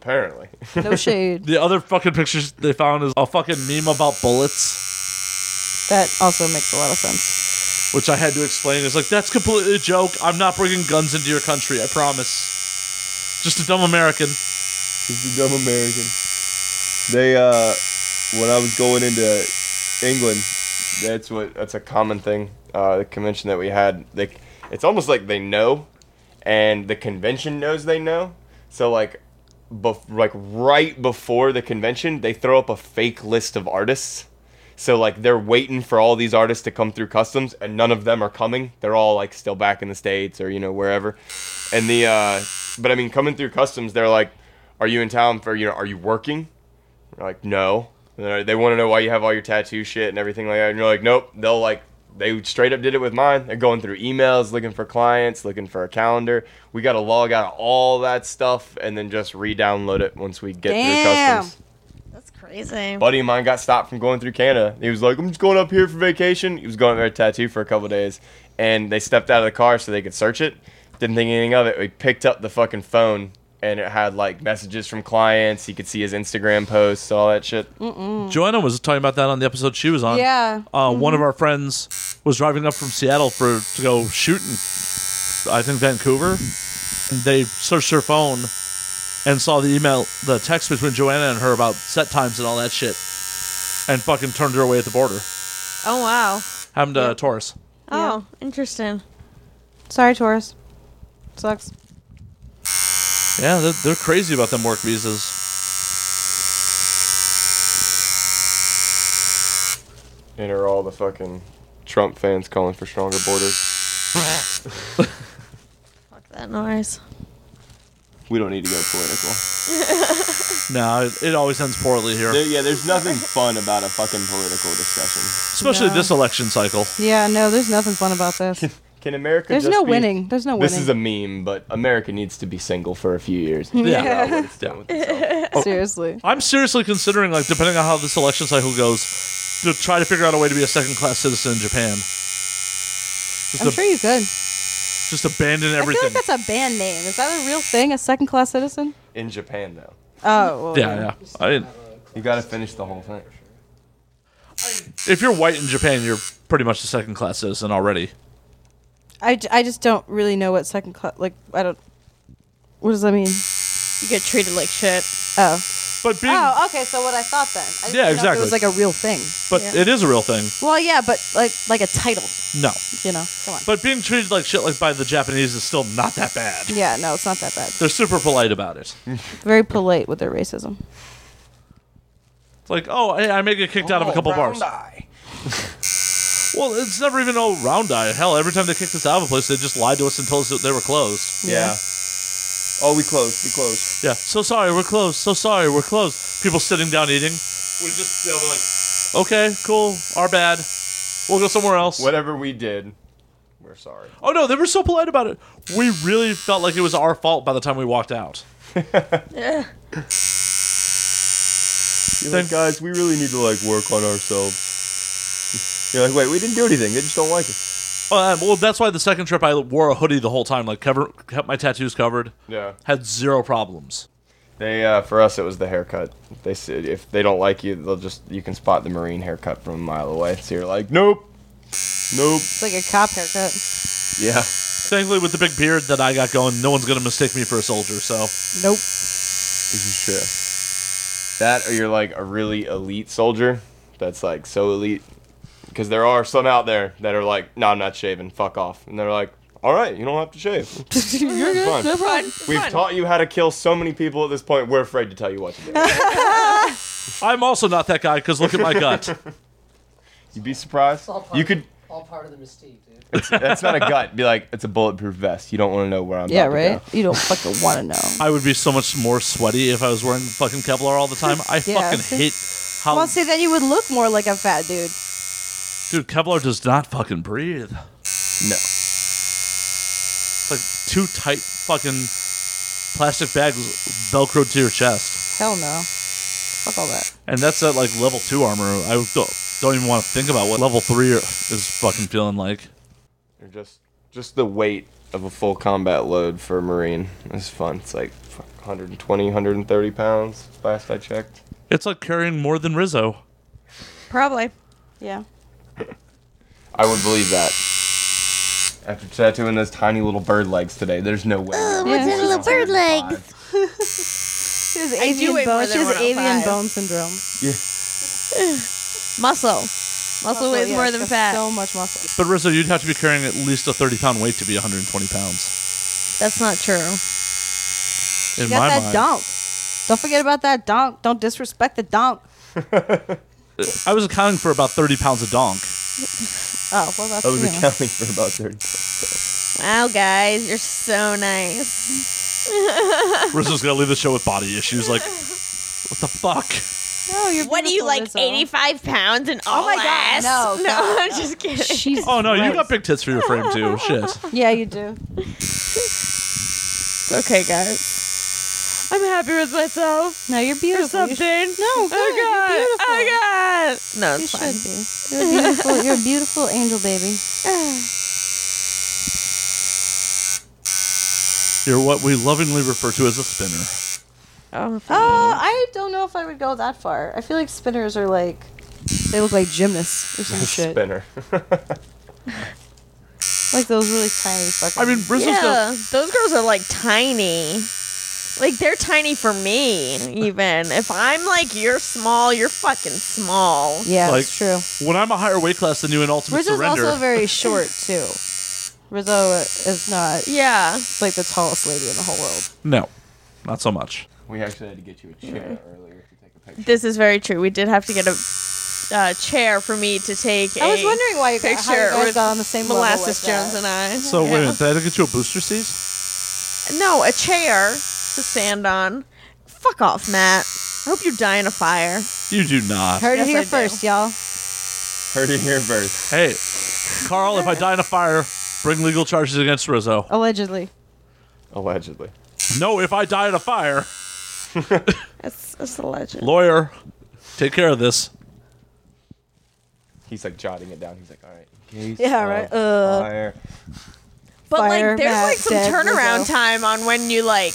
Speaker 5: Apparently.
Speaker 3: No shade.
Speaker 1: The other fucking pictures they found is a fucking meme about bullets,
Speaker 3: that also makes a lot of sense.
Speaker 1: which I had to explain. It's like that's completely a joke. I'm not bringing guns into your country. I promise. just a dumb American.
Speaker 6: Just a dumb American. They uh when I was going into England,
Speaker 5: That's what. That's a common thing. Uh, the convention that we had, they, it's almost like they know, and the convention knows they know. So like, bef- like right before the convention, they throw up a fake list of artists. So like they're waiting for all these artists to come through customs, and none of them are coming. They're all like still back in the states or you know wherever. And the, uh, but I mean, coming through customs, they're like, "Are you in town for you know? Are you working?" You're like, no. And they're- They want to know why you have all your tattoo shit and everything like that. And you're like, nope. They'll like, they straight up did it with mine. They're going through emails, looking for clients, looking for a calendar. We got to log out all that stuff and then just re download it once we get
Speaker 3: Damn.
Speaker 5: through customs.
Speaker 4: That's crazy.
Speaker 5: Buddy of mine got stopped from going through Canada. He was like, I'm just going up here for vacation. He was going there to tattoo for a couple days. And they stepped out of the car so they could search it. Didn't think anything of it. We picked up the fucking phone and it had like messages from clients. He could see his Instagram posts, all that shit.
Speaker 3: Mm.
Speaker 1: Joanna was talking about that on the episode she was on.
Speaker 3: Hmm. Yeah.
Speaker 1: Uh, One
Speaker 3: Mm-hmm.
Speaker 1: of our friends was driving up from Seattle for to go shoot in, I think Vancouver. And they searched her phone and saw the email, the text between Joanna and her about set times and all that shit, and fucking turned her away at the border.
Speaker 4: Oh wow.
Speaker 1: Happened to Taurus.
Speaker 4: Oh, interesting.
Speaker 3: Sorry, Taurus. Sucks.
Speaker 1: Yeah, they're, they're crazy about them work visas.
Speaker 5: And are all the fucking Trump fans calling for stronger borders?
Speaker 4: Fuck that noise.
Speaker 5: We don't need to go political.
Speaker 1: No, it, it always ends poorly here,
Speaker 5: yeah, there's nothing fun about a fucking political discussion.
Speaker 1: especially
Speaker 3: No.
Speaker 1: this election cycle.
Speaker 3: Yeah, no, there's nothing fun about this.
Speaker 5: Can America?
Speaker 3: There's
Speaker 5: just
Speaker 3: no
Speaker 5: be-
Speaker 3: winning. There's no
Speaker 5: This
Speaker 3: winning. Hmm.
Speaker 5: is a meme, but America needs to be single for a few years. Yeah.
Speaker 1: Oh.
Speaker 3: Seriously.
Speaker 1: I'm seriously considering, like, depending on how this election cycle goes, to try to figure out a way to be a second class citizen in Japan. Just,
Speaker 3: I'm
Speaker 1: ab-
Speaker 3: sure you could.
Speaker 1: just abandon
Speaker 3: I feel
Speaker 1: everything.
Speaker 3: like that's a band name. Is that a real thing? A second class citizen?
Speaker 5: In Japan, though,
Speaker 3: Oh. well,
Speaker 1: yeah, yeah. I didn't,
Speaker 5: you got to finish the whole thing.
Speaker 1: if you're white in Japan, you're pretty much a second class citizen already.
Speaker 3: I, j- I just don't really know what second class. Like, I don't. What does that mean?
Speaker 4: You get treated like shit.
Speaker 3: Oh.
Speaker 1: But being,
Speaker 3: Oh, okay. So what I thought then. I just
Speaker 1: Yeah,
Speaker 3: didn't know if It
Speaker 1: exactly.
Speaker 3: was like a real thing.
Speaker 1: but
Speaker 4: yeah.
Speaker 1: it is a real thing.
Speaker 3: Well, yeah, but like like a title,
Speaker 1: No,
Speaker 3: you know. Come on.
Speaker 1: but being treated like shit, like by the Japanese, is still not that bad.
Speaker 3: yeah, no, it's not that bad.
Speaker 1: They're super polite about it.
Speaker 3: Very polite with their racism.
Speaker 1: It's like, oh, hey, I may get kicked out of a couple bars. Well, it's never even all round eye. Hell, every time they kicked us out of a place, they just lied to us and told us that they were closed.
Speaker 6: Yeah. Oh, we closed. We closed.
Speaker 1: Yeah. So sorry, we're closed. So sorry, we're closed. People sitting down eating. We're just they'll be like, okay, cool, our bad. We'll go somewhere else.
Speaker 5: Whatever we did, we're sorry.
Speaker 1: Oh no, they were so polite about it. We really felt like it was our fault by the time we walked out.
Speaker 6: You're like, guys, we really need to like work on ourselves. You're like, wait, we didn't do anything. They just don't like us.
Speaker 1: Uh, well, that's why the second trip I wore a hoodie the whole time, like cover kept my tattoos covered,
Speaker 5: Yeah.
Speaker 1: had zero problems.
Speaker 5: They uh, for us it was the haircut. They said if they don't like you, they'll just you can spot the marine haircut from a mile away. So you're like, nope, nope.
Speaker 3: It's like a cop haircut.
Speaker 5: Yeah.
Speaker 1: Thankfully, with the big beard that I got going, no one's gonna mistake me for a soldier. So
Speaker 3: Nope.
Speaker 5: This is true. That or you're like a really elite soldier that's like so elite. Because there are some out there that are like, no, I'm not shaving. Fuck off. And they're like, all right, you don't have to shave.
Speaker 3: You're good.
Speaker 5: Fine.
Speaker 3: No problem.
Speaker 5: We've
Speaker 4: Fine.
Speaker 5: taught you how to kill so many people at this point, we're afraid to tell you what to do.
Speaker 1: I'm also not that guy because look at my gut.
Speaker 5: You'd be surprised.
Speaker 7: all part
Speaker 5: You
Speaker 7: of-
Speaker 5: could.
Speaker 7: All part of the mystique, dude.
Speaker 5: That's not a gut. Be like, it's a bulletproof vest. You don't want to know where I'm.
Speaker 3: Yeah,
Speaker 5: about to
Speaker 3: right.
Speaker 5: go."
Speaker 3: You don't fucking want to know.
Speaker 1: I would be so much more sweaty if I was wearing fucking Kevlar all the time. I
Speaker 3: Yeah,
Speaker 1: fucking
Speaker 3: see?
Speaker 1: hate how
Speaker 3: Well, see, then you would look more like a fat dude.
Speaker 1: dude Kevlar does not fucking breathe.
Speaker 5: No.
Speaker 1: It's like two tight fucking plastic bags velcroed to your chest,
Speaker 3: Hell no. Fuck all that.
Speaker 1: and that's at like level two armor. I don't, don't even want to think about what level three is fucking feeling like.
Speaker 5: Or just, just the weight of a full combat load for a marine is fun. It's like fuck, 120, 130 pounds. Last I checked.
Speaker 1: It's like carrying more than Rizzo.
Speaker 4: Probably.
Speaker 3: Yeah.
Speaker 5: I would believe that. After tattooing those tiny little bird legs today, there's no way.
Speaker 3: what's
Speaker 5: that little bird legs?
Speaker 3: She has
Speaker 4: I do
Speaker 3: avian
Speaker 4: weigh more
Speaker 3: bone. She
Speaker 4: than
Speaker 3: has avian
Speaker 4: 105.
Speaker 3: bone syndrome.
Speaker 4: Muscle. Muscle weighs
Speaker 3: yeah,
Speaker 4: more
Speaker 3: she
Speaker 4: than
Speaker 3: has
Speaker 4: fat.
Speaker 3: So much muscle.
Speaker 1: But Rizzo, you'd have to be carrying at least a 30 pound weight to be 120 pounds.
Speaker 4: That's not true.
Speaker 1: In
Speaker 3: You got
Speaker 1: my
Speaker 3: that
Speaker 1: mind,
Speaker 3: donk. Don't forget about that donk. Don't disrespect the Oh, donk.
Speaker 1: I was accounting for about 30 pounds of donk.
Speaker 3: Oh well, that's
Speaker 6: I was
Speaker 3: you know.
Speaker 6: accounting for about 30.
Speaker 4: Wow, guys, you're so nice.
Speaker 1: Rizzo's gonna leave the show with body issues. Like, what the fuck?
Speaker 3: No, you're
Speaker 4: What are you
Speaker 3: beautiful,
Speaker 4: like,
Speaker 3: Lizzo. Oh
Speaker 4: 85 pounds and all
Speaker 3: my God,
Speaker 4: ass?
Speaker 3: no,
Speaker 4: no,
Speaker 3: God,
Speaker 4: I'm just kidding.
Speaker 3: She's
Speaker 1: Oh no, you
Speaker 3: right.
Speaker 1: got big tits for your frame too. Shit.
Speaker 3: Yeah, you do.
Speaker 4: okay, guys. I'm happy with myself
Speaker 3: No, you're
Speaker 4: or
Speaker 3: beautiful. You
Speaker 4: something.
Speaker 3: No,
Speaker 4: oh
Speaker 3: good,
Speaker 4: god,
Speaker 3: you're beautiful.
Speaker 4: oh god. No,
Speaker 3: You
Speaker 4: it's fine.
Speaker 3: should be. You're a beautiful. You're a beautiful angel baby.
Speaker 1: You're what we lovingly refer to as a spinner.
Speaker 4: Oh,
Speaker 3: Uh, I don't know if I would go that far. I feel like spinners are like they look like gymnasts or some shit.
Speaker 5: Spinner.
Speaker 3: Like those really tiny fucking.
Speaker 1: I mean, Rizzo's got
Speaker 4: yeah, those girls are like tiny. Like they're tiny for me, even if I'm like you're small, you're fucking small.
Speaker 3: yeah,
Speaker 1: like-
Speaker 3: it's true.
Speaker 1: when I'm a higher weight class than you in Ultimate
Speaker 3: Rizzo's
Speaker 1: Surrender.
Speaker 3: also very short too. Rizzo is not
Speaker 4: Yeah,
Speaker 3: like the tallest lady in the whole world.
Speaker 1: no, not so much.
Speaker 5: we actually had to get you a chair earlier to take a picture.
Speaker 4: this is very true. We did have to get a uh, chair for me to take.
Speaker 3: I was
Speaker 4: a
Speaker 3: wondering why you, got, how you
Speaker 4: picture
Speaker 3: guys
Speaker 4: with
Speaker 3: got on the same level like
Speaker 4: Molasses
Speaker 3: that.
Speaker 4: Jones and I.
Speaker 1: So
Speaker 4: Yeah.
Speaker 1: wait a minute, did I get you a booster seat?
Speaker 4: No, a chair to stand on. Fuck off, Matt. I hope you're dying of fire.
Speaker 1: You do not.
Speaker 3: Heard
Speaker 4: Yes,
Speaker 3: it here
Speaker 4: I do.
Speaker 3: first, y'all.
Speaker 6: Heard it here first.
Speaker 1: Hey, Carl, if I die in a fire, bring legal charges against Rizzo.
Speaker 3: Allegedly.
Speaker 5: Allegedly.
Speaker 1: No, if I die in a fire,
Speaker 4: That's, that's a legend.
Speaker 1: lawyer, take care of this.
Speaker 5: He's like jotting it down. He's like, all right. in Case
Speaker 3: Yeah,
Speaker 5: of
Speaker 3: right, uh.
Speaker 5: fire."
Speaker 4: But
Speaker 3: Fire,
Speaker 4: like, there's
Speaker 3: Matt,
Speaker 4: like some
Speaker 3: dead,
Speaker 4: turnaround
Speaker 3: Rizzo.
Speaker 4: time on when you like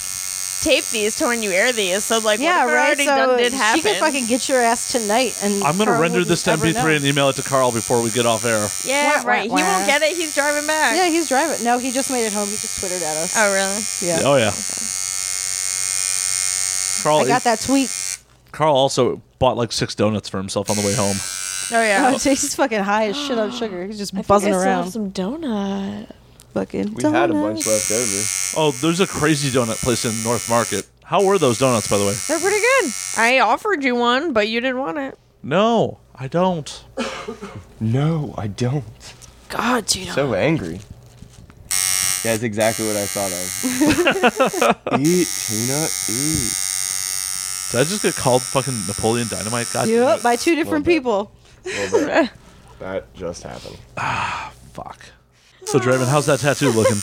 Speaker 4: tape these to when you air these. So like,
Speaker 3: Yeah,
Speaker 4: what if it
Speaker 3: right.
Speaker 4: already
Speaker 3: So
Speaker 4: done did
Speaker 3: she
Speaker 4: happen.
Speaker 3: could fucking get your ass tonight, and
Speaker 1: I'm gonna
Speaker 3: Carl
Speaker 1: render
Speaker 3: wouldn't
Speaker 1: this to
Speaker 3: ever
Speaker 1: MP3
Speaker 3: know.
Speaker 1: and email it to Carl before we get off air.
Speaker 4: yeah,
Speaker 3: Wah, wah,
Speaker 4: right. He
Speaker 3: wah.
Speaker 4: won't get it. He's driving back.
Speaker 3: Yeah, he's driving. No, he just made it home. He just twittered at us.
Speaker 4: Oh really?
Speaker 3: yeah.
Speaker 1: Oh yeah. Carl,
Speaker 3: I got that tweet.
Speaker 1: Carl also bought like six donuts for himself on the way home.
Speaker 4: Oh yeah.
Speaker 3: Oh, he's fucking high as shit on sugar. He's just
Speaker 4: I think I
Speaker 3: buzzing
Speaker 4: still have
Speaker 3: around.
Speaker 4: some donut.
Speaker 3: fucking.
Speaker 6: We had a bunch left over.
Speaker 1: Oh, there's a crazy donut place in North Market. How were those donuts, by the way?
Speaker 4: They're pretty good. I offered you one, but you didn't want it.
Speaker 1: No, I don't.
Speaker 5: No, I don't.
Speaker 4: God, Gino.
Speaker 5: So angry.
Speaker 6: That's exactly what I thought of.
Speaker 5: eat, tuna, eat.
Speaker 1: Did I just get called fucking Napoleon Dynamite? God damn
Speaker 3: Yep,
Speaker 1: it.
Speaker 3: by two different people.
Speaker 5: That just happened.
Speaker 1: Fuck. So, Draven, how's that tattoo looking?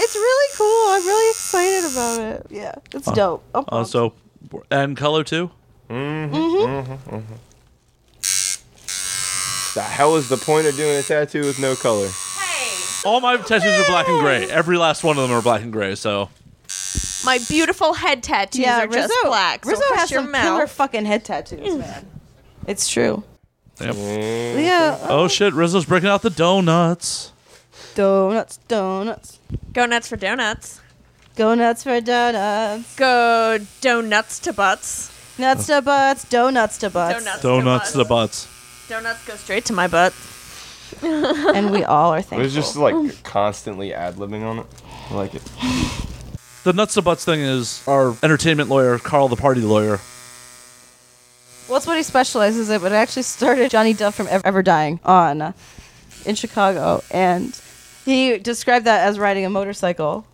Speaker 3: It's really cool. I'm really excited about it. Yeah, it's dope. I'm
Speaker 1: Uh,
Speaker 3: pumped.
Speaker 1: so, and color too?
Speaker 5: The hell is the point of doing a tattoo with no color?
Speaker 1: All my tattoos are black and gray. Every last one of them are black and gray. So,
Speaker 4: My beautiful head tattoos
Speaker 3: yeah,
Speaker 4: are just black.
Speaker 3: Rizzo
Speaker 4: so
Speaker 3: has
Speaker 4: hush your
Speaker 3: some killer
Speaker 4: mouth. Mm.
Speaker 3: fucking head tattoos, man. It's true.
Speaker 1: yep.
Speaker 3: Yeah.
Speaker 1: oh shit, Rizzo's breaking out the donuts.
Speaker 3: Donuts, donuts.
Speaker 4: Go nuts for donuts.
Speaker 3: Go nuts for donuts.
Speaker 4: Go donuts to butts.
Speaker 3: Nuts to butts, donuts to butts.
Speaker 4: Donuts.
Speaker 1: Donuts
Speaker 4: to
Speaker 1: to the butts.
Speaker 4: Donuts go straight to my butt.
Speaker 3: And we all are
Speaker 5: It
Speaker 3: thankful.
Speaker 5: was just like constantly ad libbing on it. I like it.
Speaker 1: The nuts to butts thing is our entertainment lawyer, Carl the party lawyer.
Speaker 3: Well, that's what he specializes in, but it actually started Johnny Depp from Ever, Ever Dying on uh, in Chicago, and he described that as riding a motorcycle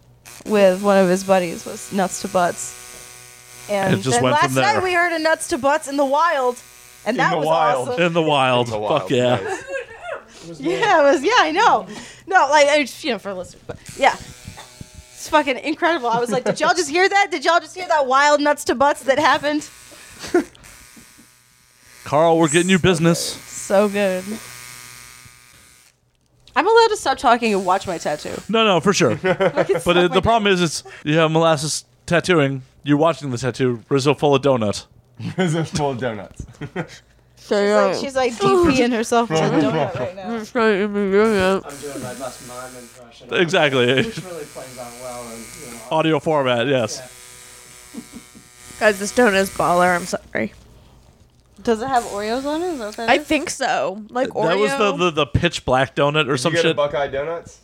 Speaker 3: with one of his buddies was nuts to butts. And
Speaker 1: It just
Speaker 3: then
Speaker 1: went
Speaker 3: last
Speaker 1: from there.
Speaker 3: night we heard a nuts to butts in the wild, and that
Speaker 5: the
Speaker 3: was
Speaker 5: wild.
Speaker 3: awesome.
Speaker 1: In the wild.
Speaker 5: The
Speaker 1: Fuck
Speaker 5: wild,
Speaker 1: yeah.
Speaker 5: nice.
Speaker 3: Yeah, it was. Yeah, I know. No, like I, you know, for listeners, but yeah. It's fucking incredible. I was like, did y'all just hear that? Did y'all just hear that wild nuts to butts that happened?
Speaker 1: Carl, we're getting you business.
Speaker 3: So good. I'm allowed to stop talking and watch my tattoo.
Speaker 1: No, no, for sure. but it, the problem is, it's you have molasses tattooing. You're watching the tattoo. Rizzo full of donut.
Speaker 5: It's full of donuts.
Speaker 4: Say
Speaker 8: Like, she's like DPing herself to a donut right now.
Speaker 7: I'm doing my best mime impression.
Speaker 1: Exactly.
Speaker 7: Which really plays out well and you know,
Speaker 1: Audio format, yes.
Speaker 4: Guys, this donut is baller. I'm sorry.
Speaker 8: Does it have Oreos on it? Is that what that
Speaker 4: I
Speaker 8: is?
Speaker 4: think so. Like Oreo.
Speaker 1: That was the, the, the pitch black donut or
Speaker 5: you
Speaker 1: some
Speaker 5: go to
Speaker 1: shit.
Speaker 5: Buckeye Donuts?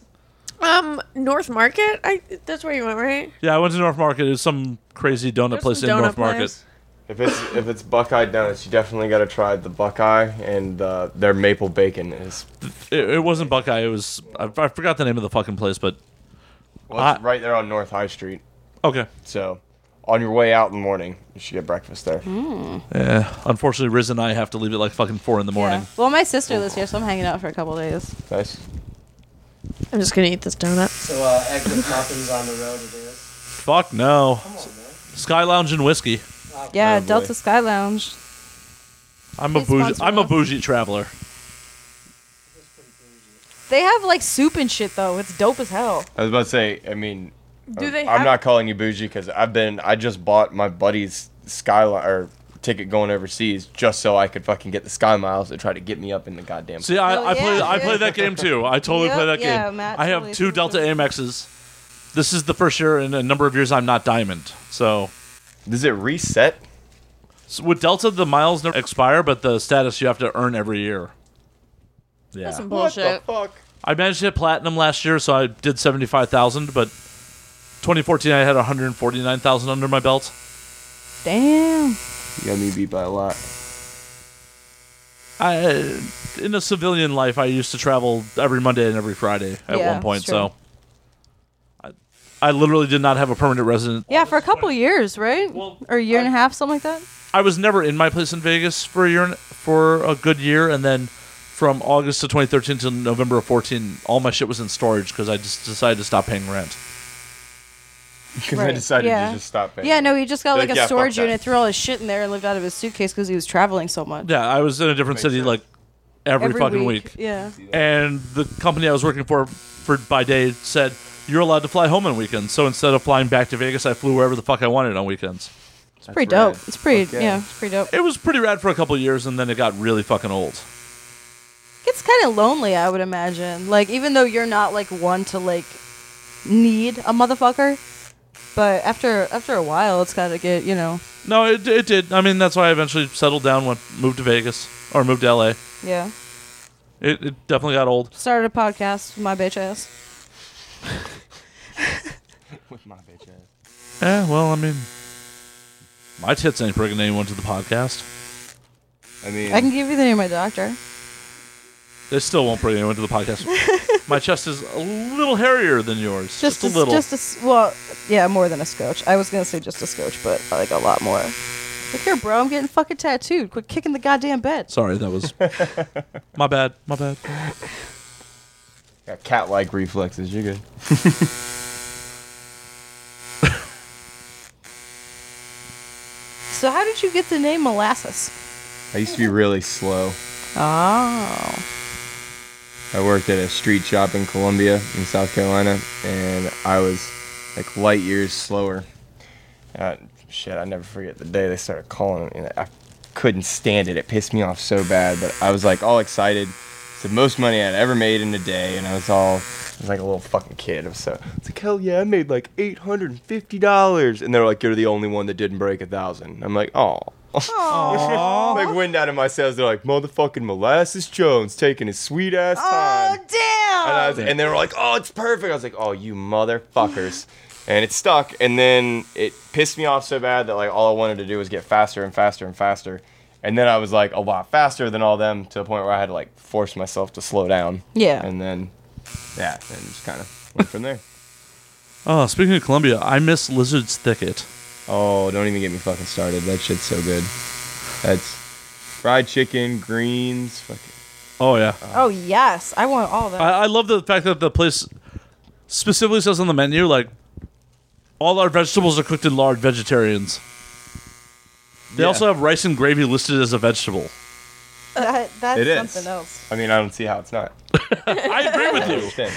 Speaker 4: um North Market. I that's where you went, right?
Speaker 1: Yeah, I went to North Market. It was some crazy donut
Speaker 4: There's
Speaker 1: place in
Speaker 4: some donut
Speaker 1: North
Speaker 4: place.
Speaker 5: If it's if it's Buckeye Donuts, you definitely got to try the Buckeye and uh, their maple bacon is
Speaker 1: Market. It, it wasn't Buckeye. It was I, I forgot the name of the fucking place, but
Speaker 5: well, it's
Speaker 1: I-
Speaker 5: right there on North High Street.
Speaker 1: okay.
Speaker 5: So, on your way out in the morning, you should get breakfast there.
Speaker 4: Hmm?
Speaker 1: Yeah, unfortunately, Riz and I have to leave at like fucking four in the morning.
Speaker 3: Yeah. Well, my sister lives here, so I'm hanging out for a couple days.
Speaker 5: Nice.
Speaker 4: I'm just gonna eat this donut.
Speaker 7: So uh, exit muffins on the road it is.
Speaker 1: Fuck no.
Speaker 7: Come on, man.
Speaker 1: Sky Lounge and whiskey.
Speaker 3: Yeah,
Speaker 5: boy.
Speaker 3: Delta Sky Lounge.
Speaker 1: I'm a
Speaker 3: Please
Speaker 1: bougie.
Speaker 3: sponsor
Speaker 1: I'm a
Speaker 3: us.
Speaker 1: bougie traveler.
Speaker 8: They have like soup and shit though. It's dope as hell.
Speaker 5: I was about to say. I mean,
Speaker 4: Do they
Speaker 5: Uh, I'm
Speaker 4: have-
Speaker 5: not calling you bougie because I've been. I just bought my buddy's skyline or ticket going overseas just so I could fucking get the sky miles to try to get me up in the goddamn.
Speaker 1: See, I,
Speaker 8: Oh,
Speaker 1: I play
Speaker 8: yeah,
Speaker 1: I play
Speaker 8: yeah.
Speaker 1: that game too. I totally
Speaker 3: Yep,
Speaker 1: play that
Speaker 3: yeah,
Speaker 1: game.
Speaker 3: Matt
Speaker 1: I have
Speaker 3: totally
Speaker 1: two
Speaker 3: does
Speaker 1: Delta
Speaker 3: that.
Speaker 1: Amexes. This is the first year in a number of years I'm not diamond. So,
Speaker 5: Does it reset?
Speaker 1: so with Delta, the miles never expire, but the status you have to earn every year.
Speaker 4: That's
Speaker 1: Yeah,
Speaker 4: some bullshit.
Speaker 5: What the fuck?
Speaker 1: I managed to hit platinum last year, so I did seventy five thousand. But 2014, I had 149,000 under my belt.
Speaker 3: Damn.
Speaker 5: You got me beat by a lot.
Speaker 1: I, in a civilian life, I used to travel every Monday and every Friday at
Speaker 8: Yeah,
Speaker 1: one point.
Speaker 8: that's true.
Speaker 1: So, I, I literally did not have a permanent resident.
Speaker 3: Yeah, for a couple years, right?
Speaker 1: Well,
Speaker 3: or a year and a half, something like that.
Speaker 1: I was never in my place in Vegas for a year, and- for a good year, and then from August of 2013 to November of 14, all my shit was in storage because I just decided to stop paying rent.
Speaker 5: Because I
Speaker 3: Right,
Speaker 5: decided
Speaker 3: yeah.
Speaker 5: to just stop paying.
Speaker 3: Yeah, no, he just got
Speaker 5: Like,
Speaker 3: like a
Speaker 5: yeah, fuck
Speaker 3: storage
Speaker 5: that.
Speaker 3: unit, threw all his shit in there, and lived out of his suitcase because he was traveling so much.
Speaker 1: Yeah, I was in a different
Speaker 5: Makes
Speaker 1: city
Speaker 5: sense.
Speaker 1: like every, fucking week.
Speaker 3: Yeah.
Speaker 1: and the company I was working for for by day said you're allowed to fly home on weekends. So instead of flying back to Vegas, I flew wherever the fuck I wanted on weekends.
Speaker 3: It's pretty dope.
Speaker 5: rad.
Speaker 3: It's pretty,
Speaker 5: Okay.
Speaker 3: yeah, it's pretty dope.
Speaker 1: It was pretty rad for a couple years, and then it got really fucking old.
Speaker 3: It's kind of lonely, I would imagine. Like, even though you're not like one to like need a motherfucker, but after after a while, it's gotta get you know,
Speaker 1: No, it it did. I mean, that's why I eventually settled down, went moved to Vegas or moved to L.A.
Speaker 3: yeah.
Speaker 1: It, it definitely got old.
Speaker 3: Started a podcast with my bitch ass.
Speaker 5: With my bitch ass.
Speaker 1: Eh, well, I mean, my tits ain't bringing anyone to the podcast.
Speaker 5: I mean,
Speaker 3: I can give you the name of my doctor.
Speaker 1: They still won't bring anyone to the podcast. my chest is a little hairier than yours, just, a little.
Speaker 3: Just a s- well, yeah, more than a scotch. I was gonna say just a scotch, but like a lot more. Look here, bro. I'm getting fucking tattooed. Quit kicking the goddamn bed.
Speaker 1: Sorry, that was my bad. My bad.
Speaker 5: got cat-like reflexes. You're good.
Speaker 3: So how did you get the name molasses?
Speaker 5: I used to be really slow.
Speaker 3: Oh,
Speaker 5: I worked at a street shop in Columbia, in South Carolina, and I was like light years slower. Uh, shit, I never forget the day they started calling me. and I couldn't stand it. It pissed me off so bad, but I was like all excited. It's the most money I'd ever made in a day, and I was all, I was like a little fucking kid. I was so, it's like hell yeah, I made like eight hundred and fifty dollars, and they're like, you're the only one that didn't break a thousand. I'm like, oh. like wind out of my sails. They're like, motherfucking molasses Jones taking his sweet ass time. And, I was, and they were like, "Oh, it's perfect." I was like, "Oh, you motherfuckers!" and it stuck. And then it pissed me off so bad that like all I wanted to do was get faster and faster and faster. And then I was like a lot faster than all them to the point where I had to like force myself to slow down.
Speaker 3: Yeah.
Speaker 5: And then, yeah, and just kind of went from there.
Speaker 1: Oh, speaking of Columbia, I miss Lizard's Thicket.
Speaker 5: Oh, don't even get me fucking started. That shit's so good. That's fried chicken, greens, fucking.
Speaker 1: Oh yeah,
Speaker 8: Oh yes, I want all that.
Speaker 1: I, I love the fact that the place specifically says on the menu like all our vegetables are cooked in large vegetarians. They
Speaker 5: Yeah.
Speaker 1: also have rice and gravy listed as a vegetable.
Speaker 8: that, that's
Speaker 5: It is.
Speaker 8: something else.
Speaker 5: I mean, I don't see how it's not.
Speaker 1: I agree
Speaker 5: I
Speaker 1: with
Speaker 5: understand.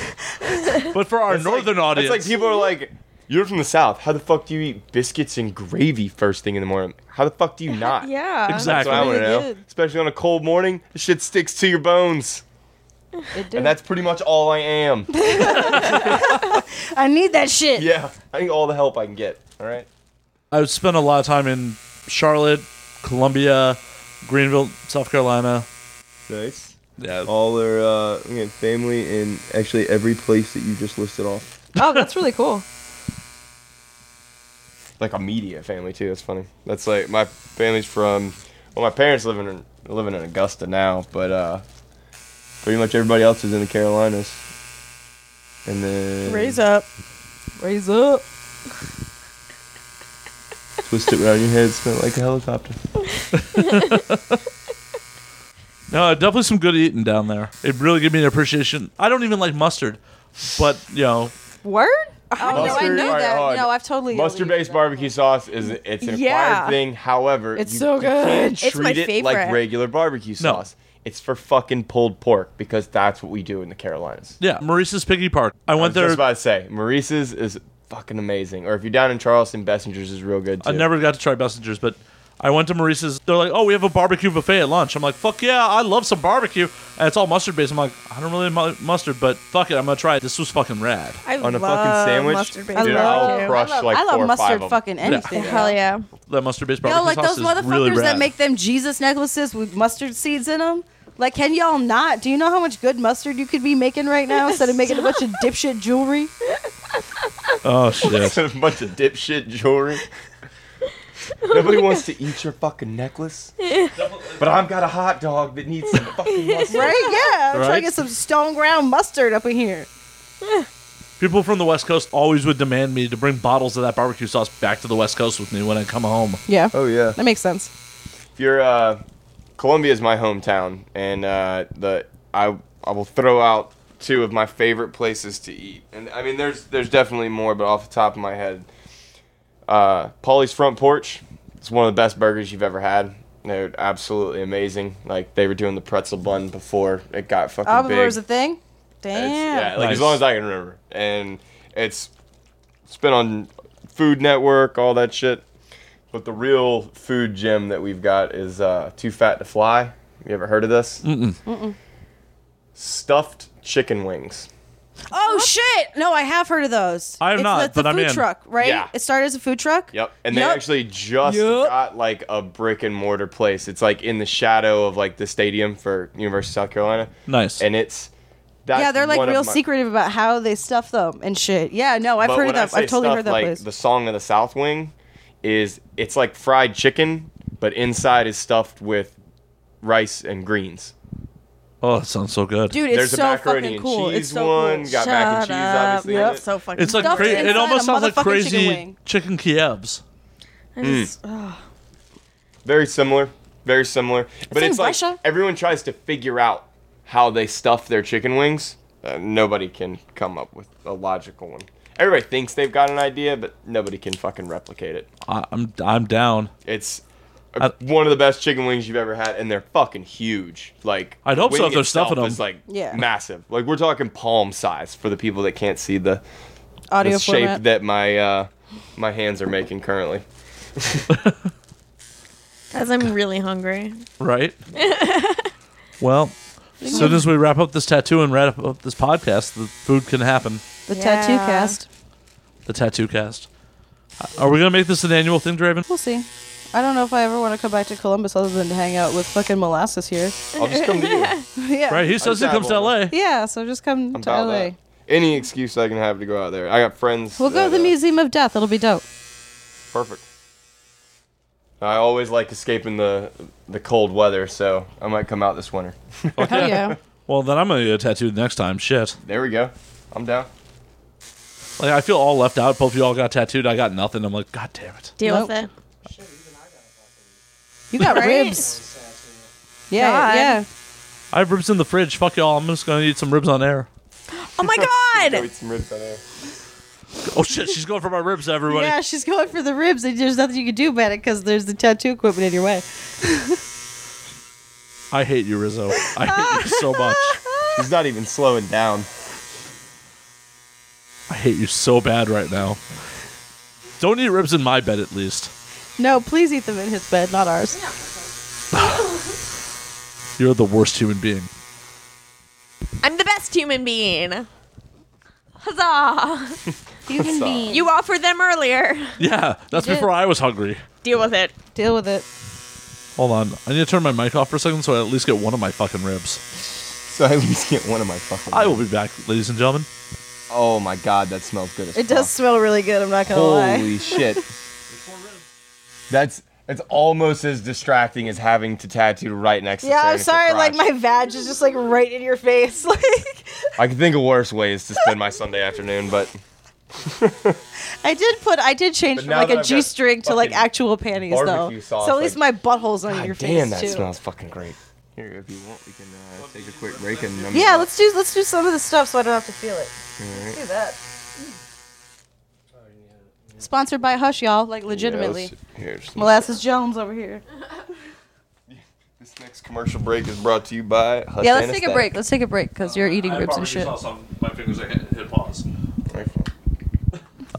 Speaker 1: you, but for our
Speaker 5: It's like-
Speaker 1: northern audience,
Speaker 5: It's like people are like, You're from the South. How the fuck do you eat biscuits and gravy first thing in the morning? How the fuck do you not?
Speaker 4: Yeah.
Speaker 1: Exactly.
Speaker 5: That's what I want to
Speaker 8: Really
Speaker 5: know.
Speaker 8: good.
Speaker 5: Especially on a cold morning, the shit sticks to your bones.
Speaker 8: It did.
Speaker 5: And that's pretty much all I am.
Speaker 3: I need that shit.
Speaker 5: yeah. I need all the help I can get. All right.
Speaker 1: I've spent a lot of time in Charlotte, Columbia, Greenville, South Carolina.
Speaker 6: Nice.
Speaker 1: Yeah.
Speaker 6: All their uh, again, family in actually every place that you just listed off.
Speaker 8: oh, that's really cool.
Speaker 5: Like a media family too. That's funny. That's like my family's from. Well, my parents live in living in Augusta now, but uh, pretty much everybody else is in the Carolinas. And then
Speaker 4: Raise up.
Speaker 8: Raise up.
Speaker 6: twist it around your head, spin it like a helicopter.
Speaker 1: No, definitely some good eating down there. It really gave me an appreciation. I don't even like mustard, but you know,
Speaker 8: Word?
Speaker 3: Oh, no, I
Speaker 5: Mustard Oh,
Speaker 3: knew
Speaker 5: are
Speaker 3: that.
Speaker 5: hard.
Speaker 3: No, I've totally
Speaker 5: Mustard-based barbecue sauce is it's an
Speaker 4: Yeah.
Speaker 5: acquired thing. However,
Speaker 8: It's so good.
Speaker 5: treat
Speaker 4: It's my
Speaker 5: it like
Speaker 4: favorite.
Speaker 5: regular barbecue
Speaker 1: No.
Speaker 5: sauce. It's for fucking pulled pork because that's what we do in the Carolinas.
Speaker 1: yeah, Maurice's Piggy Park. I
Speaker 5: I
Speaker 1: went
Speaker 5: was just
Speaker 1: there.
Speaker 5: about to say, Maurice's is fucking amazing. Or if you're down in Charleston, Bessinger's is real good too.
Speaker 1: I never got to try Bessinger's, but I went to Maurice's. They're like, "Oh, we have a barbecue buffet at lunch." I'm like, "Fuck yeah, I love some barbecue." And it's all mustard based. I'm like, "I don't really mu- mustard, but fuck it, I'm gonna try it." This was fucking rad.
Speaker 4: I
Speaker 5: on a
Speaker 4: love
Speaker 5: fucking sandwich,
Speaker 4: mustard-based
Speaker 5: dude,
Speaker 3: love
Speaker 5: I'll
Speaker 3: it.
Speaker 5: crush
Speaker 3: I love,
Speaker 5: like
Speaker 3: I love
Speaker 5: four or
Speaker 3: mustard
Speaker 5: five of them.
Speaker 3: fucking anything.
Speaker 4: Hell yeah.
Speaker 1: That mustard based
Speaker 3: Yo,
Speaker 1: barbecue
Speaker 3: like
Speaker 1: sauce
Speaker 3: those
Speaker 1: is really
Speaker 3: motherfuckers
Speaker 1: rad.
Speaker 3: that make them Jesus necklaces with mustard seeds in them. Like, can y'all not? Do you know how much good mustard you could be making right now instead of making a bunch of dipshit jewelry?
Speaker 1: oh shit.
Speaker 5: a bunch of dipshit jewelry. Nobody wants to eat your fucking necklace. but I've got a hot dog that needs some fucking mustard.
Speaker 3: Right? Yeah. I'm trying
Speaker 1: Right?
Speaker 3: to get some stone ground mustard up in here.
Speaker 1: People from the West Coast always would demand me to bring bottles of that barbecue sauce back to the West Coast with me when I come home.
Speaker 3: Yeah.
Speaker 6: Oh yeah.
Speaker 3: That makes sense.
Speaker 5: if you're uh, Columbia is my hometown, and uh, the I I will throw out two of my favorite places to eat, and I mean there's there's definitely more, but off the top of my head, uh, Paulie's front porch. It's one of the best burgers you've ever had. They're absolutely amazing. Like they were doing the pretzel bun before it got fucking
Speaker 3: Oh,
Speaker 5: big.
Speaker 3: there was a thing? Damn.
Speaker 5: It's- yeah, like
Speaker 1: Nice.
Speaker 5: as long as I can remember. And it's it's been on Food Network, all that shit. But the real food gem that we've got is uh, Too Fat to Fly. You ever heard of this? Mm-mm. Stuffed chicken wings.
Speaker 3: Oh, shit. No, I have heard of those.
Speaker 1: I have
Speaker 3: it's
Speaker 1: not,
Speaker 3: the, it's the
Speaker 1: but I'm
Speaker 3: food
Speaker 1: in.
Speaker 3: truck, right?
Speaker 5: Yeah.
Speaker 3: It started as a food truck?
Speaker 5: Yep. And they
Speaker 3: Yup.
Speaker 5: actually just
Speaker 3: Yup.
Speaker 5: got like a brick and mortar place. It's like in the shadow of like the stadium for University of South Carolina.
Speaker 1: Nice.
Speaker 5: And it's that's
Speaker 3: yeah, they're like
Speaker 5: one of
Speaker 3: real
Speaker 5: my-
Speaker 3: secretive about how they stuff them and shit. Yeah, no, I've
Speaker 5: But
Speaker 3: heard of
Speaker 5: when I
Speaker 3: that.
Speaker 5: say
Speaker 3: I've totally
Speaker 5: stuff
Speaker 3: heard that
Speaker 5: like
Speaker 3: place.
Speaker 5: The song of the South Wing is it's like fried chicken, but inside is stuffed with rice and greens.
Speaker 1: oh, it sounds so good.
Speaker 3: Dude, it's
Speaker 5: There's a
Speaker 3: so
Speaker 5: macaroni
Speaker 3: fucking
Speaker 5: and
Speaker 3: cool.
Speaker 5: cheese
Speaker 3: it's so
Speaker 5: one.
Speaker 3: cool.
Speaker 5: Got mac and cheese, obviously. in
Speaker 4: Yep.
Speaker 5: it.
Speaker 4: So fucking
Speaker 1: It's like
Speaker 3: Stuffed
Speaker 1: cra-
Speaker 3: inside
Speaker 1: it almost
Speaker 3: a
Speaker 1: sounds like
Speaker 3: motherfucking
Speaker 1: crazy
Speaker 3: chicken wing.
Speaker 1: chicken Kievs.
Speaker 5: Very similar. Very similar. But
Speaker 3: in
Speaker 5: it's like
Speaker 3: Russia.
Speaker 5: everyone tries to figure out how they stuff their chicken wings. Uh, nobody can come up with a logical one. Everybody thinks they've got an idea, but nobody can fucking replicate it.
Speaker 1: I, I'm I'm down.
Speaker 5: It's uh one of the best chicken wings you've ever had, and they're fucking huge. Like
Speaker 1: I'd hope so
Speaker 5: wing
Speaker 1: if they're
Speaker 5: itself
Speaker 1: stuffing 'em.
Speaker 5: is, like
Speaker 3: Yeah.
Speaker 5: massive. Like we're talking palm size for the people that can't see the, the
Speaker 3: Audio
Speaker 5: shape
Speaker 3: format.
Speaker 5: that my uh, my hands are making currently.
Speaker 4: Guys, I'm really hungry.
Speaker 1: Right? well, as soon as we wrap up this tattoo and wrap up this podcast, the food can happen.
Speaker 3: the tattoo
Speaker 4: Yeah.
Speaker 3: cast.
Speaker 1: The tattoo cast. Are we going to make this an annual thing, Draven?
Speaker 3: We'll see. I don't know if I ever want to come back to Columbus other than to hang out with fucking molasses here.
Speaker 5: I'll just come to you.
Speaker 3: yeah.
Speaker 1: Right? He says he comes to LA.
Speaker 3: Yeah, so just come to
Speaker 5: About
Speaker 3: LA.
Speaker 5: that. Any excuse I can have to go out there. I got friends.
Speaker 3: We'll go to
Speaker 5: that,
Speaker 3: the
Speaker 5: uh,
Speaker 3: Museum of Death. It'll be dope.
Speaker 5: Perfect. I always like escaping the the cold weather, so I might come out this winter.
Speaker 1: Oh,
Speaker 3: Hell yeah.
Speaker 1: Well, then I'm going to get a tattoo next time. Shit.
Speaker 5: There we go. I'm down.
Speaker 1: Like, I feel all left out. Both of you all got tattooed. I got nothing. I'm like, God damn it.
Speaker 4: Deal
Speaker 3: Nope.
Speaker 4: with it.
Speaker 3: You got
Speaker 4: Right?
Speaker 3: ribs. Yeah,
Speaker 4: God.
Speaker 3: yeah.
Speaker 1: I have ribs in the fridge. Fuck y'all. I'm just going to eat some ribs on air.
Speaker 4: Oh my
Speaker 5: Go
Speaker 4: god!
Speaker 5: eat some ribs out there.
Speaker 1: Oh, shit. She's going for my ribs, everybody.
Speaker 3: Yeah, she's going for the ribs, and there's nothing you can do about it because there's the tattoo equipment in your way.
Speaker 1: I hate you, Rizzo. I hate you so much.
Speaker 5: He's not even slowing down.
Speaker 1: I hate you so bad right now. Don't eat ribs in my bed, at least.
Speaker 3: No, please eat them in his bed, not ours.
Speaker 1: You're the worst human being.
Speaker 4: I'm the best human being. Huzzah!
Speaker 3: Human being.
Speaker 4: You offered them earlier.
Speaker 1: Yeah, that's
Speaker 3: You did.
Speaker 1: before I was hungry.
Speaker 4: Deal with it.
Speaker 3: deal with it.
Speaker 1: Hold on. I need to turn my mic off for a second so I at least get one of my fucking ribs.
Speaker 6: So I at least get one of my fucking.
Speaker 1: I will be back, ladies and gentlemen.
Speaker 6: Oh my god, that smells good as
Speaker 8: It does
Speaker 3: Oh.
Speaker 6: fuck.
Speaker 8: smell really good. I'm not gonna lie.
Speaker 6: Holy shit.
Speaker 5: That's it's almost as distracting as having to tattoo right next to
Speaker 8: Yeah, I'm
Speaker 5: Sarah's
Speaker 8: sorry. Like
Speaker 5: crotch.
Speaker 8: my vag is just like right in your face. Like
Speaker 5: I can think of worse ways to spend my Sunday afternoon, but
Speaker 3: I did put. I did change
Speaker 5: But
Speaker 3: from
Speaker 5: now
Speaker 3: like
Speaker 5: that
Speaker 3: a
Speaker 5: I've got
Speaker 3: g-string to like
Speaker 5: fucking
Speaker 3: actual panties
Speaker 5: barbecue
Speaker 3: though.
Speaker 5: sauce,
Speaker 3: so at least
Speaker 5: like-
Speaker 3: my butthole's on
Speaker 5: God
Speaker 3: your
Speaker 5: damn,
Speaker 3: face
Speaker 5: that
Speaker 3: too.
Speaker 5: smells fucking great. Here, if you want, we can uh, take a quick break and number
Speaker 3: yeah, let's do let's do some of the stuff so I don't have to feel it. Let's do that. Sponsored by Hush, y'all. Like legitimately,
Speaker 5: Here, just-
Speaker 3: Molasses Jones over here.
Speaker 5: this next commercial break is brought to you by. Hush
Speaker 3: yeah, let's take a
Speaker 5: Anesthetic.
Speaker 3: break. Let's take a break because you're eating ribs and shit.
Speaker 1: My fingers hit, hit pause.
Speaker 5: Right.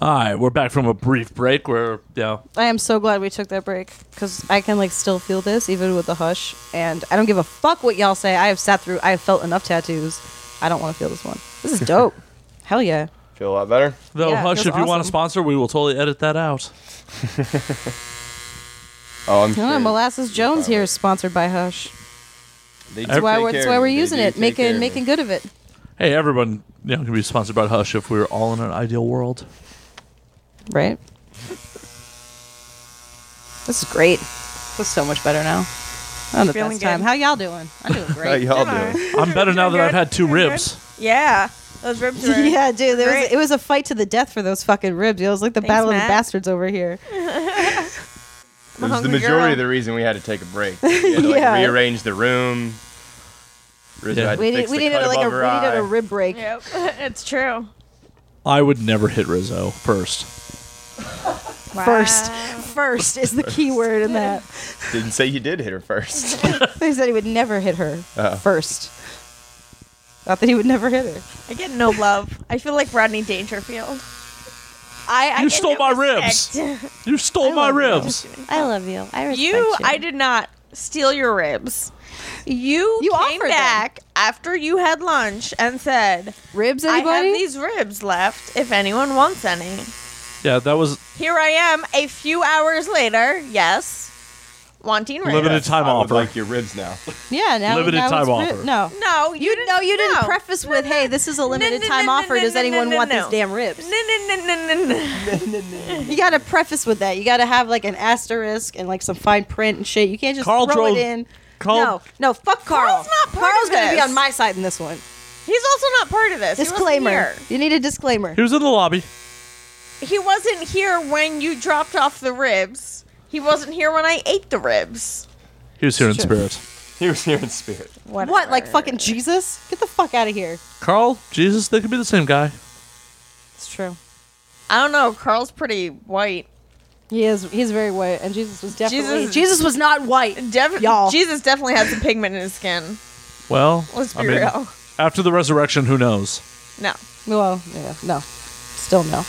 Speaker 1: All right, we're back from a brief break where, yeah,
Speaker 3: I am so glad we took that break because I can like still feel this even with the hush, and I don't give a fuck what y'all say. I have sat through. I have felt enough tattoos. I don't want to feel this one. This is dope. Hell yeah.
Speaker 5: Feel a lot better.
Speaker 1: Though,
Speaker 3: Yeah, it
Speaker 1: hush, if
Speaker 3: feels
Speaker 1: you want to
Speaker 3: awesome.
Speaker 1: sponsor, we will totally edit that out.
Speaker 5: Oh, I'm
Speaker 3: No,
Speaker 5: sure.
Speaker 3: Molasses Jones here is sponsored by Hush.
Speaker 5: They
Speaker 1: That's
Speaker 3: That's
Speaker 5: do
Speaker 3: why
Speaker 5: take
Speaker 3: we're,
Speaker 5: care
Speaker 3: that's
Speaker 5: of
Speaker 3: why
Speaker 5: me.
Speaker 3: we're
Speaker 5: They
Speaker 3: using
Speaker 5: do
Speaker 3: it,
Speaker 5: take care of
Speaker 3: making making
Speaker 5: me.
Speaker 3: good of it.
Speaker 1: Hey, everyone, you know, can be sponsored by Hush if we were all in an ideal world.
Speaker 3: Right? This is great. This is so much better now. I'm the
Speaker 8: Feeling
Speaker 3: best
Speaker 8: good.
Speaker 3: time. How y'all doing? I'm doing
Speaker 6: How
Speaker 3: great.
Speaker 6: y'all doing?
Speaker 1: I'm better now that
Speaker 4: You're
Speaker 1: I've
Speaker 4: good.
Speaker 1: had two
Speaker 4: You're good.
Speaker 1: ribs.
Speaker 4: Yeah, those ribs were.
Speaker 3: yeah, dude. There was,
Speaker 4: Great.
Speaker 3: it was a fight to the death for those fucking ribs. It was like the
Speaker 4: Thanks,
Speaker 3: battle of the
Speaker 4: Matt.
Speaker 3: bastards over here.
Speaker 5: It was the
Speaker 4: hungry
Speaker 5: majority
Speaker 4: girl.
Speaker 5: of the reason we had to take a break. We had to, like,
Speaker 3: Yeah.
Speaker 5: rearrange the room. Rizzo
Speaker 1: Yeah.
Speaker 5: had to
Speaker 3: We,
Speaker 5: fix
Speaker 3: need, we
Speaker 5: the
Speaker 3: needed
Speaker 5: cut
Speaker 3: like a
Speaker 5: above
Speaker 3: we
Speaker 5: her
Speaker 3: needed
Speaker 5: eye.
Speaker 3: a rib break.
Speaker 4: Yep, it's true.
Speaker 1: I would never hit Rizzo first.
Speaker 3: First, first is the key word in that.
Speaker 5: Didn't say you did hit her first.
Speaker 3: He said he would never hit her
Speaker 5: Uh-oh.
Speaker 3: first. Not that he would never hit her.
Speaker 4: I get no love. I feel like Rodney Dangerfield. I, I
Speaker 1: You
Speaker 4: get
Speaker 1: stole
Speaker 4: no
Speaker 1: my
Speaker 4: respect.
Speaker 1: You stole my ribs.
Speaker 3: I love you. I respect
Speaker 4: You, I did not steal your ribs. You,
Speaker 3: You
Speaker 4: came
Speaker 3: offered them.
Speaker 4: back after you had lunch and said,
Speaker 3: ribs. Anybody?
Speaker 4: "I have these ribs left. If anyone wants any."
Speaker 1: Yeah, that was
Speaker 4: Here I am, a few hours later. Yes, wanting ribs.
Speaker 1: limited time
Speaker 5: I would
Speaker 1: offer.
Speaker 5: like your ribs now.
Speaker 3: Yeah, now
Speaker 1: Limited
Speaker 3: now
Speaker 1: time
Speaker 3: it's
Speaker 1: offer.
Speaker 3: writ- No,
Speaker 4: No, you,
Speaker 3: you
Speaker 4: didn't.
Speaker 3: no, you didn't
Speaker 4: no.
Speaker 3: preface with, "Hey, this is a limited
Speaker 4: no,
Speaker 3: time
Speaker 4: no,
Speaker 3: offer.
Speaker 4: no,
Speaker 3: Does
Speaker 4: no,
Speaker 3: anyone
Speaker 4: no,
Speaker 3: want
Speaker 4: no.
Speaker 3: these damn ribs?"
Speaker 4: No, no, no, no, no, no.
Speaker 3: You got to preface with that. You got to have like an asterisk and like some fine print and shit. You can't just
Speaker 1: Carl
Speaker 3: throw
Speaker 1: drove-
Speaker 3: it in.
Speaker 1: Carl-
Speaker 3: no, no, fuck Carl.
Speaker 4: Carl's not part
Speaker 3: Carl's
Speaker 4: of
Speaker 3: gonna be
Speaker 4: this.
Speaker 3: on my side in this one.
Speaker 4: He's also not part of this. He wasn't
Speaker 3: Disclaimer.
Speaker 4: here.
Speaker 3: You need a disclaimer.
Speaker 1: He was in the lobby.
Speaker 4: He wasn't here when you dropped off the ribs. He wasn't here when I ate the ribs.
Speaker 1: He was here in spirit.
Speaker 5: He was here in spirit.
Speaker 3: What, like fucking Jesus? Get the fuck out of here.
Speaker 1: Carl, Jesus, they could be the same guy.
Speaker 3: It's true.
Speaker 4: I don't know. Carl's pretty white.
Speaker 3: He is. He's very white, and Jesus was definitely.
Speaker 4: Jesus-
Speaker 3: was not white.
Speaker 4: Def-
Speaker 3: Y'all.
Speaker 4: Jesus definitely had some pigment in his skin.
Speaker 1: Well,
Speaker 4: Let's be
Speaker 1: I mean,
Speaker 4: real.
Speaker 1: after the resurrection, who knows?
Speaker 4: No.
Speaker 3: Well, yeah, no, still no.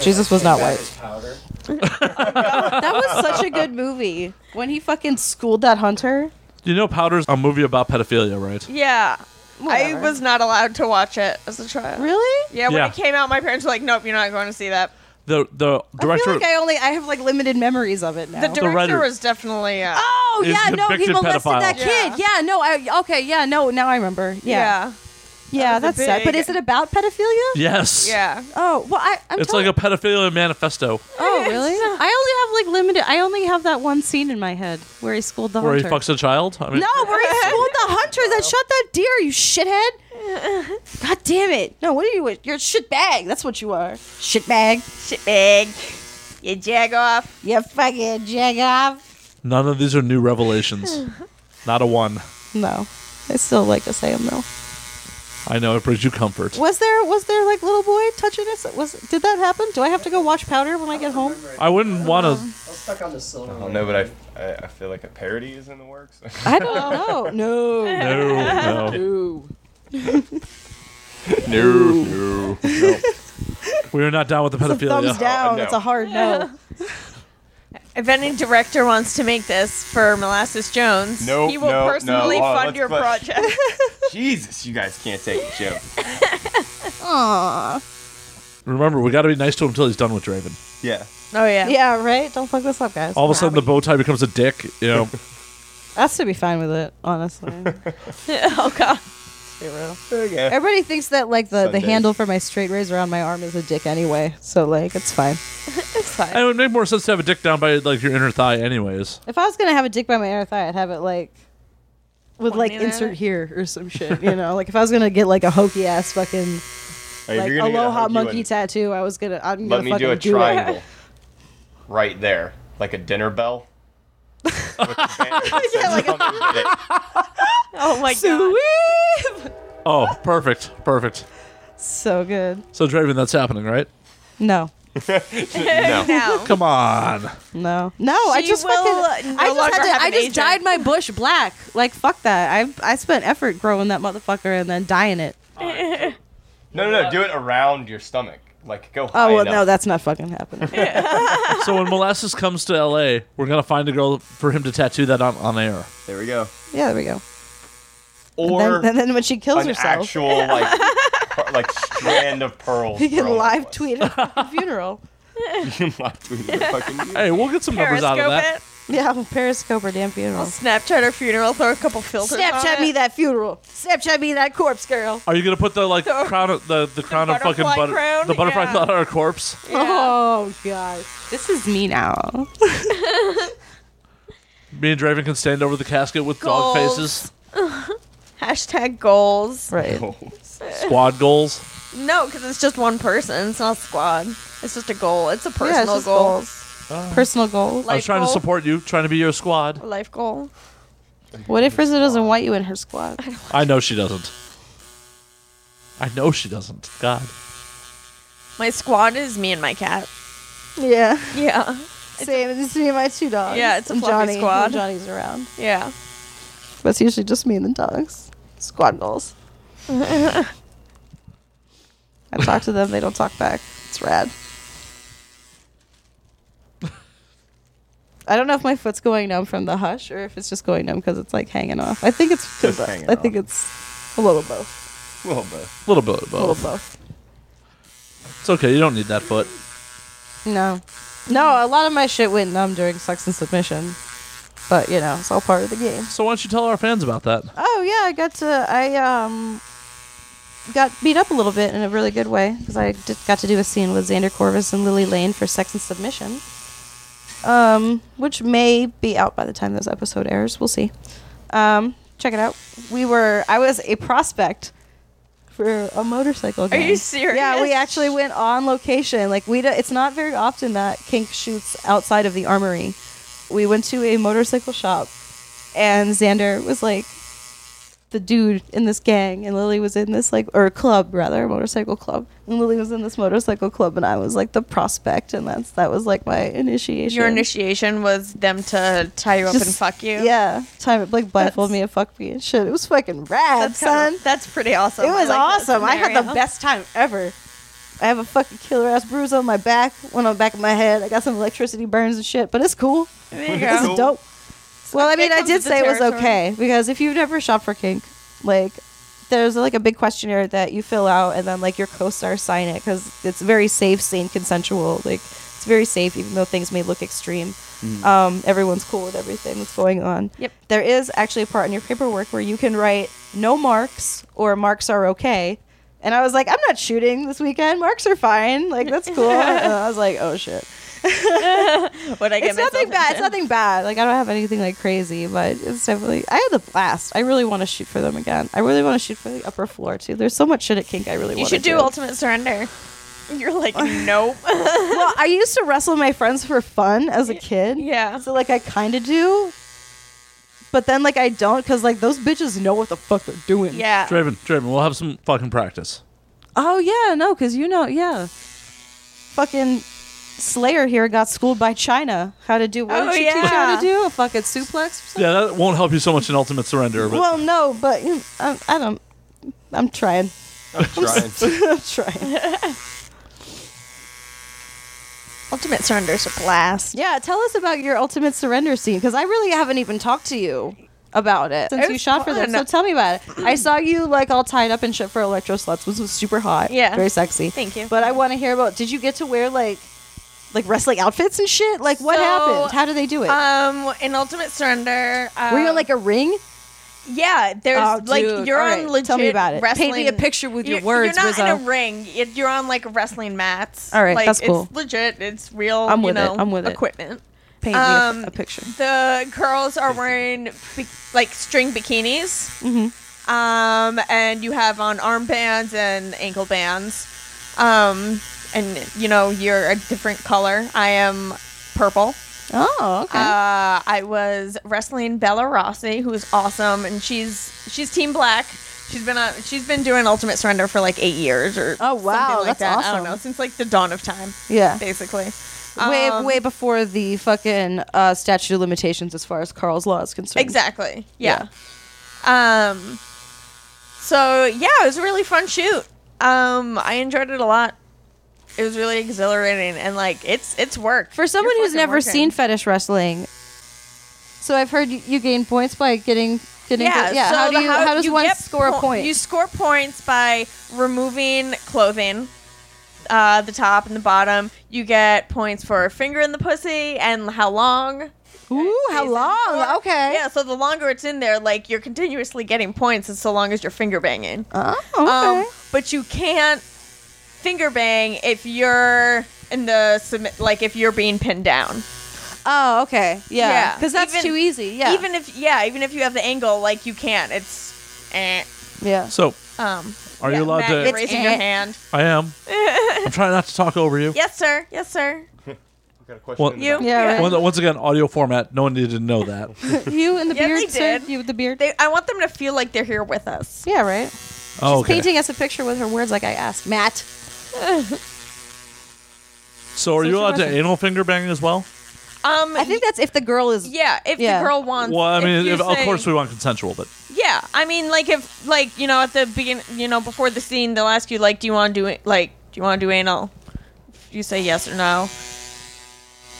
Speaker 3: Jesus was not white.
Speaker 7: Powder.
Speaker 3: That was such a good movie. When he fucking schooled that hunter.
Speaker 1: You know, Powder's a movie about pedophilia, right?
Speaker 4: Yeah.
Speaker 3: Whatever.
Speaker 4: I was not allowed to watch it as a child.
Speaker 3: Really?
Speaker 4: Yeah, when
Speaker 1: Yeah.
Speaker 4: it came out, my parents were like, nope, you're not going to see that.
Speaker 1: The the
Speaker 3: I
Speaker 1: director.
Speaker 3: feel like I only I have like limited memories of it now.
Speaker 4: The
Speaker 1: writer-
Speaker 4: director was definitely. Uh,
Speaker 3: oh
Speaker 1: is
Speaker 3: yeah, no, he
Speaker 1: convicted
Speaker 3: molested that
Speaker 1: pedophile.
Speaker 3: kid. Yeah. no, I okay, yeah, no, now I remember. Yeah,
Speaker 4: yeah.
Speaker 3: yeah,
Speaker 4: That
Speaker 3: that's
Speaker 4: was a
Speaker 3: sad. But
Speaker 4: big-
Speaker 3: is it about pedophilia?
Speaker 1: yes.
Speaker 4: Yeah.
Speaker 3: Oh well, I I'm
Speaker 1: It's
Speaker 3: telling-
Speaker 1: like a pedophilia manifesto
Speaker 3: oh really? I only have like limited. I only have that one scene in my head where he schooled the
Speaker 1: where he
Speaker 3: hunter.
Speaker 1: fucks a child. I mean,
Speaker 3: No, where he schooled the hunter that shot that deer, you shithead. God damn it. No, what are you? You're a shit bag. That's what you are. Shit bag.
Speaker 4: Shit big. You jag off.
Speaker 3: You fucking jag off.
Speaker 1: none of these are new revelations. Not a one.
Speaker 3: No. I still like to say them though.
Speaker 1: I know it brings you comfort.
Speaker 3: Was there was there like little boy touching us? Was did that happen? Do I have to go wash powder when I get home?
Speaker 1: I wouldn't want to.
Speaker 7: I was stuck on the silver.
Speaker 5: I
Speaker 3: Uh-huh.
Speaker 5: don't know, but I, I, I feel like a parody is in the works.
Speaker 3: I don't know. No.
Speaker 1: No, no.
Speaker 3: No.
Speaker 5: no, no, no.
Speaker 1: We are not down with the
Speaker 3: It's a thumbs
Speaker 1: pedophilia.
Speaker 3: down.
Speaker 5: no.
Speaker 3: It's a hard no.
Speaker 4: If any director wants to make this for Molasses Jones,
Speaker 5: Nope,
Speaker 4: he will
Speaker 5: no, no.
Speaker 4: personally
Speaker 5: Oh,
Speaker 4: fund
Speaker 5: let's
Speaker 4: your
Speaker 5: put-
Speaker 4: project.
Speaker 5: Jesus, you guys can't take a joke.
Speaker 3: Aw.
Speaker 1: Remember, we got to be nice to him until he's done with Draven.
Speaker 6: Yeah.
Speaker 4: oh yeah.
Speaker 3: Yeah, right? Don't fuck this up, guys.
Speaker 1: All of a sudden, the bow tie becomes a dick. You know,
Speaker 3: I should be fine with it, honestly.
Speaker 4: oh god.
Speaker 3: Be real.
Speaker 5: Okay.
Speaker 3: Everybody thinks that like the, the
Speaker 6: Sundays.
Speaker 3: handle for my straight razor on my arm is a dick anyway, so like it's fine.
Speaker 4: It's fine.
Speaker 1: and it would make more sense to have a dick down by like your inner thigh, anyways.
Speaker 3: If I was gonna have a dick by my inner thigh, I'd have it like with like
Speaker 4: Pointing at
Speaker 3: insert
Speaker 4: it?
Speaker 3: here or some shit, you know. Like if I was gonna get like a hokey ass fucking
Speaker 5: Like, if
Speaker 3: like
Speaker 5: you're gonna get a
Speaker 3: aloha
Speaker 5: hokey
Speaker 3: monkey
Speaker 5: one,
Speaker 3: tattoo, I was gonna I'm
Speaker 5: Let
Speaker 3: gonna
Speaker 5: me
Speaker 3: fucking
Speaker 5: do a
Speaker 3: it.
Speaker 5: triangle right there, like a dinner bell. yeah,
Speaker 3: like
Speaker 4: Oh my god.
Speaker 3: Sweet.
Speaker 1: Oh, perfect, perfect.
Speaker 3: So good.
Speaker 1: So Draven, that's happening, right?
Speaker 3: No.
Speaker 5: no.
Speaker 4: Now.
Speaker 1: Come on.
Speaker 3: No, no, I
Speaker 4: She
Speaker 3: just
Speaker 4: will,
Speaker 3: fucking,
Speaker 4: uh, no
Speaker 3: I just,
Speaker 4: longer
Speaker 3: had to,
Speaker 4: have
Speaker 3: I
Speaker 4: an
Speaker 3: just
Speaker 4: agent.
Speaker 3: dyed my bush black. Like fuck that. I I spent effort growing that motherfucker and then dyeing it.
Speaker 5: no, no, no. Do it around your stomach. Like go. high
Speaker 3: Oh well,
Speaker 5: enough.
Speaker 3: no, that's not fucking happening.
Speaker 1: So when Molasses comes to LA, we're gonna find a girl for him to tattoo that on, on air.
Speaker 5: There we go.
Speaker 3: yeah, there we go.
Speaker 5: Or
Speaker 3: then, and then when she kills
Speaker 5: an
Speaker 3: herself,
Speaker 5: actual like per- like strand of pearls.
Speaker 3: he can
Speaker 5: thrown
Speaker 3: live
Speaker 5: at
Speaker 3: tweet it at the funeral.
Speaker 5: us. You can live tweet it. Fucking
Speaker 1: Hey, we'll get some numbers out of
Speaker 4: Periscope
Speaker 1: that.
Speaker 4: it.
Speaker 3: Yeah, we'll Periscope her damn funeral.
Speaker 4: Snapchat her funeral. Throw a couple filters.
Speaker 3: Snapchat
Speaker 4: on
Speaker 3: me
Speaker 4: it.
Speaker 3: that funeral. Snapchat me that corpse girl.
Speaker 1: Are you gonna put the like
Speaker 4: The-
Speaker 1: crown of the the crown of fucking
Speaker 4: butterfly
Speaker 1: butter,
Speaker 4: crown?
Speaker 1: the butterfly
Speaker 4: Yeah.
Speaker 1: crown on her corpse?
Speaker 4: Yeah.
Speaker 3: Oh god, this is me now.
Speaker 1: Me and Draven can stand over the casket with dog
Speaker 4: Goals.
Speaker 1: faces,
Speaker 4: Hashtag goals.
Speaker 3: Right.
Speaker 1: squad goals.
Speaker 4: No, because it's just one person. It's not a squad. It's just a goal. It's a personal
Speaker 3: yeah, it's just
Speaker 4: goal.
Speaker 3: goals. Personal goal.
Speaker 1: I was trying to
Speaker 4: goal.
Speaker 1: support you, trying to be your squad.
Speaker 4: Life goal.
Speaker 3: What if Rizzo doesn't want you in her squad?
Speaker 1: I know she doesn't. I know she doesn't. God.
Speaker 4: My squad is me and my cat.
Speaker 3: yeah.
Speaker 4: Yeah.
Speaker 3: Same. It's just me and my two dogs.
Speaker 4: Yeah, it's a
Speaker 3: and
Speaker 4: fluffy
Speaker 3: Johnny,
Speaker 4: squad.
Speaker 3: when Johnny's around.
Speaker 4: Yeah.
Speaker 3: But it's usually just me and the dogs. Squad goals. I talk to them, they don't talk back. It's rad. I don't know if my foot's going numb from the hush or if it's just going numb because it's like hanging off. I think it's
Speaker 5: Just
Speaker 3: both.
Speaker 5: hanging
Speaker 3: I think
Speaker 5: off.
Speaker 3: it's a little of both.
Speaker 5: Well, but
Speaker 1: A little bit of
Speaker 3: A little
Speaker 1: both.
Speaker 3: of both.
Speaker 1: It's okay. You don't need that foot.
Speaker 3: No. No, a lot of my shit went numb during sex and submission. But, you know, it's all part of the game.
Speaker 1: So why don't you tell our fans about that?
Speaker 3: Oh yeah, I got to I um got beat up a little bit in a really good way because I did, got to do a scene with Xander Corvus and Lily Lane for Sex and Submission, um, which may be out by the time this episode airs. We'll see. Um, check it out. We were I was a prospect for a motorcycle. Gang.
Speaker 4: you serious?
Speaker 3: Yeah, we actually went on location. Like we, do, it's not very often that Kink shoots outside of the armory. We went to a motorcycle shop, and Xander was like the dude in this gang, and Lily was in this like or club rather, motorcycle club, and Lily was in this motorcycle club, and I was like the prospect, and that's that was like my initiation.
Speaker 4: Your initiation was them to tie you up
Speaker 3: Just-
Speaker 4: and fuck you.
Speaker 3: Yeah, time it like blindfold
Speaker 4: That's-
Speaker 3: me and fuck me and shit. It was fucking rad,
Speaker 4: That's
Speaker 3: son.
Speaker 4: kinda- that's pretty awesome.
Speaker 3: It was
Speaker 4: I like that
Speaker 3: awesome. I had the
Speaker 4: scenario.
Speaker 3: best time ever. I have a fucking killer ass bruise on my back, one on the back of my head. I got some electricity burns and shit, but it's cool.
Speaker 4: There you
Speaker 5: Yeah.
Speaker 3: This
Speaker 4: go.
Speaker 5: Cool.
Speaker 3: is dope. Well, I
Speaker 4: okay,
Speaker 3: mean, I
Speaker 4: comes
Speaker 3: did
Speaker 4: with the
Speaker 3: say it was
Speaker 4: territory.
Speaker 3: okay because if you've never shopped for kink, like there's like a big questionnaire that you fill out and then like your co-star sign it because it's very safe, sane, consensual. Like it's very safe, even though things may look extreme. Um, everyone's cool with everything that's going on.
Speaker 4: Yep.
Speaker 3: There is actually a part in your paperwork where you can write no marks or marks are okay. And I was like, I'm not shooting this weekend. Marks are fine. Like that's cool. and I was like, oh shit
Speaker 4: What I get
Speaker 3: it's nothing
Speaker 4: myself
Speaker 3: bad. It's
Speaker 4: into.
Speaker 3: nothing bad. Like I don't have anything like crazy, but it's definitely. I had a blast. I really want to shoot for them again. I really want to shoot for the upper floor too. There's so much shit at kink. I really
Speaker 4: You
Speaker 3: want
Speaker 4: should
Speaker 3: to
Speaker 4: do ultimate surrender. You're like, nope.
Speaker 3: well, I used to wrestle my friends for fun as a kid.
Speaker 4: yeah.
Speaker 3: So like I kind of do, but then like I don't because like those bitches know what the fuck they're doing.
Speaker 4: Yeah.
Speaker 1: Draven, Draven, we'll have some fucking practice.
Speaker 3: Oh yeah, no, because you know, yeah. Fucking Slayer here got schooled by China how to do. What
Speaker 4: Oh,
Speaker 3: did she teach you how
Speaker 4: yeah.
Speaker 3: to do? A fucking suplex or something.
Speaker 1: Yeah, that won't help you so much in Ultimate Surrender, but
Speaker 3: Well, no, but you know, I, I don't. I'm trying.
Speaker 5: I'm trying.
Speaker 3: I'm trying.
Speaker 4: Ultimate Surrender's a blast.
Speaker 3: Yeah, tell us about your ultimate surrender scene because I really haven't even talked to you about it since
Speaker 4: It
Speaker 3: you
Speaker 4: was
Speaker 3: shot for them.
Speaker 4: fun.
Speaker 3: So tell me about it. I saw you like all tied up and shit for Electro Sluts, which was super hot.
Speaker 4: Yeah.
Speaker 3: very sexy.
Speaker 4: Thank you.
Speaker 3: But I want to hear about. Did you get to wear like like wrestling outfits and shit? Like what
Speaker 4: So,
Speaker 3: happened? How do they do it?
Speaker 4: Um, in Ultimate Surrender, um,
Speaker 3: uh, Were you in like a ring?
Speaker 4: yeah? There's
Speaker 3: Oh,
Speaker 4: like
Speaker 3: dude.
Speaker 4: you're
Speaker 3: All
Speaker 4: on
Speaker 3: right.
Speaker 4: legit.
Speaker 3: Tell me about it. Paint
Speaker 4: Wrestling.
Speaker 8: me a picture with your
Speaker 4: You're-
Speaker 8: words,
Speaker 4: You're not in a
Speaker 8: Rizzo.
Speaker 4: ring. It- You're on like wrestling mats.
Speaker 3: All right,
Speaker 4: like,
Speaker 3: that's cool.
Speaker 4: It's legit. It's real.
Speaker 3: I'm with
Speaker 4: you
Speaker 3: it.
Speaker 4: know,
Speaker 3: I'm with it.
Speaker 4: Equipment.
Speaker 3: Paint me a-
Speaker 4: um,
Speaker 3: a, picture.
Speaker 4: The girls are wearing bi- like string bikinis.
Speaker 3: Mm-hmm.
Speaker 4: Um, and you have on armbands and ankle bands. Um, and you know you're a different color. I am purple.
Speaker 3: Oh, okay.
Speaker 4: Uh, I was wrestling Bella Rossi, who's awesome, and she's she's Team Black. She's been on, she's been doing Ultimate Surrender for like eight years or
Speaker 3: Oh, wow,
Speaker 4: something like
Speaker 3: that's
Speaker 4: that. I
Speaker 3: awesome.
Speaker 4: don't know since like the dawn of time,
Speaker 3: yeah.
Speaker 4: basically.
Speaker 3: way
Speaker 4: Um,
Speaker 3: way before the fucking uh, statute of limitations as far as Carl's law is concerned.
Speaker 4: Exactly. Yeah. Um. So yeah, it was a really fun shoot. Um, I enjoyed it a lot. It was really exhilarating and like it's it's work
Speaker 3: For someone
Speaker 4: You're
Speaker 3: who's
Speaker 4: fucking
Speaker 3: never
Speaker 4: working.
Speaker 3: seen fetish wrestling, so I've heard you, you gain points by getting getting
Speaker 4: Yeah.
Speaker 3: the- yeah.
Speaker 4: so
Speaker 3: how do
Speaker 4: the
Speaker 3: you how does
Speaker 4: you
Speaker 3: one
Speaker 4: get
Speaker 3: score a
Speaker 4: po-
Speaker 3: point?
Speaker 4: You score points by removing clothing, uh, the top and the bottom. You get points for a finger in the pussy and how long.
Speaker 3: Ooh, how
Speaker 4: stays in
Speaker 3: long?
Speaker 4: for.
Speaker 3: Okay.
Speaker 4: Yeah. So the longer it's in there, like you're continuously getting points, as so long as you're finger banging.
Speaker 3: Oh, okay.
Speaker 4: Um, but you can't finger bang if you're in the submit, like if you're being pinned down.
Speaker 3: oh, okay. Yeah.
Speaker 4: yeah.
Speaker 3: Because that's
Speaker 4: Even-
Speaker 3: too easy. Yeah.
Speaker 4: Even if yeah, even if you have the angle, like you can't. It's. Eh.
Speaker 3: yeah.
Speaker 1: So
Speaker 4: Um,
Speaker 1: Are you allowed
Speaker 4: Matt,
Speaker 1: to-
Speaker 4: you're
Speaker 1: It's
Speaker 4: raising
Speaker 3: eh.
Speaker 4: your hand?
Speaker 1: I am. I'm trying not to talk over you.
Speaker 4: Yes, sir. Yes, sir.
Speaker 6: Got a question
Speaker 1: Well-
Speaker 6: in the
Speaker 4: You?
Speaker 6: back.
Speaker 3: Yeah, right.
Speaker 1: Once, once again, audio format. No one needed to know that.
Speaker 3: you and the
Speaker 4: Yeah, they
Speaker 3: beard, sir.
Speaker 4: did.
Speaker 3: You with the beard.
Speaker 4: They, I want them to feel like they're here with us.
Speaker 3: yeah, right.
Speaker 1: Oh, okay.
Speaker 3: Painting us a picture with her words, like I asked Matt.
Speaker 1: So are
Speaker 3: So
Speaker 1: you allowed to
Speaker 3: interesting.
Speaker 1: anal finger bang as well?
Speaker 4: Um,
Speaker 3: I think that's if the girl is.
Speaker 4: yeah. If
Speaker 3: Yeah.
Speaker 4: the girl wants,
Speaker 1: Well, I mean,
Speaker 4: Um, you
Speaker 1: if, of
Speaker 4: say-
Speaker 1: course we want consensual, but
Speaker 4: Yeah, I mean, like if like you know at the beginning, you know before the scene, they'll ask you like, do you want to do it? Like, do you want to do anal? If you say yes or no.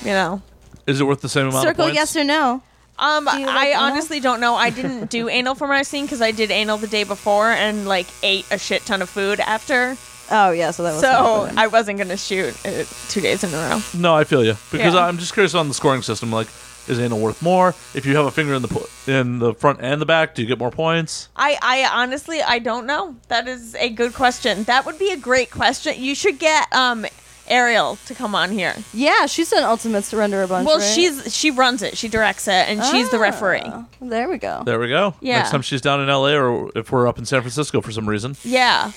Speaker 4: You know.
Speaker 1: is it worth the same amount
Speaker 3: Circle
Speaker 1: of points?
Speaker 3: yes or no.
Speaker 4: Um,
Speaker 3: you like
Speaker 4: I
Speaker 3: anal?
Speaker 4: honestly don't know. I didn't do anal for my scene because I did anal the day before and like ate a shit ton of food after.
Speaker 3: Oh yeah, so that was
Speaker 4: So
Speaker 3: not
Speaker 4: I wasn't gonna shoot uh, two days in a row.
Speaker 1: No, I feel you because
Speaker 4: Yeah.
Speaker 1: I'm just curious on the scoring system. Like, is anal worth more? If you have a finger in the pu- in the front and the back, do you get more points?
Speaker 4: I, I honestly I don't know. That is a good question. That would be a great question. You should get um Ariel to come on here.
Speaker 3: yeah, she's done ultimate surrender a bunch.
Speaker 4: Well,
Speaker 3: right?
Speaker 4: she's she runs it. She directs it, and she's the referee.
Speaker 3: Ah, There we go.
Speaker 1: There we go.
Speaker 4: Yeah.
Speaker 1: Next time she's down in L.A. or if we're up in San Francisco for some reason,
Speaker 4: Yeah,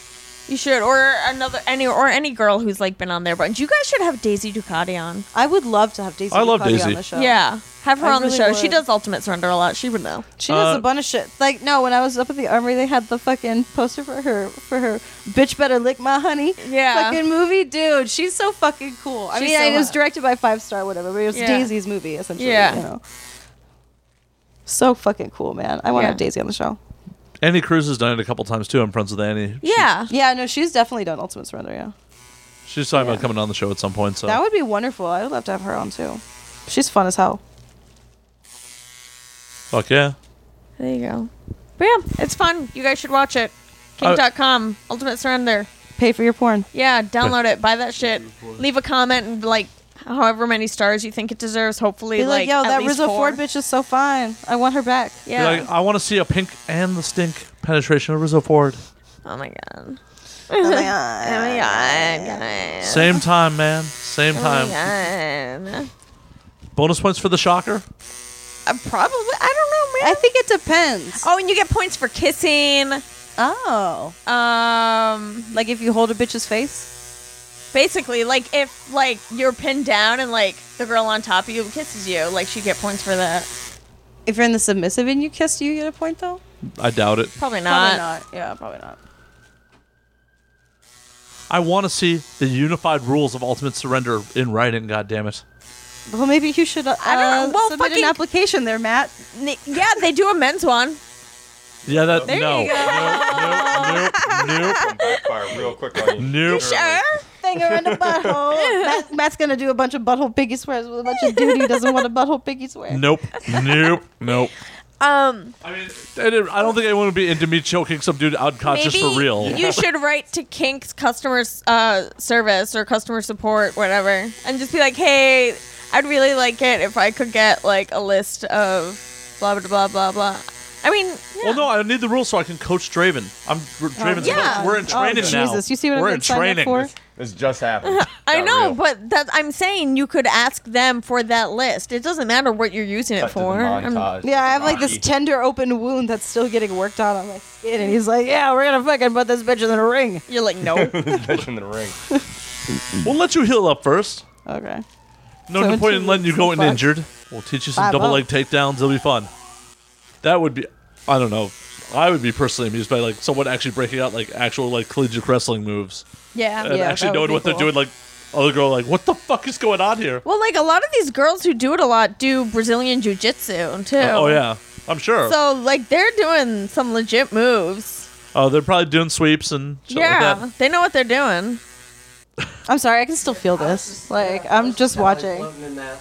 Speaker 4: you should, or another any or any girl who's like been on there. But you guys should have Daisy Ducati on.
Speaker 3: I would love to have Daisy.
Speaker 1: I love
Speaker 3: Ducati
Speaker 1: Daisy.
Speaker 3: on the show.
Speaker 4: Yeah, have her
Speaker 3: I
Speaker 4: on
Speaker 3: really
Speaker 4: the show. She
Speaker 3: would.
Speaker 4: does Ultimate Surrender a lot. She would know.
Speaker 3: She does
Speaker 1: Uh,
Speaker 3: a bunch of shit. Like no, when I was up at the armory, they had the fucking poster for her for her bitch better lick my honey.
Speaker 4: Yeah.
Speaker 3: fucking movie, dude. She's so fucking cool. I
Speaker 4: She's
Speaker 3: mean,
Speaker 4: so
Speaker 3: it was
Speaker 4: hot.
Speaker 3: directed by Five Star, whatever, but it was
Speaker 4: Yeah.
Speaker 3: Daisy's movie essentially.
Speaker 4: Yeah.
Speaker 3: you know. So fucking cool, man. I want to
Speaker 4: Yeah.
Speaker 3: have Daisy on the show.
Speaker 1: Annie Cruz has done it a couple times too. I'm friends with Annie.
Speaker 4: Yeah,
Speaker 3: Yeah, no, she's definitely done Ultimate Surrender. Yeah,
Speaker 1: She's talking about coming on the show at some point. So
Speaker 3: that would be wonderful. I would love to have her on too. She's fun as hell.
Speaker 1: fuck yeah.
Speaker 4: there you go. But yeah, it's fun. You guys should watch it.
Speaker 1: Uh,
Speaker 4: Kink.com, Ultimate Surrender.
Speaker 3: Pay for your porn.
Speaker 4: Yeah, download it. Buy that shit. Leave a comment and like however many stars you think it deserves. Hopefully,
Speaker 3: Be like, yo,
Speaker 4: at
Speaker 3: that
Speaker 4: least
Speaker 3: Rizzo
Speaker 4: four.
Speaker 3: Ford bitch is so fine. I want her back.
Speaker 1: Be
Speaker 4: Yeah.
Speaker 1: Like, I want to see a pink and the stink penetration of Rizzo Ford.
Speaker 4: oh my god.
Speaker 3: Oh my God.
Speaker 4: Oh my god. guys.
Speaker 1: Same time, man. Same
Speaker 4: Oh my
Speaker 1: time.
Speaker 4: god.
Speaker 1: Bonus points for the shocker.
Speaker 4: Uh, probably. I don't know, man.
Speaker 3: I think it depends.
Speaker 4: oh, and you get points for kissing.
Speaker 3: Oh.
Speaker 4: Um,
Speaker 3: Like if you hold a bitch's face?
Speaker 4: basically, like if like you're pinned down and like the girl on top of you kisses you, like she get points for that.
Speaker 3: If you're in the submissive and you kiss, do you get a point though?
Speaker 1: I doubt it.
Speaker 4: Probably
Speaker 3: Probably
Speaker 4: not.
Speaker 3: not. Yeah, probably not.
Speaker 1: I want to see the unified rules of ultimate surrender in writing. God damn it!
Speaker 3: Well, maybe you should uh,
Speaker 4: I don't know. Well,
Speaker 3: submit
Speaker 4: fucking-
Speaker 3: an application there, Matt.
Speaker 4: N- Yeah, they do a men's one.
Speaker 1: Yeah, that
Speaker 4: There
Speaker 1: no,
Speaker 4: you go.
Speaker 1: nope, nope, nope,
Speaker 6: Backfire real quick on you.
Speaker 1: nope.
Speaker 4: Sure.
Speaker 3: Thank finger in a butthole. Matt, Matt's gonna do a bunch of butthole piggy swears with a bunch of dude who doesn't want a butthole piggy swear.
Speaker 1: Nope. nope. Nope.
Speaker 4: Um,
Speaker 1: I mean, I didn't- I don't think anyone would be into me choking some dude unconscious
Speaker 4: maybe
Speaker 1: for real.
Speaker 4: you should write to Kink's customer uh, service or customer support, whatever, and just be like, "Hey, I'd really like it if I could get like a list of blah blah blah blah blah." I mean, yeah.
Speaker 1: Well, no, I need the rules so I can coach Draven. I'm Draven's
Speaker 4: Yeah.
Speaker 1: coach. We're in
Speaker 3: Oh,
Speaker 1: training now.
Speaker 3: Jesus, you see what
Speaker 1: We're
Speaker 3: I'm
Speaker 1: in
Speaker 3: signed
Speaker 1: training.
Speaker 3: up for?
Speaker 5: This just happened.
Speaker 4: I
Speaker 5: Got
Speaker 4: know,
Speaker 5: real.
Speaker 4: but that I'm saying you could ask them for that list. It doesn't matter what you're using it
Speaker 5: Cut to the
Speaker 4: for. I'm-
Speaker 5: montage.
Speaker 3: Yeah, I have like this
Speaker 5: Rocky.
Speaker 3: tender open wound that's still getting worked on on my skin, and he's like, "Yeah, we're gonna fucking put this bitch in the ring."
Speaker 4: you're like, no.
Speaker 5: Bitch in the ring.
Speaker 1: We'll let you heal up first.
Speaker 3: Okay.
Speaker 1: No
Speaker 3: So in
Speaker 1: point
Speaker 3: two
Speaker 1: in letting you
Speaker 3: weeks,
Speaker 1: go in
Speaker 3: fuck.
Speaker 1: injured. We'll teach you some
Speaker 3: Five
Speaker 1: double
Speaker 3: up.
Speaker 1: leg takedowns. It'll be fun. That would be. I don't know. I would be personally amused by like someone actually breaking out like actual like collegiate wrestling moves
Speaker 4: yeah.
Speaker 1: and
Speaker 3: Yeah, that
Speaker 1: actually
Speaker 3: would
Speaker 1: knowing
Speaker 3: be
Speaker 1: what they're
Speaker 3: cool.
Speaker 1: doing. Like other girl, like what the fuck is going on here?
Speaker 4: Well, like a lot of these girls who do it a lot do Brazilian jiu jitsu too.
Speaker 1: Oh yeah, I'm sure.
Speaker 4: So like they're doing some legit moves.
Speaker 1: oh, they're probably doing sweeps and shit
Speaker 4: yeah,
Speaker 1: like that.
Speaker 4: they know what they're doing.
Speaker 3: I'm sorry, I can still feel this. Like I'm just watching.
Speaker 7: Floating in that.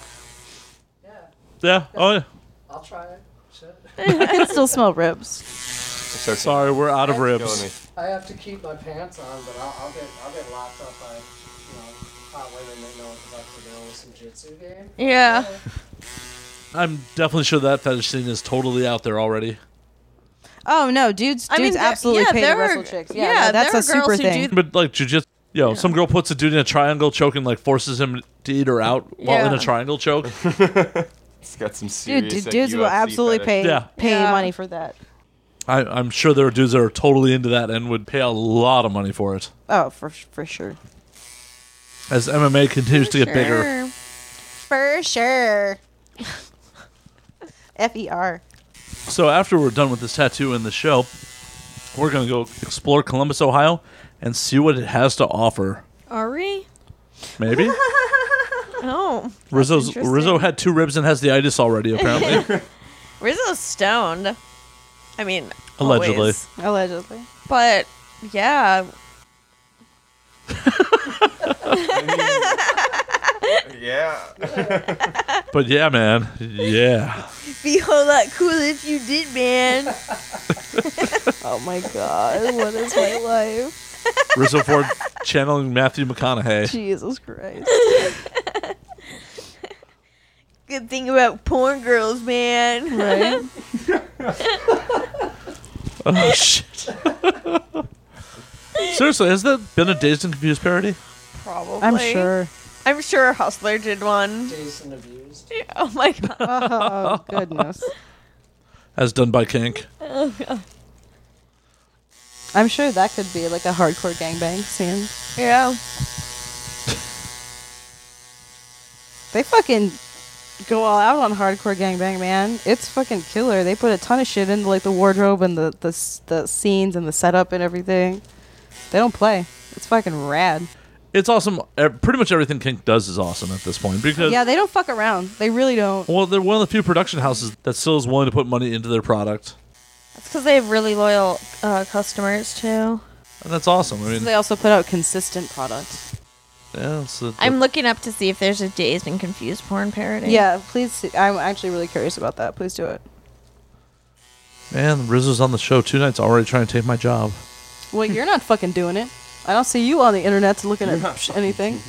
Speaker 1: Yeah. Oh, yeah.
Speaker 7: I'll try it. Shit.
Speaker 3: I can still smell ribs.
Speaker 5: It's okay.
Speaker 1: sorry, we're out of
Speaker 5: Killing me.
Speaker 1: ribs.
Speaker 7: I have to keep my pants on, but I'll, I'll get I'll get locked up by you know hot women that know what the fuck they're doing with some jitsu game.
Speaker 4: Yeah.
Speaker 1: I'm definitely sure that fetish scene is totally out there already.
Speaker 3: Oh no, dudes, dudes
Speaker 4: I mean, there-
Speaker 3: absolutely
Speaker 4: yeah,
Speaker 3: pay
Speaker 4: there
Speaker 3: to wrestle
Speaker 4: are-
Speaker 3: chicks.
Speaker 4: yeah,
Speaker 3: Yeah, no, that's
Speaker 4: there
Speaker 3: a
Speaker 4: are girls
Speaker 3: super
Speaker 4: who do
Speaker 3: thing.
Speaker 1: But like jujitsu, yo, some girl puts a dude in a triangle choke and like forces him to eat her out while in
Speaker 4: Yeah.
Speaker 1: a triangle choke.
Speaker 5: It's got some serious.
Speaker 3: Dude, dude
Speaker 5: like,
Speaker 3: dudes will
Speaker 5: UFC
Speaker 3: absolutely
Speaker 5: fetish.
Speaker 3: pay
Speaker 1: Yeah.
Speaker 3: pay
Speaker 4: Yeah.
Speaker 3: money for that.
Speaker 1: I, I'm sure there are dudes that are totally into that and would pay a lot of money for it.
Speaker 3: Oh, for for sure.
Speaker 1: As MMA continues to get bigger,
Speaker 4: Sure.
Speaker 3: For sure. F E R.
Speaker 1: so after we're done with this tattoo and the show, we're gonna go explore Columbus, Ohio, and see what it has to offer.
Speaker 4: Are we?
Speaker 1: Maybe
Speaker 4: Oh,
Speaker 1: Rizzo's
Speaker 4: interesting.
Speaker 1: Rizzo had two ribs and has the itis already. Apparently,
Speaker 4: Rizzo's stoned. I mean,
Speaker 1: Allegedly.
Speaker 4: always.
Speaker 3: Allegedly.
Speaker 4: But yeah,
Speaker 5: Yeah.
Speaker 1: but yeah, man, yeah.
Speaker 4: be a whole lot cool if you did, man.
Speaker 3: Oh my god, what is my life?
Speaker 1: Rizzo Ford channeling Matthew McConaughey.
Speaker 3: Jesus Christ.
Speaker 4: Good thing about porn girls, man.
Speaker 3: Right?
Speaker 1: Oh shit. Seriously, has that been a Dazed and Confused parody?
Speaker 4: Probably.
Speaker 3: I'm sure.
Speaker 4: I'm sure Hustler did one.
Speaker 7: Jason abused.
Speaker 4: Oh my god.
Speaker 3: Oh goodness.
Speaker 1: As done by Kink.
Speaker 3: I'm sure that could be like a hardcore gangbang scene.
Speaker 4: Yeah.
Speaker 3: They fucking go all out on hardcore gangbang, man. It's fucking killer. They put a ton of shit into like the wardrobe and the the, s- the scenes and the setup and everything. They don't play. It's fucking rad.
Speaker 1: It's awesome. Eh, Pretty much everything Kink does is awesome at this point because
Speaker 3: Yeah, they don't fuck around. They really don't.
Speaker 1: well, they're one of the few production houses that still is willing to put money into their product,
Speaker 4: It's because they have really loyal uh, customers too.
Speaker 1: and that's awesome. I mean,
Speaker 3: They also put out consistent product.
Speaker 1: yeah, it's the-
Speaker 4: I'm looking up to see if there's a dazed and confused porn parody.
Speaker 3: Yeah, please. see- I'm actually really curious about that. Please do it.
Speaker 1: man. Rizzo's on the show two nights already trying to take my job.
Speaker 3: Well, you're not fucking doing it. I don't see you on the internet looking at sh- anything.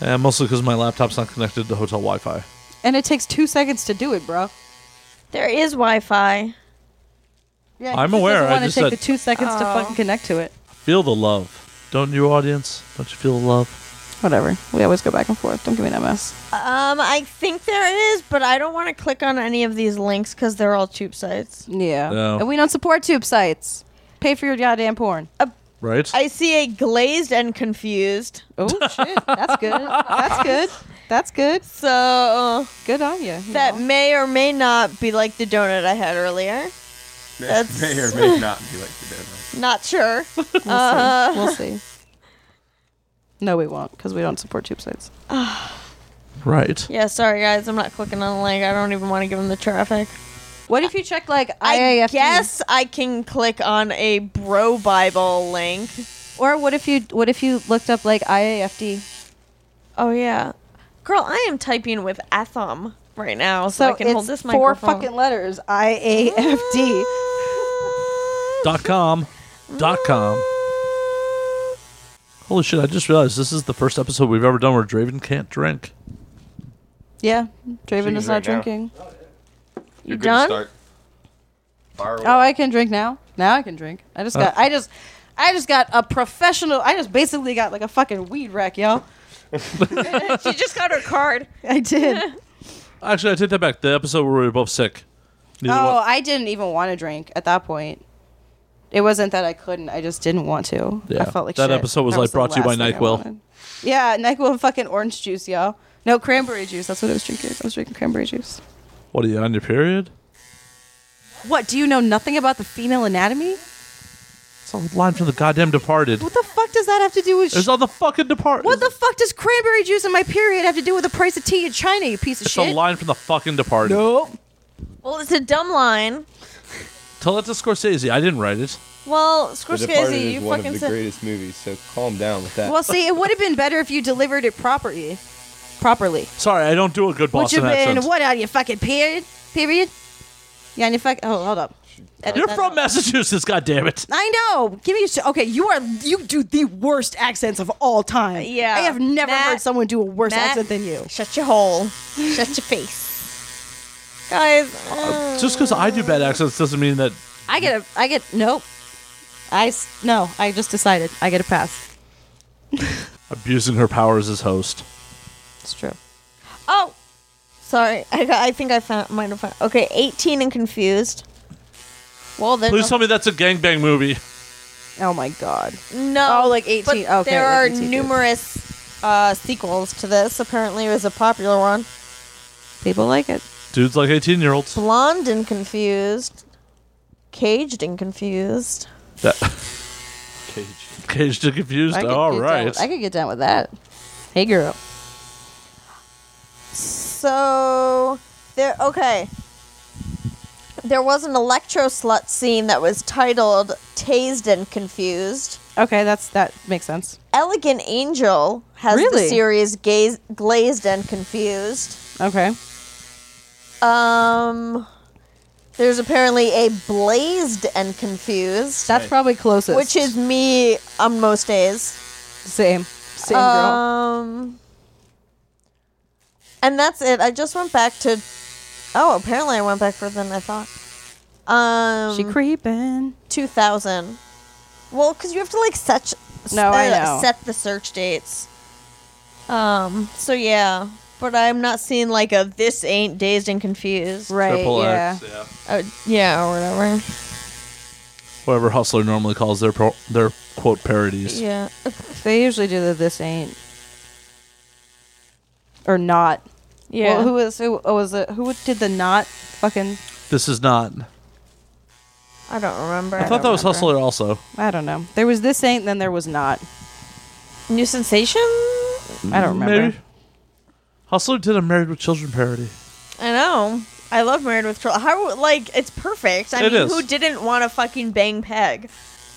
Speaker 1: Eh, mostly because my laptop's not connected to hotel Wi-Fi.
Speaker 3: And it takes two seconds to do it, bro.
Speaker 4: There is Wi-Fi.
Speaker 3: Yeah,
Speaker 1: I'm aware, I
Speaker 3: I want
Speaker 1: just
Speaker 3: to take
Speaker 1: said-
Speaker 3: the two seconds to
Speaker 4: Oh.
Speaker 3: fucking connect to it.
Speaker 1: Feel the love, don't you, audience? Don't you feel the love?
Speaker 3: Whatever. We always go back and forth. Don't give me that mess.
Speaker 4: Um, I think there is, but I don't want to click on any of these links because they're all tube sites.
Speaker 3: Yeah.
Speaker 1: No.
Speaker 3: And we don't support tube sites. Pay for your goddamn porn.
Speaker 1: Right?
Speaker 4: I see a glazed and confused.
Speaker 3: Oh shit. That's good. That's good. That's good.
Speaker 4: So
Speaker 3: Good on you. you
Speaker 4: that
Speaker 3: know.
Speaker 4: may or may not be like the donut I had earlier. That's-
Speaker 5: may or may not be like the dead.
Speaker 4: Not sure.
Speaker 3: we'll, see. we'll see. No, we won't because we don't support tube sites.
Speaker 1: Right.
Speaker 4: Yeah, sorry guys, I'm not clicking on the link. I don't even want to give them the traffic.
Speaker 3: What if you check like
Speaker 4: I
Speaker 3: IAFD?
Speaker 4: guess I can click on a bro Bible link.
Speaker 3: Or what if you what if you looked up like IAFD?
Speaker 4: Oh yeah, girl, I am typing with Athom right now, so, I can hold this
Speaker 3: four
Speaker 4: microphone.
Speaker 3: fucking letters. IAFD.
Speaker 1: Dot com. Dot com. Holy shit, I just realized this is the first episode we've ever done where Draven can't drink.
Speaker 3: Yeah, Draven
Speaker 5: She's
Speaker 3: is not
Speaker 5: right now.
Speaker 3: drinking.
Speaker 5: You're good
Speaker 4: done?
Speaker 5: to start. Fire away.
Speaker 3: Oh, I can drink now. Now I can drink. I just got. I just. I just got a professional. I just basically got like a fucking weed rack, y'all.
Speaker 4: she just got her card.
Speaker 3: I did.
Speaker 1: Actually, I take that back. The episode where we were both sick. Neither
Speaker 3: oh,
Speaker 1: one-
Speaker 3: I didn't even want to drink at that point. It wasn't that I couldn't. I just didn't want to.
Speaker 1: Yeah,
Speaker 3: I felt like
Speaker 1: that
Speaker 3: shit.
Speaker 1: episode was, like,
Speaker 3: the
Speaker 1: brought to you by
Speaker 3: last thing I
Speaker 1: NyQuil.
Speaker 3: wanted. Yeah, Nyquil and fucking orange juice, y'all. No cranberry juice. That's what I was drinking. I was drinking cranberry juice.
Speaker 1: What are you on your period?
Speaker 3: What? Do you know nothing about the female anatomy?
Speaker 1: It's a line from the goddamn Departed.
Speaker 3: What the fuck does that have to do with?
Speaker 1: It's
Speaker 3: Sh-
Speaker 1: on the fucking Departed.
Speaker 3: what the fuck does cranberry juice and my period have to do with the price of tea in China? You piece of
Speaker 1: It's
Speaker 3: shit.
Speaker 1: a line from the fucking Departed.
Speaker 3: Nope.
Speaker 4: Well, it's a dumb line.
Speaker 1: Tell that to Scorsese. I didn't write it.
Speaker 4: Well,
Speaker 6: The Departed
Speaker 4: Scorsese,
Speaker 6: is
Speaker 4: you
Speaker 6: one of
Speaker 4: fucking
Speaker 6: the
Speaker 4: said.
Speaker 6: greatest movies, so calm down with that.
Speaker 3: Well, see, it would have been better if you delivered it properly. Properly.
Speaker 1: Sorry, I don't do a good
Speaker 3: Would you
Speaker 1: Boston
Speaker 3: been
Speaker 1: accent.
Speaker 3: what on your fucking period? Period. Yeah, on your fuck. Oh, hold up. Edit
Speaker 1: You're
Speaker 3: that
Speaker 1: from
Speaker 3: out.
Speaker 1: Massachusetts, goddammit.
Speaker 3: I know. Give me a sh- okay. You are you do the worst accents of all time.
Speaker 4: Yeah.
Speaker 3: I have never
Speaker 4: Matt-
Speaker 3: heard someone do a worse
Speaker 4: Matt-
Speaker 3: accent than you.
Speaker 4: Shut your hole. Shut your face. Guys, uh,
Speaker 1: Just because I do bad accents doesn't mean that.
Speaker 3: I get a. I get nope. I s- no. I just decided. I get a pass.
Speaker 1: Abusing her powers as host.
Speaker 3: It's true.
Speaker 4: oh, sorry. I, got- I think I found might have found. Okay, eighteen and confused. Well, then
Speaker 1: Please tell me that's a gangbang movie.
Speaker 3: Oh my god.
Speaker 4: no.
Speaker 3: Oh, like 18.
Speaker 4: But
Speaker 3: Okay,
Speaker 4: there
Speaker 3: like
Speaker 4: are
Speaker 3: 18 dudes.
Speaker 4: numerous uh, sequels to this. Apparently, it was a popular one.
Speaker 3: People like it.
Speaker 1: Dudes like 18 year olds.
Speaker 4: Blonde and confused. Caged and confused.
Speaker 1: That
Speaker 6: Cage.
Speaker 1: caged and confused.
Speaker 3: I could
Speaker 1: All
Speaker 3: get down
Speaker 1: right.
Speaker 3: with- I could get down with that. Hey girl.
Speaker 4: So there okay. There was an electro slut scene that was titled Tased and Confused.
Speaker 3: Okay, that's that makes sense.
Speaker 4: Elegant Angel has the
Speaker 3: Really?
Speaker 4: series gaze, Glazed and Confused.
Speaker 3: Okay.
Speaker 4: Um there's apparently a Blazed and Confused,
Speaker 3: That's probably closest.
Speaker 4: which is me on most days.
Speaker 3: same. Same girl.
Speaker 4: Um, and that's it. I just went back to. Oh, apparently I went back further than I thought. Um,
Speaker 3: She creeping.
Speaker 4: two thousand. Well, because you have to like set
Speaker 3: No, I know.
Speaker 4: set the search dates. Um. So yeah, but I'm not seeing like a this ain't dazed and confused.
Speaker 3: Right.
Speaker 1: Triple
Speaker 3: yeah.
Speaker 1: X. Yeah.
Speaker 4: Uh, yeah, or whatever.
Speaker 1: Whatever Hustler normally calls their pro- their quote parodies.
Speaker 4: Yeah.
Speaker 3: They usually do the this ain't or not.
Speaker 4: Yeah.
Speaker 3: Well, who was who oh, was it? Who did the not fucking?
Speaker 1: This is not.
Speaker 4: I don't remember.
Speaker 1: I thought that
Speaker 4: don't
Speaker 1: was
Speaker 4: remember.
Speaker 1: Hustler also.
Speaker 3: I don't know. There was this ain't, then there was not.
Speaker 4: New sensation.
Speaker 3: I don't remember.
Speaker 1: Maybe. Hustler did a Married with Children parody.
Speaker 4: I know. I love Married with Children. How like it's perfect. I
Speaker 1: It
Speaker 4: mean,
Speaker 1: is.
Speaker 4: who didn't want to fucking bang Peg?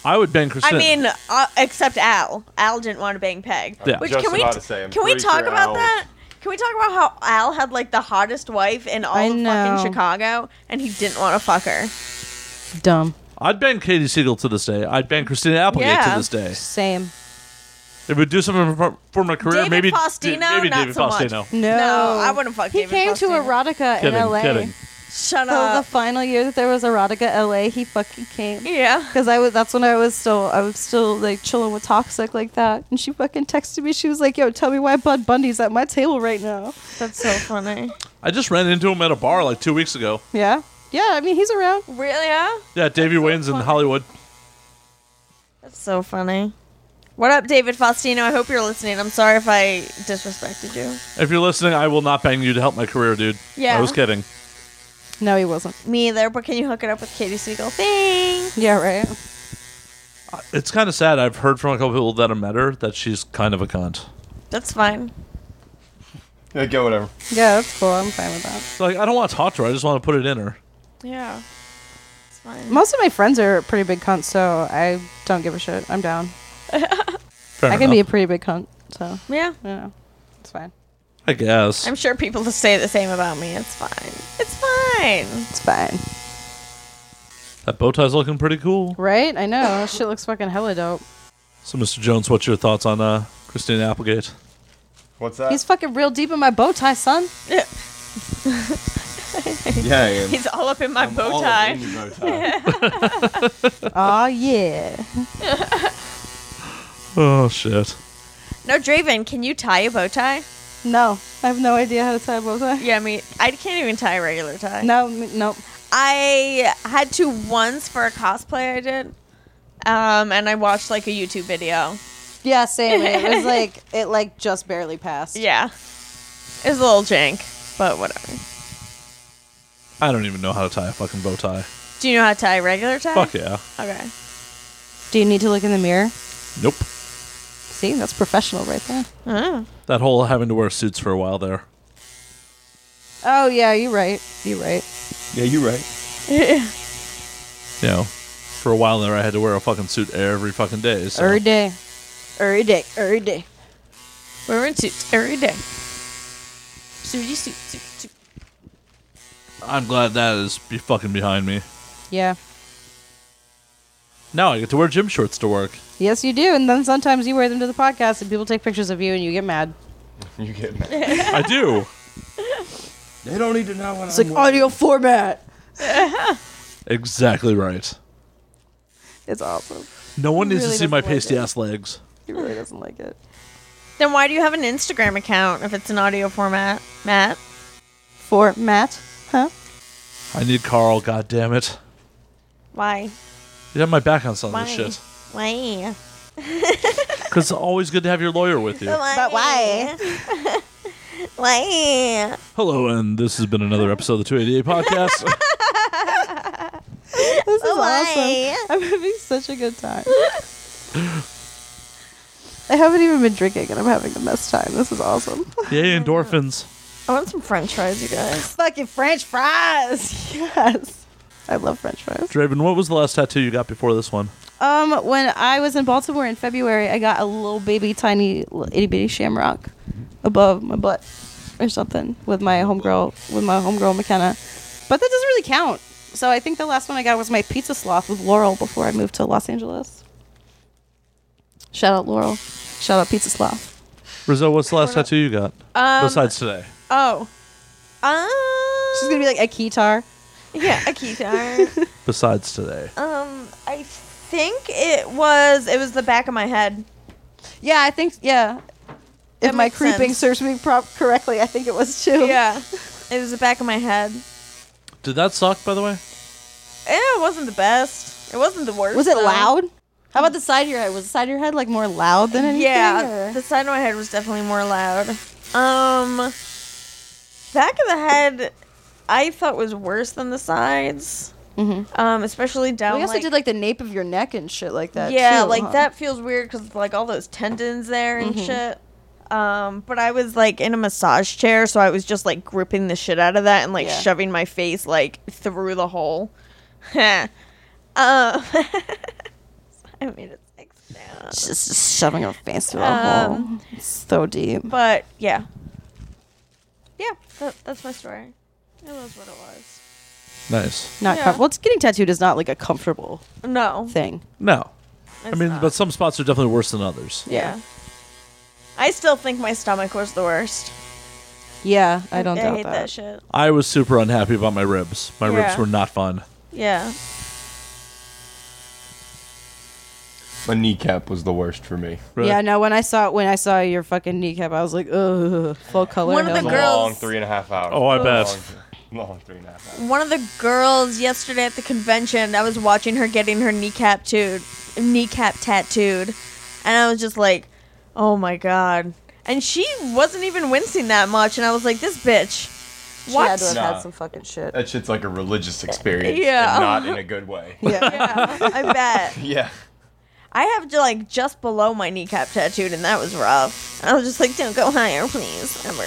Speaker 1: I would bang Christina.
Speaker 4: I mean, uh, except Al. Al didn't want to bang Peg.
Speaker 1: Yeah.
Speaker 4: Which
Speaker 5: Just
Speaker 4: can we
Speaker 5: about to say, I'm
Speaker 4: can we
Speaker 5: pretty
Speaker 4: talk
Speaker 5: sure
Speaker 4: about
Speaker 5: Al-
Speaker 4: that? Can we talk about how Al had like the hottest wife in all
Speaker 3: I
Speaker 4: of
Speaker 3: know.
Speaker 4: fucking Chicago, and he didn't want to fuck her?
Speaker 3: Dumb.
Speaker 1: I'd ban Katie Siegel to this day. I'd ban Christina Applegate
Speaker 4: Yeah.
Speaker 1: to this day.
Speaker 3: Same.
Speaker 1: It would do something for, for my career.
Speaker 4: David
Speaker 1: maybe
Speaker 4: Faustino?
Speaker 1: maybe
Speaker 4: Not
Speaker 1: David
Speaker 4: so much.
Speaker 1: Faustino.
Speaker 3: No,
Speaker 4: I wouldn't fuck
Speaker 3: He
Speaker 4: David
Speaker 3: came
Speaker 4: Faustino.
Speaker 3: to Erotica
Speaker 1: Kidding,
Speaker 3: in LA.
Speaker 1: kidding.
Speaker 3: So
Speaker 4: Shut
Speaker 3: the
Speaker 4: up.
Speaker 3: final year that there was Erotica LA, he fucking came.
Speaker 4: yeah.
Speaker 3: Cause I was that's when I was still I was still like chilling with toxic like that, and she fucking texted me. She was like, "Yo, tell me why Bud Bundy's at my table right now."
Speaker 4: That's so funny.
Speaker 1: I just ran into him at a bar like two weeks ago.
Speaker 3: Yeah, yeah. I mean, he's around.
Speaker 4: really? Yeah.
Speaker 1: Yeah, Davey Wayne's in Hollywood.
Speaker 4: That's so funny. What up, David Faustino? I hope you're listening. I'm sorry if I disrespected you.
Speaker 1: If you're listening, I will not bang you to help my career, dude.
Speaker 4: Yeah.
Speaker 1: I was kidding.
Speaker 3: No, he wasn't.
Speaker 4: Me either, but can you hook it up with Katie Siegel? Thanks.
Speaker 3: Yeah, right.
Speaker 1: It's kind of sad. I've heard from a couple people that have met her that she's kind of a cunt.
Speaker 4: That's fine.
Speaker 5: Yeah, go whatever.
Speaker 3: Yeah, that's cool. I'm fine with that.
Speaker 1: It's like I don't want to talk to her. I just want to put it in her.
Speaker 4: Yeah. It's fine.
Speaker 3: Most of my friends are pretty big cunts, so I don't give a shit. I'm down.
Speaker 1: Fair
Speaker 3: I can be a pretty big cunt, so
Speaker 4: Yeah.
Speaker 3: you know, it's fine.
Speaker 1: I guess.
Speaker 4: I'm sure people will say the same about me. It's fine. It's fine.
Speaker 3: It's fine,
Speaker 1: that bow tie's looking pretty cool.
Speaker 3: right? I know. That shit looks fucking hella dope.
Speaker 1: So, Mr. Jones, what's your thoughts on uh, Christina Applegate?
Speaker 5: What's that?
Speaker 3: He's fucking real deep in my bow tie, son.
Speaker 6: Yeah, I am.
Speaker 4: He's all up in my bow
Speaker 6: All
Speaker 4: tie.
Speaker 6: in the bow tie.
Speaker 3: Aw yeah.
Speaker 1: Oh shit!
Speaker 4: No, Draven, can you tie a bow tie?
Speaker 3: No, I have no idea how to tie a bow tie.
Speaker 4: Yeah, I mean, I can't even tie a regular tie.
Speaker 3: No, m- nope.
Speaker 4: I had to once for a cosplay I did, um, and I watched like a YouTube video.
Speaker 3: Yeah, same. It was like it like just barely passed.
Speaker 4: Yeah, it was a little jank, but whatever.
Speaker 1: I don't even know how to tie a fucking bow tie.
Speaker 4: Do you know how to tie a regular tie?
Speaker 1: Fuck yeah.
Speaker 4: Okay.
Speaker 3: Do you need to look in the mirror?
Speaker 1: Nope.
Speaker 3: See, that's professional right there.
Speaker 4: Oh.
Speaker 1: That whole having to wear suits for a while there.
Speaker 3: Oh yeah, you're right. You're right.
Speaker 6: Yeah, you're right.
Speaker 1: You know, for a while there, I had to wear a fucking suit every fucking day. So.
Speaker 3: Every day. Every day. Every day.
Speaker 4: We're in suits every day. Suity suit, suit, suit.
Speaker 1: I'm glad that is be fucking behind me.
Speaker 3: Yeah.
Speaker 1: Now I get to wear gym shorts to work.
Speaker 3: Yes, you do. And then sometimes you wear them to the podcast and people take pictures of you and you get mad.
Speaker 5: you get mad.
Speaker 1: I do.
Speaker 6: They don't need to know what
Speaker 3: It's like audio format.
Speaker 1: Exactly right.
Speaker 3: It's awesome.
Speaker 1: No one needs
Speaker 3: Really
Speaker 1: to see my
Speaker 3: doesn't like
Speaker 1: pasty
Speaker 3: it.
Speaker 1: ass legs.
Speaker 3: He really doesn't like it.
Speaker 4: Then why do you have an Instagram account if it's an audio format, Matt?
Speaker 3: For Matt, huh?
Speaker 1: I need Carl. God damn it.
Speaker 4: Why?
Speaker 1: You have my back on some of
Speaker 4: Why?
Speaker 1: this shit.
Speaker 4: Why?
Speaker 1: Because it's always good to have your lawyer with you.
Speaker 4: But why? why?
Speaker 1: Hello, and this has been another episode of the 288 Podcast.
Speaker 3: This is
Speaker 4: Why?
Speaker 3: awesome. I'm having such a good time. I haven't even been drinking and I'm having the best time. This is awesome.
Speaker 1: Yay, endorphins.
Speaker 4: I want some French fries, you guys.
Speaker 3: Fucking French fries. Yes. I love French fries.
Speaker 1: Draven, what was the last tattoo you got before this one?
Speaker 3: Um, when I was in Baltimore in February, I got a little baby, tiny, little itty bitty shamrock above my butt or something with my homegirl, with my homegirl McKenna. But that doesn't really count. So I think the last one I got was my pizza sloth with Laurel before I moved to Los Angeles. Shout out Laurel. Shout out pizza sloth.
Speaker 1: Rizzo, what's the last tattoo you got?
Speaker 4: Um,
Speaker 1: Besides today.
Speaker 4: Oh. Um,
Speaker 3: She's gonna be like a keytar.
Speaker 4: yeah, a guitar.
Speaker 1: Besides today.
Speaker 4: um, I think it was it was the back of my head.
Speaker 3: Yeah, I think yeah. If
Speaker 4: That
Speaker 3: my
Speaker 4: makes
Speaker 3: creeping
Speaker 4: sense.
Speaker 3: serves me prop correctly, I think it was too.
Speaker 4: Yeah, it was the back of my head.
Speaker 1: Did that suck, by the way?
Speaker 4: Yeah, it wasn't the best. It wasn't the worst.
Speaker 3: Was it
Speaker 4: though.
Speaker 3: loud? How about the side of your head? Was the side of your head like more loud than anything?
Speaker 4: Yeah,
Speaker 3: or-
Speaker 4: the side of my head was definitely more loud. Um, back of the head, I thought was worse than the sides. Mm-hmm. Um, especially down.
Speaker 3: We also
Speaker 4: like,
Speaker 3: did like the nape of your neck and shit like that.
Speaker 4: yeah
Speaker 3: too,
Speaker 4: like
Speaker 3: huh? Mm-hmm.
Speaker 4: that feels weird because like all those tendons there and shit um but i was like in a massage chair so i was just like gripping the shit out of that and like
Speaker 3: Yeah.
Speaker 4: shoving my face like through the hole um i made it six now
Speaker 3: It's Just, just shoving her face through a
Speaker 4: Um,
Speaker 3: hole. It's so deep.
Speaker 4: but yeah yeah that, that's my story it was what it was
Speaker 1: Nice.
Speaker 3: Not
Speaker 4: yeah.
Speaker 3: com- well, it's getting tattooed is not like a comfortable
Speaker 4: no
Speaker 3: thing.
Speaker 1: No. I
Speaker 4: it's
Speaker 1: mean,
Speaker 4: not.
Speaker 1: but some spots are definitely worse than others.
Speaker 4: yeah i still think my stomach was the worst
Speaker 3: Yeah, I don't
Speaker 4: i
Speaker 3: doubt
Speaker 4: hate that.
Speaker 3: that.
Speaker 4: shit
Speaker 1: I was super unhappy about my ribs. My
Speaker 4: Yeah.
Speaker 1: ribs were not fun.
Speaker 4: yeah
Speaker 6: My kneecap was the worst for me.
Speaker 1: Really?
Speaker 3: Yeah, no. When I saw when I saw your fucking kneecap, I was like, ugh, full color.
Speaker 4: One of
Speaker 3: no
Speaker 4: the
Speaker 3: more.
Speaker 4: girls-
Speaker 5: Long three and a half hours.
Speaker 1: Oh, I bet.
Speaker 5: Long, long three and a half hours.
Speaker 4: one of the girls yesterday at the convention, I was watching her getting her kneecap tattooed, kneecap tattooed, and I was just like, "Oh my god!" And she wasn't even wincing that much, and I was like, "This bitch."
Speaker 3: She
Speaker 4: What?
Speaker 3: had to have
Speaker 5: Nah.
Speaker 3: had some fucking shit.
Speaker 5: That shit's like a religious experience.
Speaker 4: Yeah.
Speaker 5: And not in a good way.
Speaker 3: Yeah.
Speaker 4: Yeah, I bet.
Speaker 5: yeah.
Speaker 4: I have to like just below my kneecap tattooed, and that was rough. And I was just like, "Don't go higher, please, ever."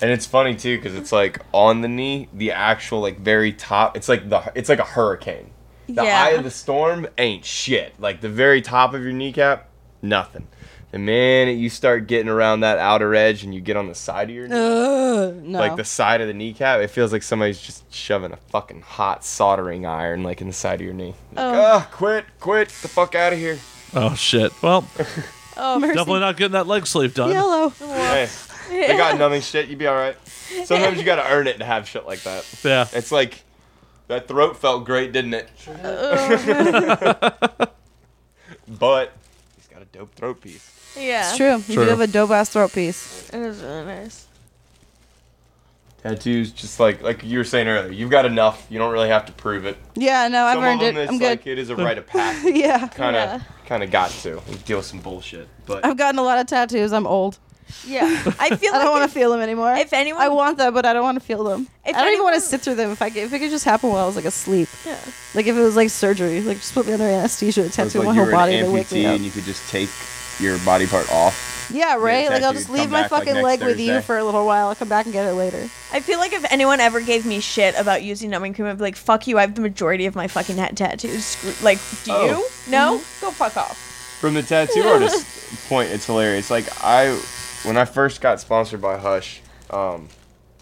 Speaker 5: And it's funny too because it's like on the knee, the actual like very top. It's like the it's like a hurricane. The
Speaker 4: Yeah.
Speaker 5: eye of the storm ain't shit. Like the very top of your kneecap, nothing. The minute you start getting around that outer edge and you get on the side of your knee,
Speaker 3: Ugh, no.
Speaker 5: like the side of the kneecap, it feels like somebody's just shoving a fucking hot soldering iron like in the side of your knee. Like,
Speaker 4: Oh.
Speaker 5: "Ah, quit, quit, the fuck out of here.
Speaker 1: Oh shit. Well,
Speaker 3: oh, mercy.
Speaker 1: definitely not getting that leg sleeve done.
Speaker 3: Yellow.
Speaker 5: Hey, they got numbing shit. You'd be all right. Sometimes you gotta earn it to have shit like that.
Speaker 1: Yeah.
Speaker 5: It's like that throat felt great, didn't it? but he's got a dope throat piece.
Speaker 4: Yeah.
Speaker 3: It's true. You
Speaker 1: True.
Speaker 3: do have a dope ass throat piece.
Speaker 4: It is really nice.
Speaker 5: Tattoos, just like like you were saying earlier, you've got enough. You don't really have to prove it.
Speaker 3: Yeah, no, I've
Speaker 5: Some
Speaker 3: earned
Speaker 5: of them,
Speaker 3: it.
Speaker 5: it's
Speaker 3: I'm good.
Speaker 5: like it is a rite of passage.
Speaker 3: yeah.
Speaker 5: Kind of,
Speaker 4: Yeah.
Speaker 5: kind of got to You deal with some bullshit. But
Speaker 3: I've gotten a lot of tattoos. I'm old.
Speaker 4: Yeah. I feel
Speaker 3: I
Speaker 4: like
Speaker 3: don't want
Speaker 4: if-
Speaker 3: to feel them anymore.
Speaker 4: if anyone-
Speaker 3: I want them, but I don't want to feel them. I
Speaker 4: If
Speaker 3: don't even want to
Speaker 4: anyone-
Speaker 3: sit through them. If I could, if it could just happen while I was like asleep,
Speaker 4: Yeah.
Speaker 3: like if it was like surgery, like just put me under anesthesia, and
Speaker 6: It's
Speaker 3: tattoo my
Speaker 6: like you
Speaker 3: whole
Speaker 6: were
Speaker 3: body
Speaker 6: an
Speaker 3: to wake me
Speaker 6: amputee
Speaker 3: up.
Speaker 6: and you could just take your body part off.
Speaker 3: Yeah, right. Like I'll
Speaker 6: tattooed,
Speaker 3: just
Speaker 6: come
Speaker 3: leave my
Speaker 6: back, like,
Speaker 3: fucking
Speaker 6: next
Speaker 3: leg with you
Speaker 6: Thursday.
Speaker 3: for a little while. I'll come back and get it later.
Speaker 4: I feel like if anyone ever gave me shit about using numbing cream, I'd be like, "Fuck you! I have the majority of my fucking head tattoos. Screw- Like, do
Speaker 5: Oh.
Speaker 4: you? No, go fuck off."
Speaker 5: from the tattoo artist point, it's hilarious. Like I, when I first got sponsored by Hush, um,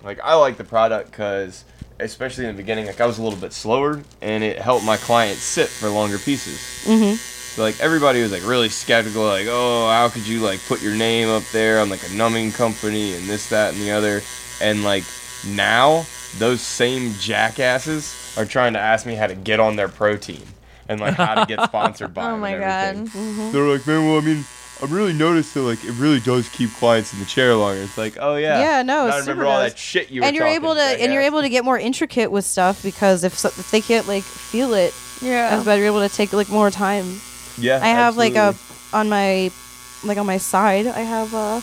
Speaker 5: like I like the product because, especially in the beginning, like I was a little bit slower, and it helped my clients sit for longer pieces. Mm-hmm. So like everybody was like really skeptical, like, oh, how could you like put your name up there on like a numbing company and this, that, and the other, and like now those same jackasses are trying to ask me how to get on their protein and like how to get sponsored by.
Speaker 4: Oh
Speaker 5: them and
Speaker 4: my
Speaker 5: everything.
Speaker 4: God. Mm-hmm.
Speaker 5: They're like, man, well, I mean, I've really noticed that, like, it really does keep clients in the chair longer. It's like, oh yeah,
Speaker 3: Yeah, no,
Speaker 5: I
Speaker 3: it's
Speaker 5: remember
Speaker 3: super
Speaker 5: all
Speaker 3: does.
Speaker 5: that shit you were
Speaker 3: And you're
Speaker 5: talking,
Speaker 3: able to, and you're
Speaker 5: jackass."
Speaker 3: able to get more intricate with stuff because if, so, if they can't like feel it,
Speaker 4: Yeah.
Speaker 3: as bad you're able to take like more time.
Speaker 5: Yeah,
Speaker 3: I have like
Speaker 5: absolutely.
Speaker 3: a on my like on my side. I have uh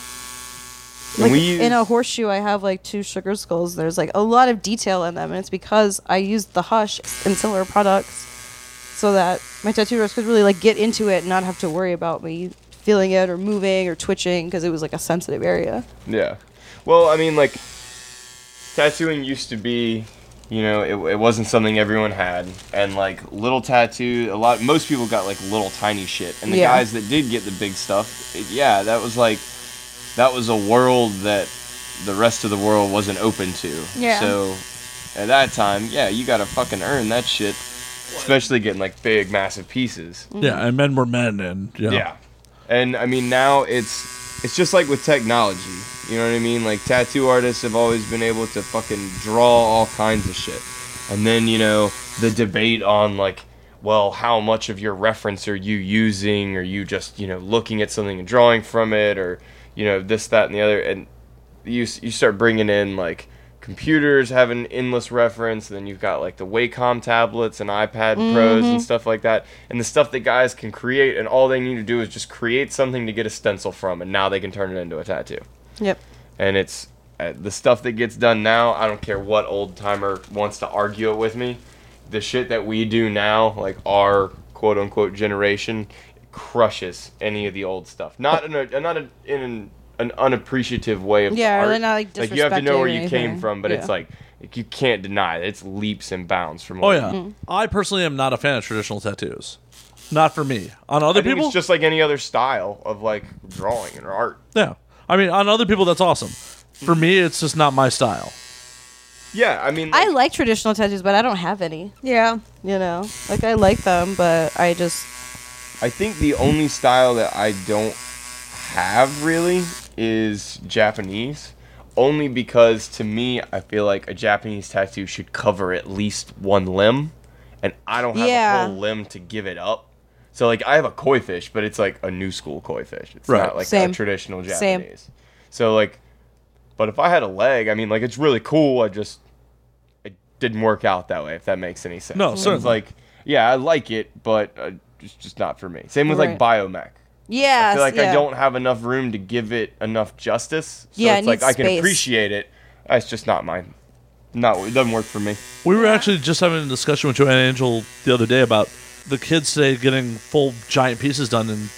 Speaker 5: And
Speaker 3: like
Speaker 5: we use-
Speaker 3: in a horseshoe. I have like two sugar skulls. There's like a lot of detail in them, and it's because I used the Hush and similar products so that my tattoo artist could really like get into it and not have to worry about me feeling it or moving or twitching because it was like a sensitive area.
Speaker 5: Yeah. Well, I mean, like, tattooing used to be, you know, it, it wasn't something everyone had. And, like, little tattoo, a lot, most people got, like, little tiny shit. And the
Speaker 3: Yeah.
Speaker 5: guys that did get the big stuff, it, yeah, that was, like, that was a world that the rest of the world wasn't open to.
Speaker 4: Yeah.
Speaker 5: So, at that time, yeah, you gotta fucking earn that shit. Especially getting, like, big, massive pieces.
Speaker 1: Yeah, and men were men, and yeah.
Speaker 5: Yeah. And I mean now it's it's just like with technology. You know what I mean? Like tattoo artists have always been able to fucking draw all kinds of shit. And then, you know, the debate on like well, how much of your reference are you using? Are you just, you know, looking at something and drawing from it or, you know, this that and the other and you s- you start bringing in like computers have an endless reference and then you've got like the Wacom tablets and iPad Pros and stuff like that and the stuff that guys can create and all they need to do is just create something to get a stencil from and now they can turn it into a tattoo
Speaker 3: Yep.
Speaker 5: and it's uh, the stuff that gets done now I don't care what old timer wants to argue it with me the shit that we do now like our quote unquote generation crushes any of the old stuff not in a not a, in an, an unappreciative way of the
Speaker 3: Yeah, or
Speaker 5: art.
Speaker 3: they're not, like,
Speaker 5: you have to
Speaker 3: disrespecting
Speaker 5: know where
Speaker 3: or
Speaker 5: you came
Speaker 3: anything.
Speaker 5: from but it's
Speaker 3: Yeah.
Speaker 5: like, like you can't deny it. it's leaps and bounds from
Speaker 1: Oh
Speaker 5: what-
Speaker 1: yeah. I personally am not a fan of traditional tattoos. Not for me. On
Speaker 5: I
Speaker 1: other
Speaker 5: think
Speaker 1: people,
Speaker 5: it's just like any other style of like drawing or art
Speaker 1: yeah. I mean, on other people, that's awesome.
Speaker 5: Mm-hmm.
Speaker 1: For me, it's just not my style.
Speaker 5: yeah I mean
Speaker 3: I like traditional tattoos, but I don't have any.
Speaker 4: Yeah.
Speaker 3: You know, like I like them, but I just
Speaker 5: I think the only style that I don't have really is Japanese. Only because to me, I feel like a Japanese tattoo should cover at least one limb, and I don't have
Speaker 3: Yeah.
Speaker 5: a whole limb to give it up. So like, I have a koi fish, but it's like a new school koi fish. It's
Speaker 1: Right.
Speaker 5: not like
Speaker 3: Same.
Speaker 5: a traditional
Speaker 3: Same.
Speaker 5: Japanese. So like, but if I had a leg, I mean, like it's really cool. I just it didn't work out that way. If that makes any sense.
Speaker 1: No,
Speaker 5: It's
Speaker 1: certainly.
Speaker 5: Like, yeah, I like it, but uh, it's just not for me. Same with like biomech.
Speaker 3: yeah.
Speaker 5: I feel like
Speaker 3: yeah.
Speaker 5: I don't have enough room to give it enough justice. So
Speaker 3: Yeah, it
Speaker 5: it's like
Speaker 3: needs
Speaker 5: I can
Speaker 3: space.
Speaker 5: appreciate it. It's just not mine. No, it doesn't work for me.
Speaker 1: We were actually just having a discussion with Joanne Angel the other day about the kids today getting full giant pieces done, and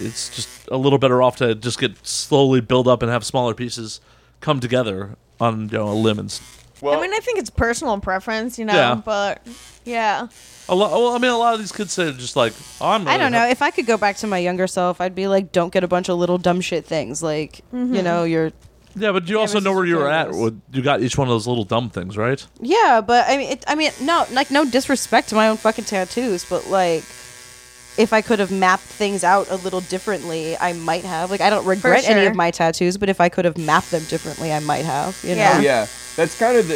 Speaker 1: it's just a little better off to just get slowly build up and have smaller pieces come together on you know, a limb and s-
Speaker 9: Well,
Speaker 4: I mean, I think it's personal preference, you know.
Speaker 1: Yeah.
Speaker 4: But yeah,
Speaker 1: A lot. Well, I mean, a lot of these kids say just like, oh, I'm.
Speaker 3: I
Speaker 1: really
Speaker 3: don't know.
Speaker 1: happy-
Speaker 3: If I could go back to my younger self, I'd be like, don't get a bunch of little dumb shit things. Like, you know, you're.
Speaker 1: Yeah, but you also
Speaker 3: this
Speaker 1: know
Speaker 3: is
Speaker 1: where you were at.
Speaker 3: ridiculous.
Speaker 1: with- You got each one of those little dumb things, right?
Speaker 3: Yeah, but I mean, it, I mean, no, like, no disrespect to my own fucking tattoos, but like, if I could have mapped things out a little differently, I might have. Like, I don't regret any
Speaker 4: sure.
Speaker 3: of my tattoos, but if I could have mapped them differently, I might have. You
Speaker 4: Yeah.
Speaker 3: know?
Speaker 5: Oh, yeah, that's kind of the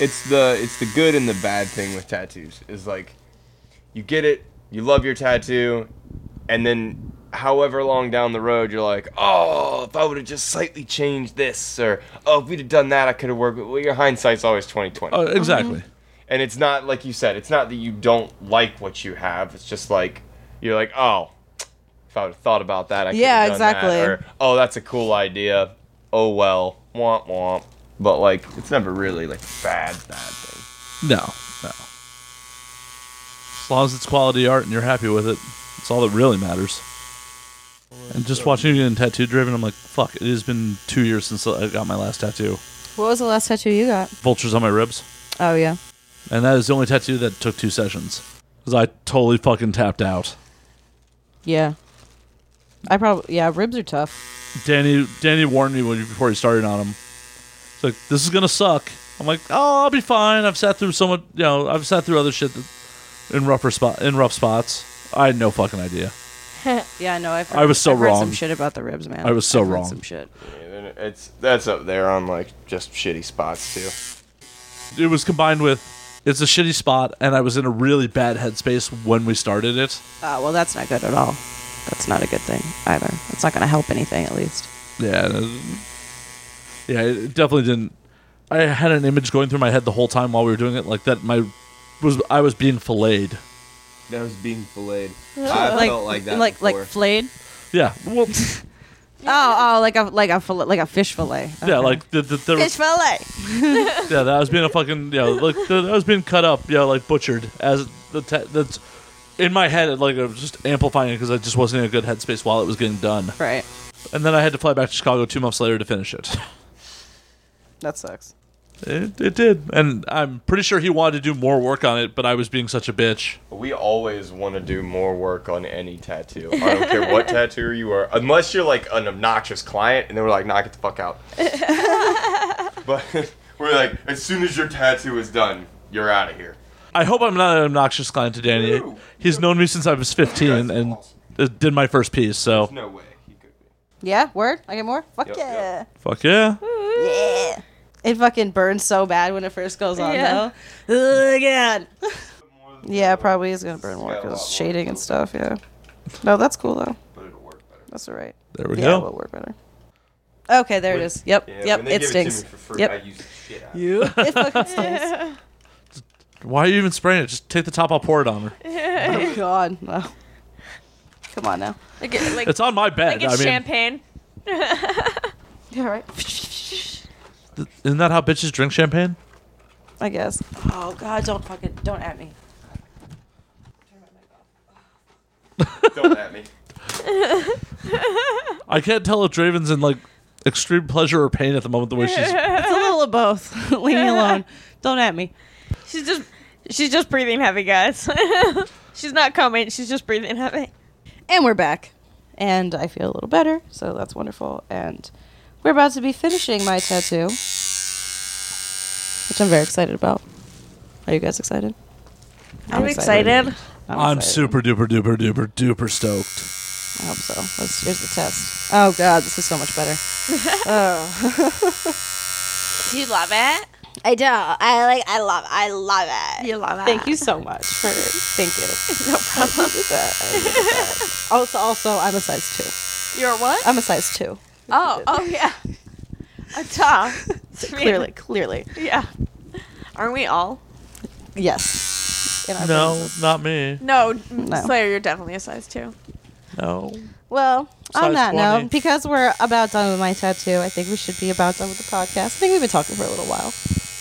Speaker 5: it's the it's the good and the bad thing with tattoos is like you get it, you love your tattoo, and then however long down the road you're like, oh, if I would have just slightly changed this, or oh, if we'd have done that, I could have worked. Well, your hindsight's always twenty twenty,
Speaker 1: Uh, exactly.
Speaker 5: and it's not like you said, it's not that you don't like what you have. It's just like you're like, oh, if I would have thought about that, I could
Speaker 3: Yeah,
Speaker 5: have done that,"
Speaker 3: exactly.
Speaker 5: or oh, that's a cool idea. Oh well, womp womp. But like, it's never really like a bad bad thing.
Speaker 1: No, no. As long as it's quality art and you're happy with it, it's all that really matters. And just watching you getting tattoo driven, I'm like, fuck, it has been two years since I got my last tattoo.
Speaker 3: What was the last tattoo you got?
Speaker 1: Vultures on my ribs.
Speaker 3: Oh, yeah.
Speaker 1: And that is the only tattoo that took two sessions. Because I totally fucking tapped out.
Speaker 3: Yeah. I probably, yeah, ribs are tough.
Speaker 1: Danny Danny warned me when, before he started on him. He's like, this is gonna suck. I'm like, oh, I'll be fine. I've sat through so much, you know, I've sat through other shit that, in rougher spot in rough spots. I had no fucking idea.
Speaker 3: Yeah, no, I've
Speaker 1: I was so
Speaker 3: I've heard
Speaker 1: wrong.
Speaker 3: some shit about the ribs, man.
Speaker 1: I was so
Speaker 3: I've heard
Speaker 1: wrong.
Speaker 3: Some shit.
Speaker 5: Yeah, then it's that's up there on like just shitty spots too.
Speaker 1: it was combined with it's a shitty spot and i was in a really bad headspace when we started it
Speaker 3: Uh, well, that's not good at all. That's not a good thing either. It's not going to help anything, at least.
Speaker 1: yeah and it- yeah it definitely didn't i had an image going through my head the whole time while we were doing it like that my was i was being filleted
Speaker 5: That was being filleted. I felt like that
Speaker 3: like
Speaker 5: before.
Speaker 3: like flayed.
Speaker 1: yeah well
Speaker 3: Oh, oh, like a like a fillet, like a fish fillet.
Speaker 1: yeah like the, the, the
Speaker 4: fish fillet.
Speaker 1: yeah that was being a fucking yeah like the, that was being cut up yeah like butchered as the te- that's in my head like i was just amplifying it because i just wasn't in a good headspace while it was getting done
Speaker 3: Right.
Speaker 1: and then i had to fly back to chicago two months later to finish it
Speaker 3: That sucks.
Speaker 1: It, it did. And I'm pretty sure he wanted to do more work on it, but I was being such a bitch.
Speaker 5: we always want to do more work on any tattoo. I don't care what tattoo you are, unless you're like an obnoxious client, and then we're like, "Knock it the fuck out." but we're like, as soon as your tattoo is done, you're out of here.
Speaker 1: I hope I'm not an obnoxious client to Danny.
Speaker 5: Ew.
Speaker 1: He's known me since I was 15 and uh, did my first piece, so.
Speaker 5: No way. He could be.
Speaker 3: Yeah. Word. I get more. Fuck
Speaker 5: Yep,
Speaker 3: yeah.
Speaker 5: yep.
Speaker 1: Fuck yeah.
Speaker 3: It fucking burns so bad when it first goes on
Speaker 4: Yeah.
Speaker 3: though. Ugh, again. yeah, probably is gonna burn more because shading and stuff. Yeah. No, that's cool though.
Speaker 5: But it'll work better.
Speaker 3: That's all right.
Speaker 1: There we
Speaker 3: Yeah,
Speaker 1: go.
Speaker 3: it'll work better. Okay, there it is. Yep.
Speaker 5: Yeah,
Speaker 3: yep.
Speaker 5: when they
Speaker 3: It
Speaker 5: give
Speaker 3: stinks.
Speaker 5: It to me for free,
Speaker 3: Yep.
Speaker 5: I use the shit out of it.
Speaker 3: It fucking stinks.
Speaker 1: Why are you even spraying it? Just take the top, I'll pour it on her.
Speaker 3: oh God. No. Come on now.
Speaker 4: Like, it- like,
Speaker 1: It's on my
Speaker 4: like
Speaker 1: bed.
Speaker 4: it's
Speaker 1: I mean,
Speaker 4: champagne.
Speaker 3: Yeah. Right.
Speaker 1: th- isn't that how bitches drink champagne?
Speaker 3: I guess. Oh God! Don't fucking don't at me.
Speaker 5: Don't at me.
Speaker 1: I can't tell if Draven's in like extreme pleasure or pain at the moment the way she's.
Speaker 3: It's a little of both. Leave me alone. Don't at me.
Speaker 4: She's just she's just breathing heavy, guys. she's not coming. She's just breathing heavy.
Speaker 3: And we're back. And I feel a little better, so that's wonderful. And we're about to be finishing my tattoo, which I'm very excited about. Are you guys excited?
Speaker 4: I'm excited.
Speaker 1: I'm
Speaker 3: excited.
Speaker 1: super duper duper duper duper stoked.
Speaker 3: I hope so. Let's, here's the test. Oh God, this is so much better. Oh.
Speaker 4: Do you love it?
Speaker 3: I do. I like. I love. I love it.
Speaker 4: You love it.
Speaker 3: Thank you so much for. Thank you. no problem. Also, also, I'm a size two.
Speaker 4: You're what?
Speaker 3: I'm a size two.
Speaker 4: Oh, oh yeah. A top.
Speaker 3: Clearly, clearly,
Speaker 4: Yeah. Aren't we all?
Speaker 3: yes. In our
Speaker 1: No,
Speaker 3: businesses.
Speaker 1: not me.
Speaker 4: No,
Speaker 3: No.
Speaker 4: Slayer, you're definitely a size two.
Speaker 1: No.
Speaker 3: Well, on
Speaker 1: Size
Speaker 3: that
Speaker 1: 20.
Speaker 3: note, because we're about done with my tattoo, I think we should be about done with the podcast. I think we've been talking for a little while.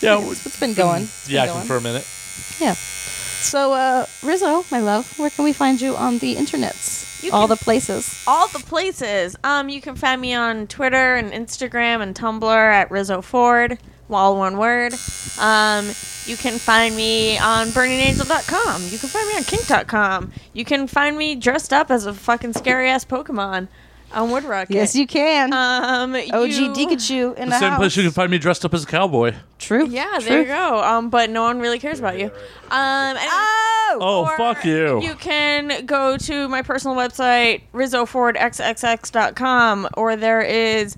Speaker 1: Yeah,
Speaker 3: It's- it's been going. It's been
Speaker 1: Mm, yeah,
Speaker 3: going.
Speaker 1: for a minute.
Speaker 3: Yeah. So, uh, Rizzo, my love, where can we find you on the internets?
Speaker 4: You
Speaker 3: All
Speaker 4: can-
Speaker 3: the places.
Speaker 4: All the places. Um, you can find me on Twitter and Instagram and Tumblr at Rizzo Ford. all one word. Um, you can find me on burningangel.com. You can find me on kink.com. You can find me dressed up as a fucking scary ass Pokemon on Woodrocket.
Speaker 3: Yes, you can.
Speaker 4: Um,
Speaker 3: OG
Speaker 4: you-
Speaker 3: Dikachu in the,
Speaker 1: The same
Speaker 3: house.
Speaker 1: place you can find me dressed up as a cowboy.
Speaker 3: True.
Speaker 4: Yeah,
Speaker 3: True.
Speaker 4: there you go. Um, but no one really cares about you. Um, oh,
Speaker 1: Oh, fuck you.
Speaker 4: You can go to my personal website, rizzofordxxx.com, or there is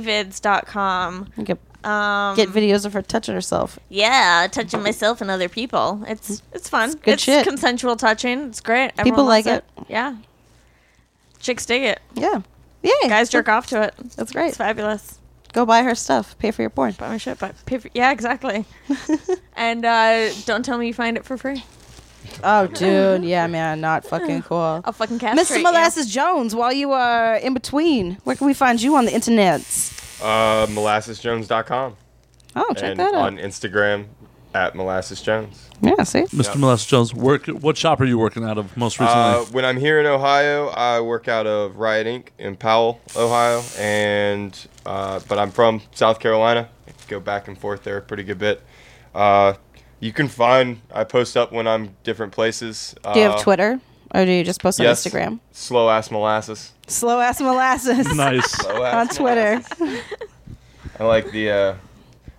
Speaker 4: rizzoford.manyvids.com.
Speaker 3: You can
Speaker 4: Um,
Speaker 3: get videos of her touching herself.
Speaker 4: yeah, touching myself and other people. It's it's fun. It's,
Speaker 3: good shit.
Speaker 4: consensual touching. It's great. Everyone
Speaker 3: People
Speaker 4: loves
Speaker 3: like
Speaker 4: Yeah, chicks dig it.
Speaker 3: Yeah. Yay.
Speaker 4: Guys jerk off to it.
Speaker 3: That's great.
Speaker 4: It's fabulous.
Speaker 3: Go buy her stuff. Pay for your porn.
Speaker 4: Buy my shit, but pay for, yeah, exactly. and uh, don't tell me you find it for free.
Speaker 3: Oh, dude. Yeah, man. Not fucking cool.
Speaker 4: I'll fucking castrate
Speaker 3: Mr.
Speaker 4: you.
Speaker 3: Molasses Jones, while you are in between, where can we find you on the internets?
Speaker 5: Uh, molassesjones.com
Speaker 3: Oh, check
Speaker 5: and
Speaker 3: that out.
Speaker 5: on Instagram at molassesjones.
Speaker 3: yeah, see?
Speaker 1: Mr. Molasses Jones, work. What shop are you working out of most recently?
Speaker 5: Uh, when I'm here in Ohio, I work out of Riot Inc. in Powell, Ohio, and uh, but I'm from South Carolina. Go back and forth there a pretty good bit. Uh, you can find I post up when I'm different places. Uh,
Speaker 3: Do you have Twitter? Or do you just post on
Speaker 5: yes.
Speaker 3: Instagram?
Speaker 5: Slow ass molasses.
Speaker 3: Slow ass molasses
Speaker 1: nice.
Speaker 5: Slow ass
Speaker 3: on Twitter.
Speaker 5: I like the. Uh,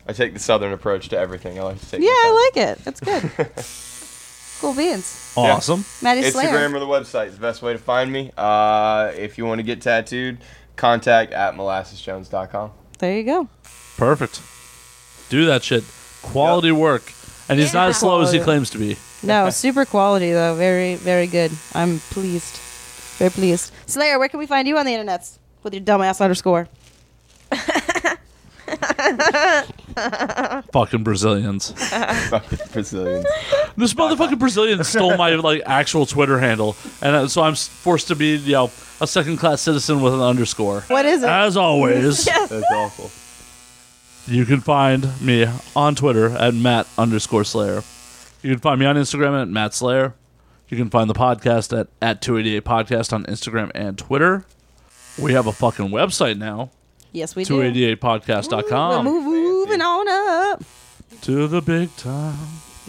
Speaker 5: I take the southern approach to everything. I like to take.
Speaker 3: Yeah, I like it. It's good. cool beans.
Speaker 1: Awesome.
Speaker 3: Maddie
Speaker 5: Instagram
Speaker 3: Slayer.
Speaker 5: or the website is the best way to find me. Uh, if you want to get tattooed, contact at molassesjones.com.
Speaker 3: There you go.
Speaker 1: Perfect. Do that shit. Quality work. And he's not as slow as he claims to be.
Speaker 3: No, super quality though. Very, very good. I'm pleased. Very pleased. Slayer, where can we find you on the internets with your dumbass underscore?
Speaker 1: Fucking Brazilians.
Speaker 5: Fucking Brazilians.
Speaker 1: This motherfucking Brazilian stole my like actual Twitter handle, and uh, so I'm s- forced to be you know a second class citizen with an underscore.
Speaker 3: What is it?
Speaker 1: As always,
Speaker 5: That's awful.
Speaker 1: you can find me on Twitter at Matt underscore Slayer. You can find me on Instagram at Matt Slayer. You can find the podcast at, at 288 Podcast on Instagram and Twitter. We have a fucking website now,
Speaker 3: yes, we do.
Speaker 1: 288podcast.com.
Speaker 3: We're moving on up.
Speaker 1: To the big time.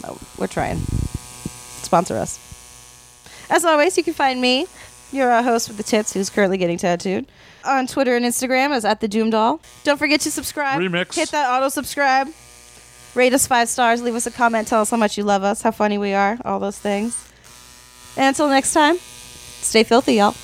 Speaker 3: No, Oh, we're trying. Sponsor us. As always, you can find me, your uh, host with the tits, who's currently getting tattooed, on Twitter and Instagram as at the Doom Doll. Don't forget to subscribe.
Speaker 1: Remix.
Speaker 3: Hit that auto subscribe. Rate us five stars. Leave us a comment. Tell us how much you love us, how funny we are, all those things. And until next time, stay filthy, y'all.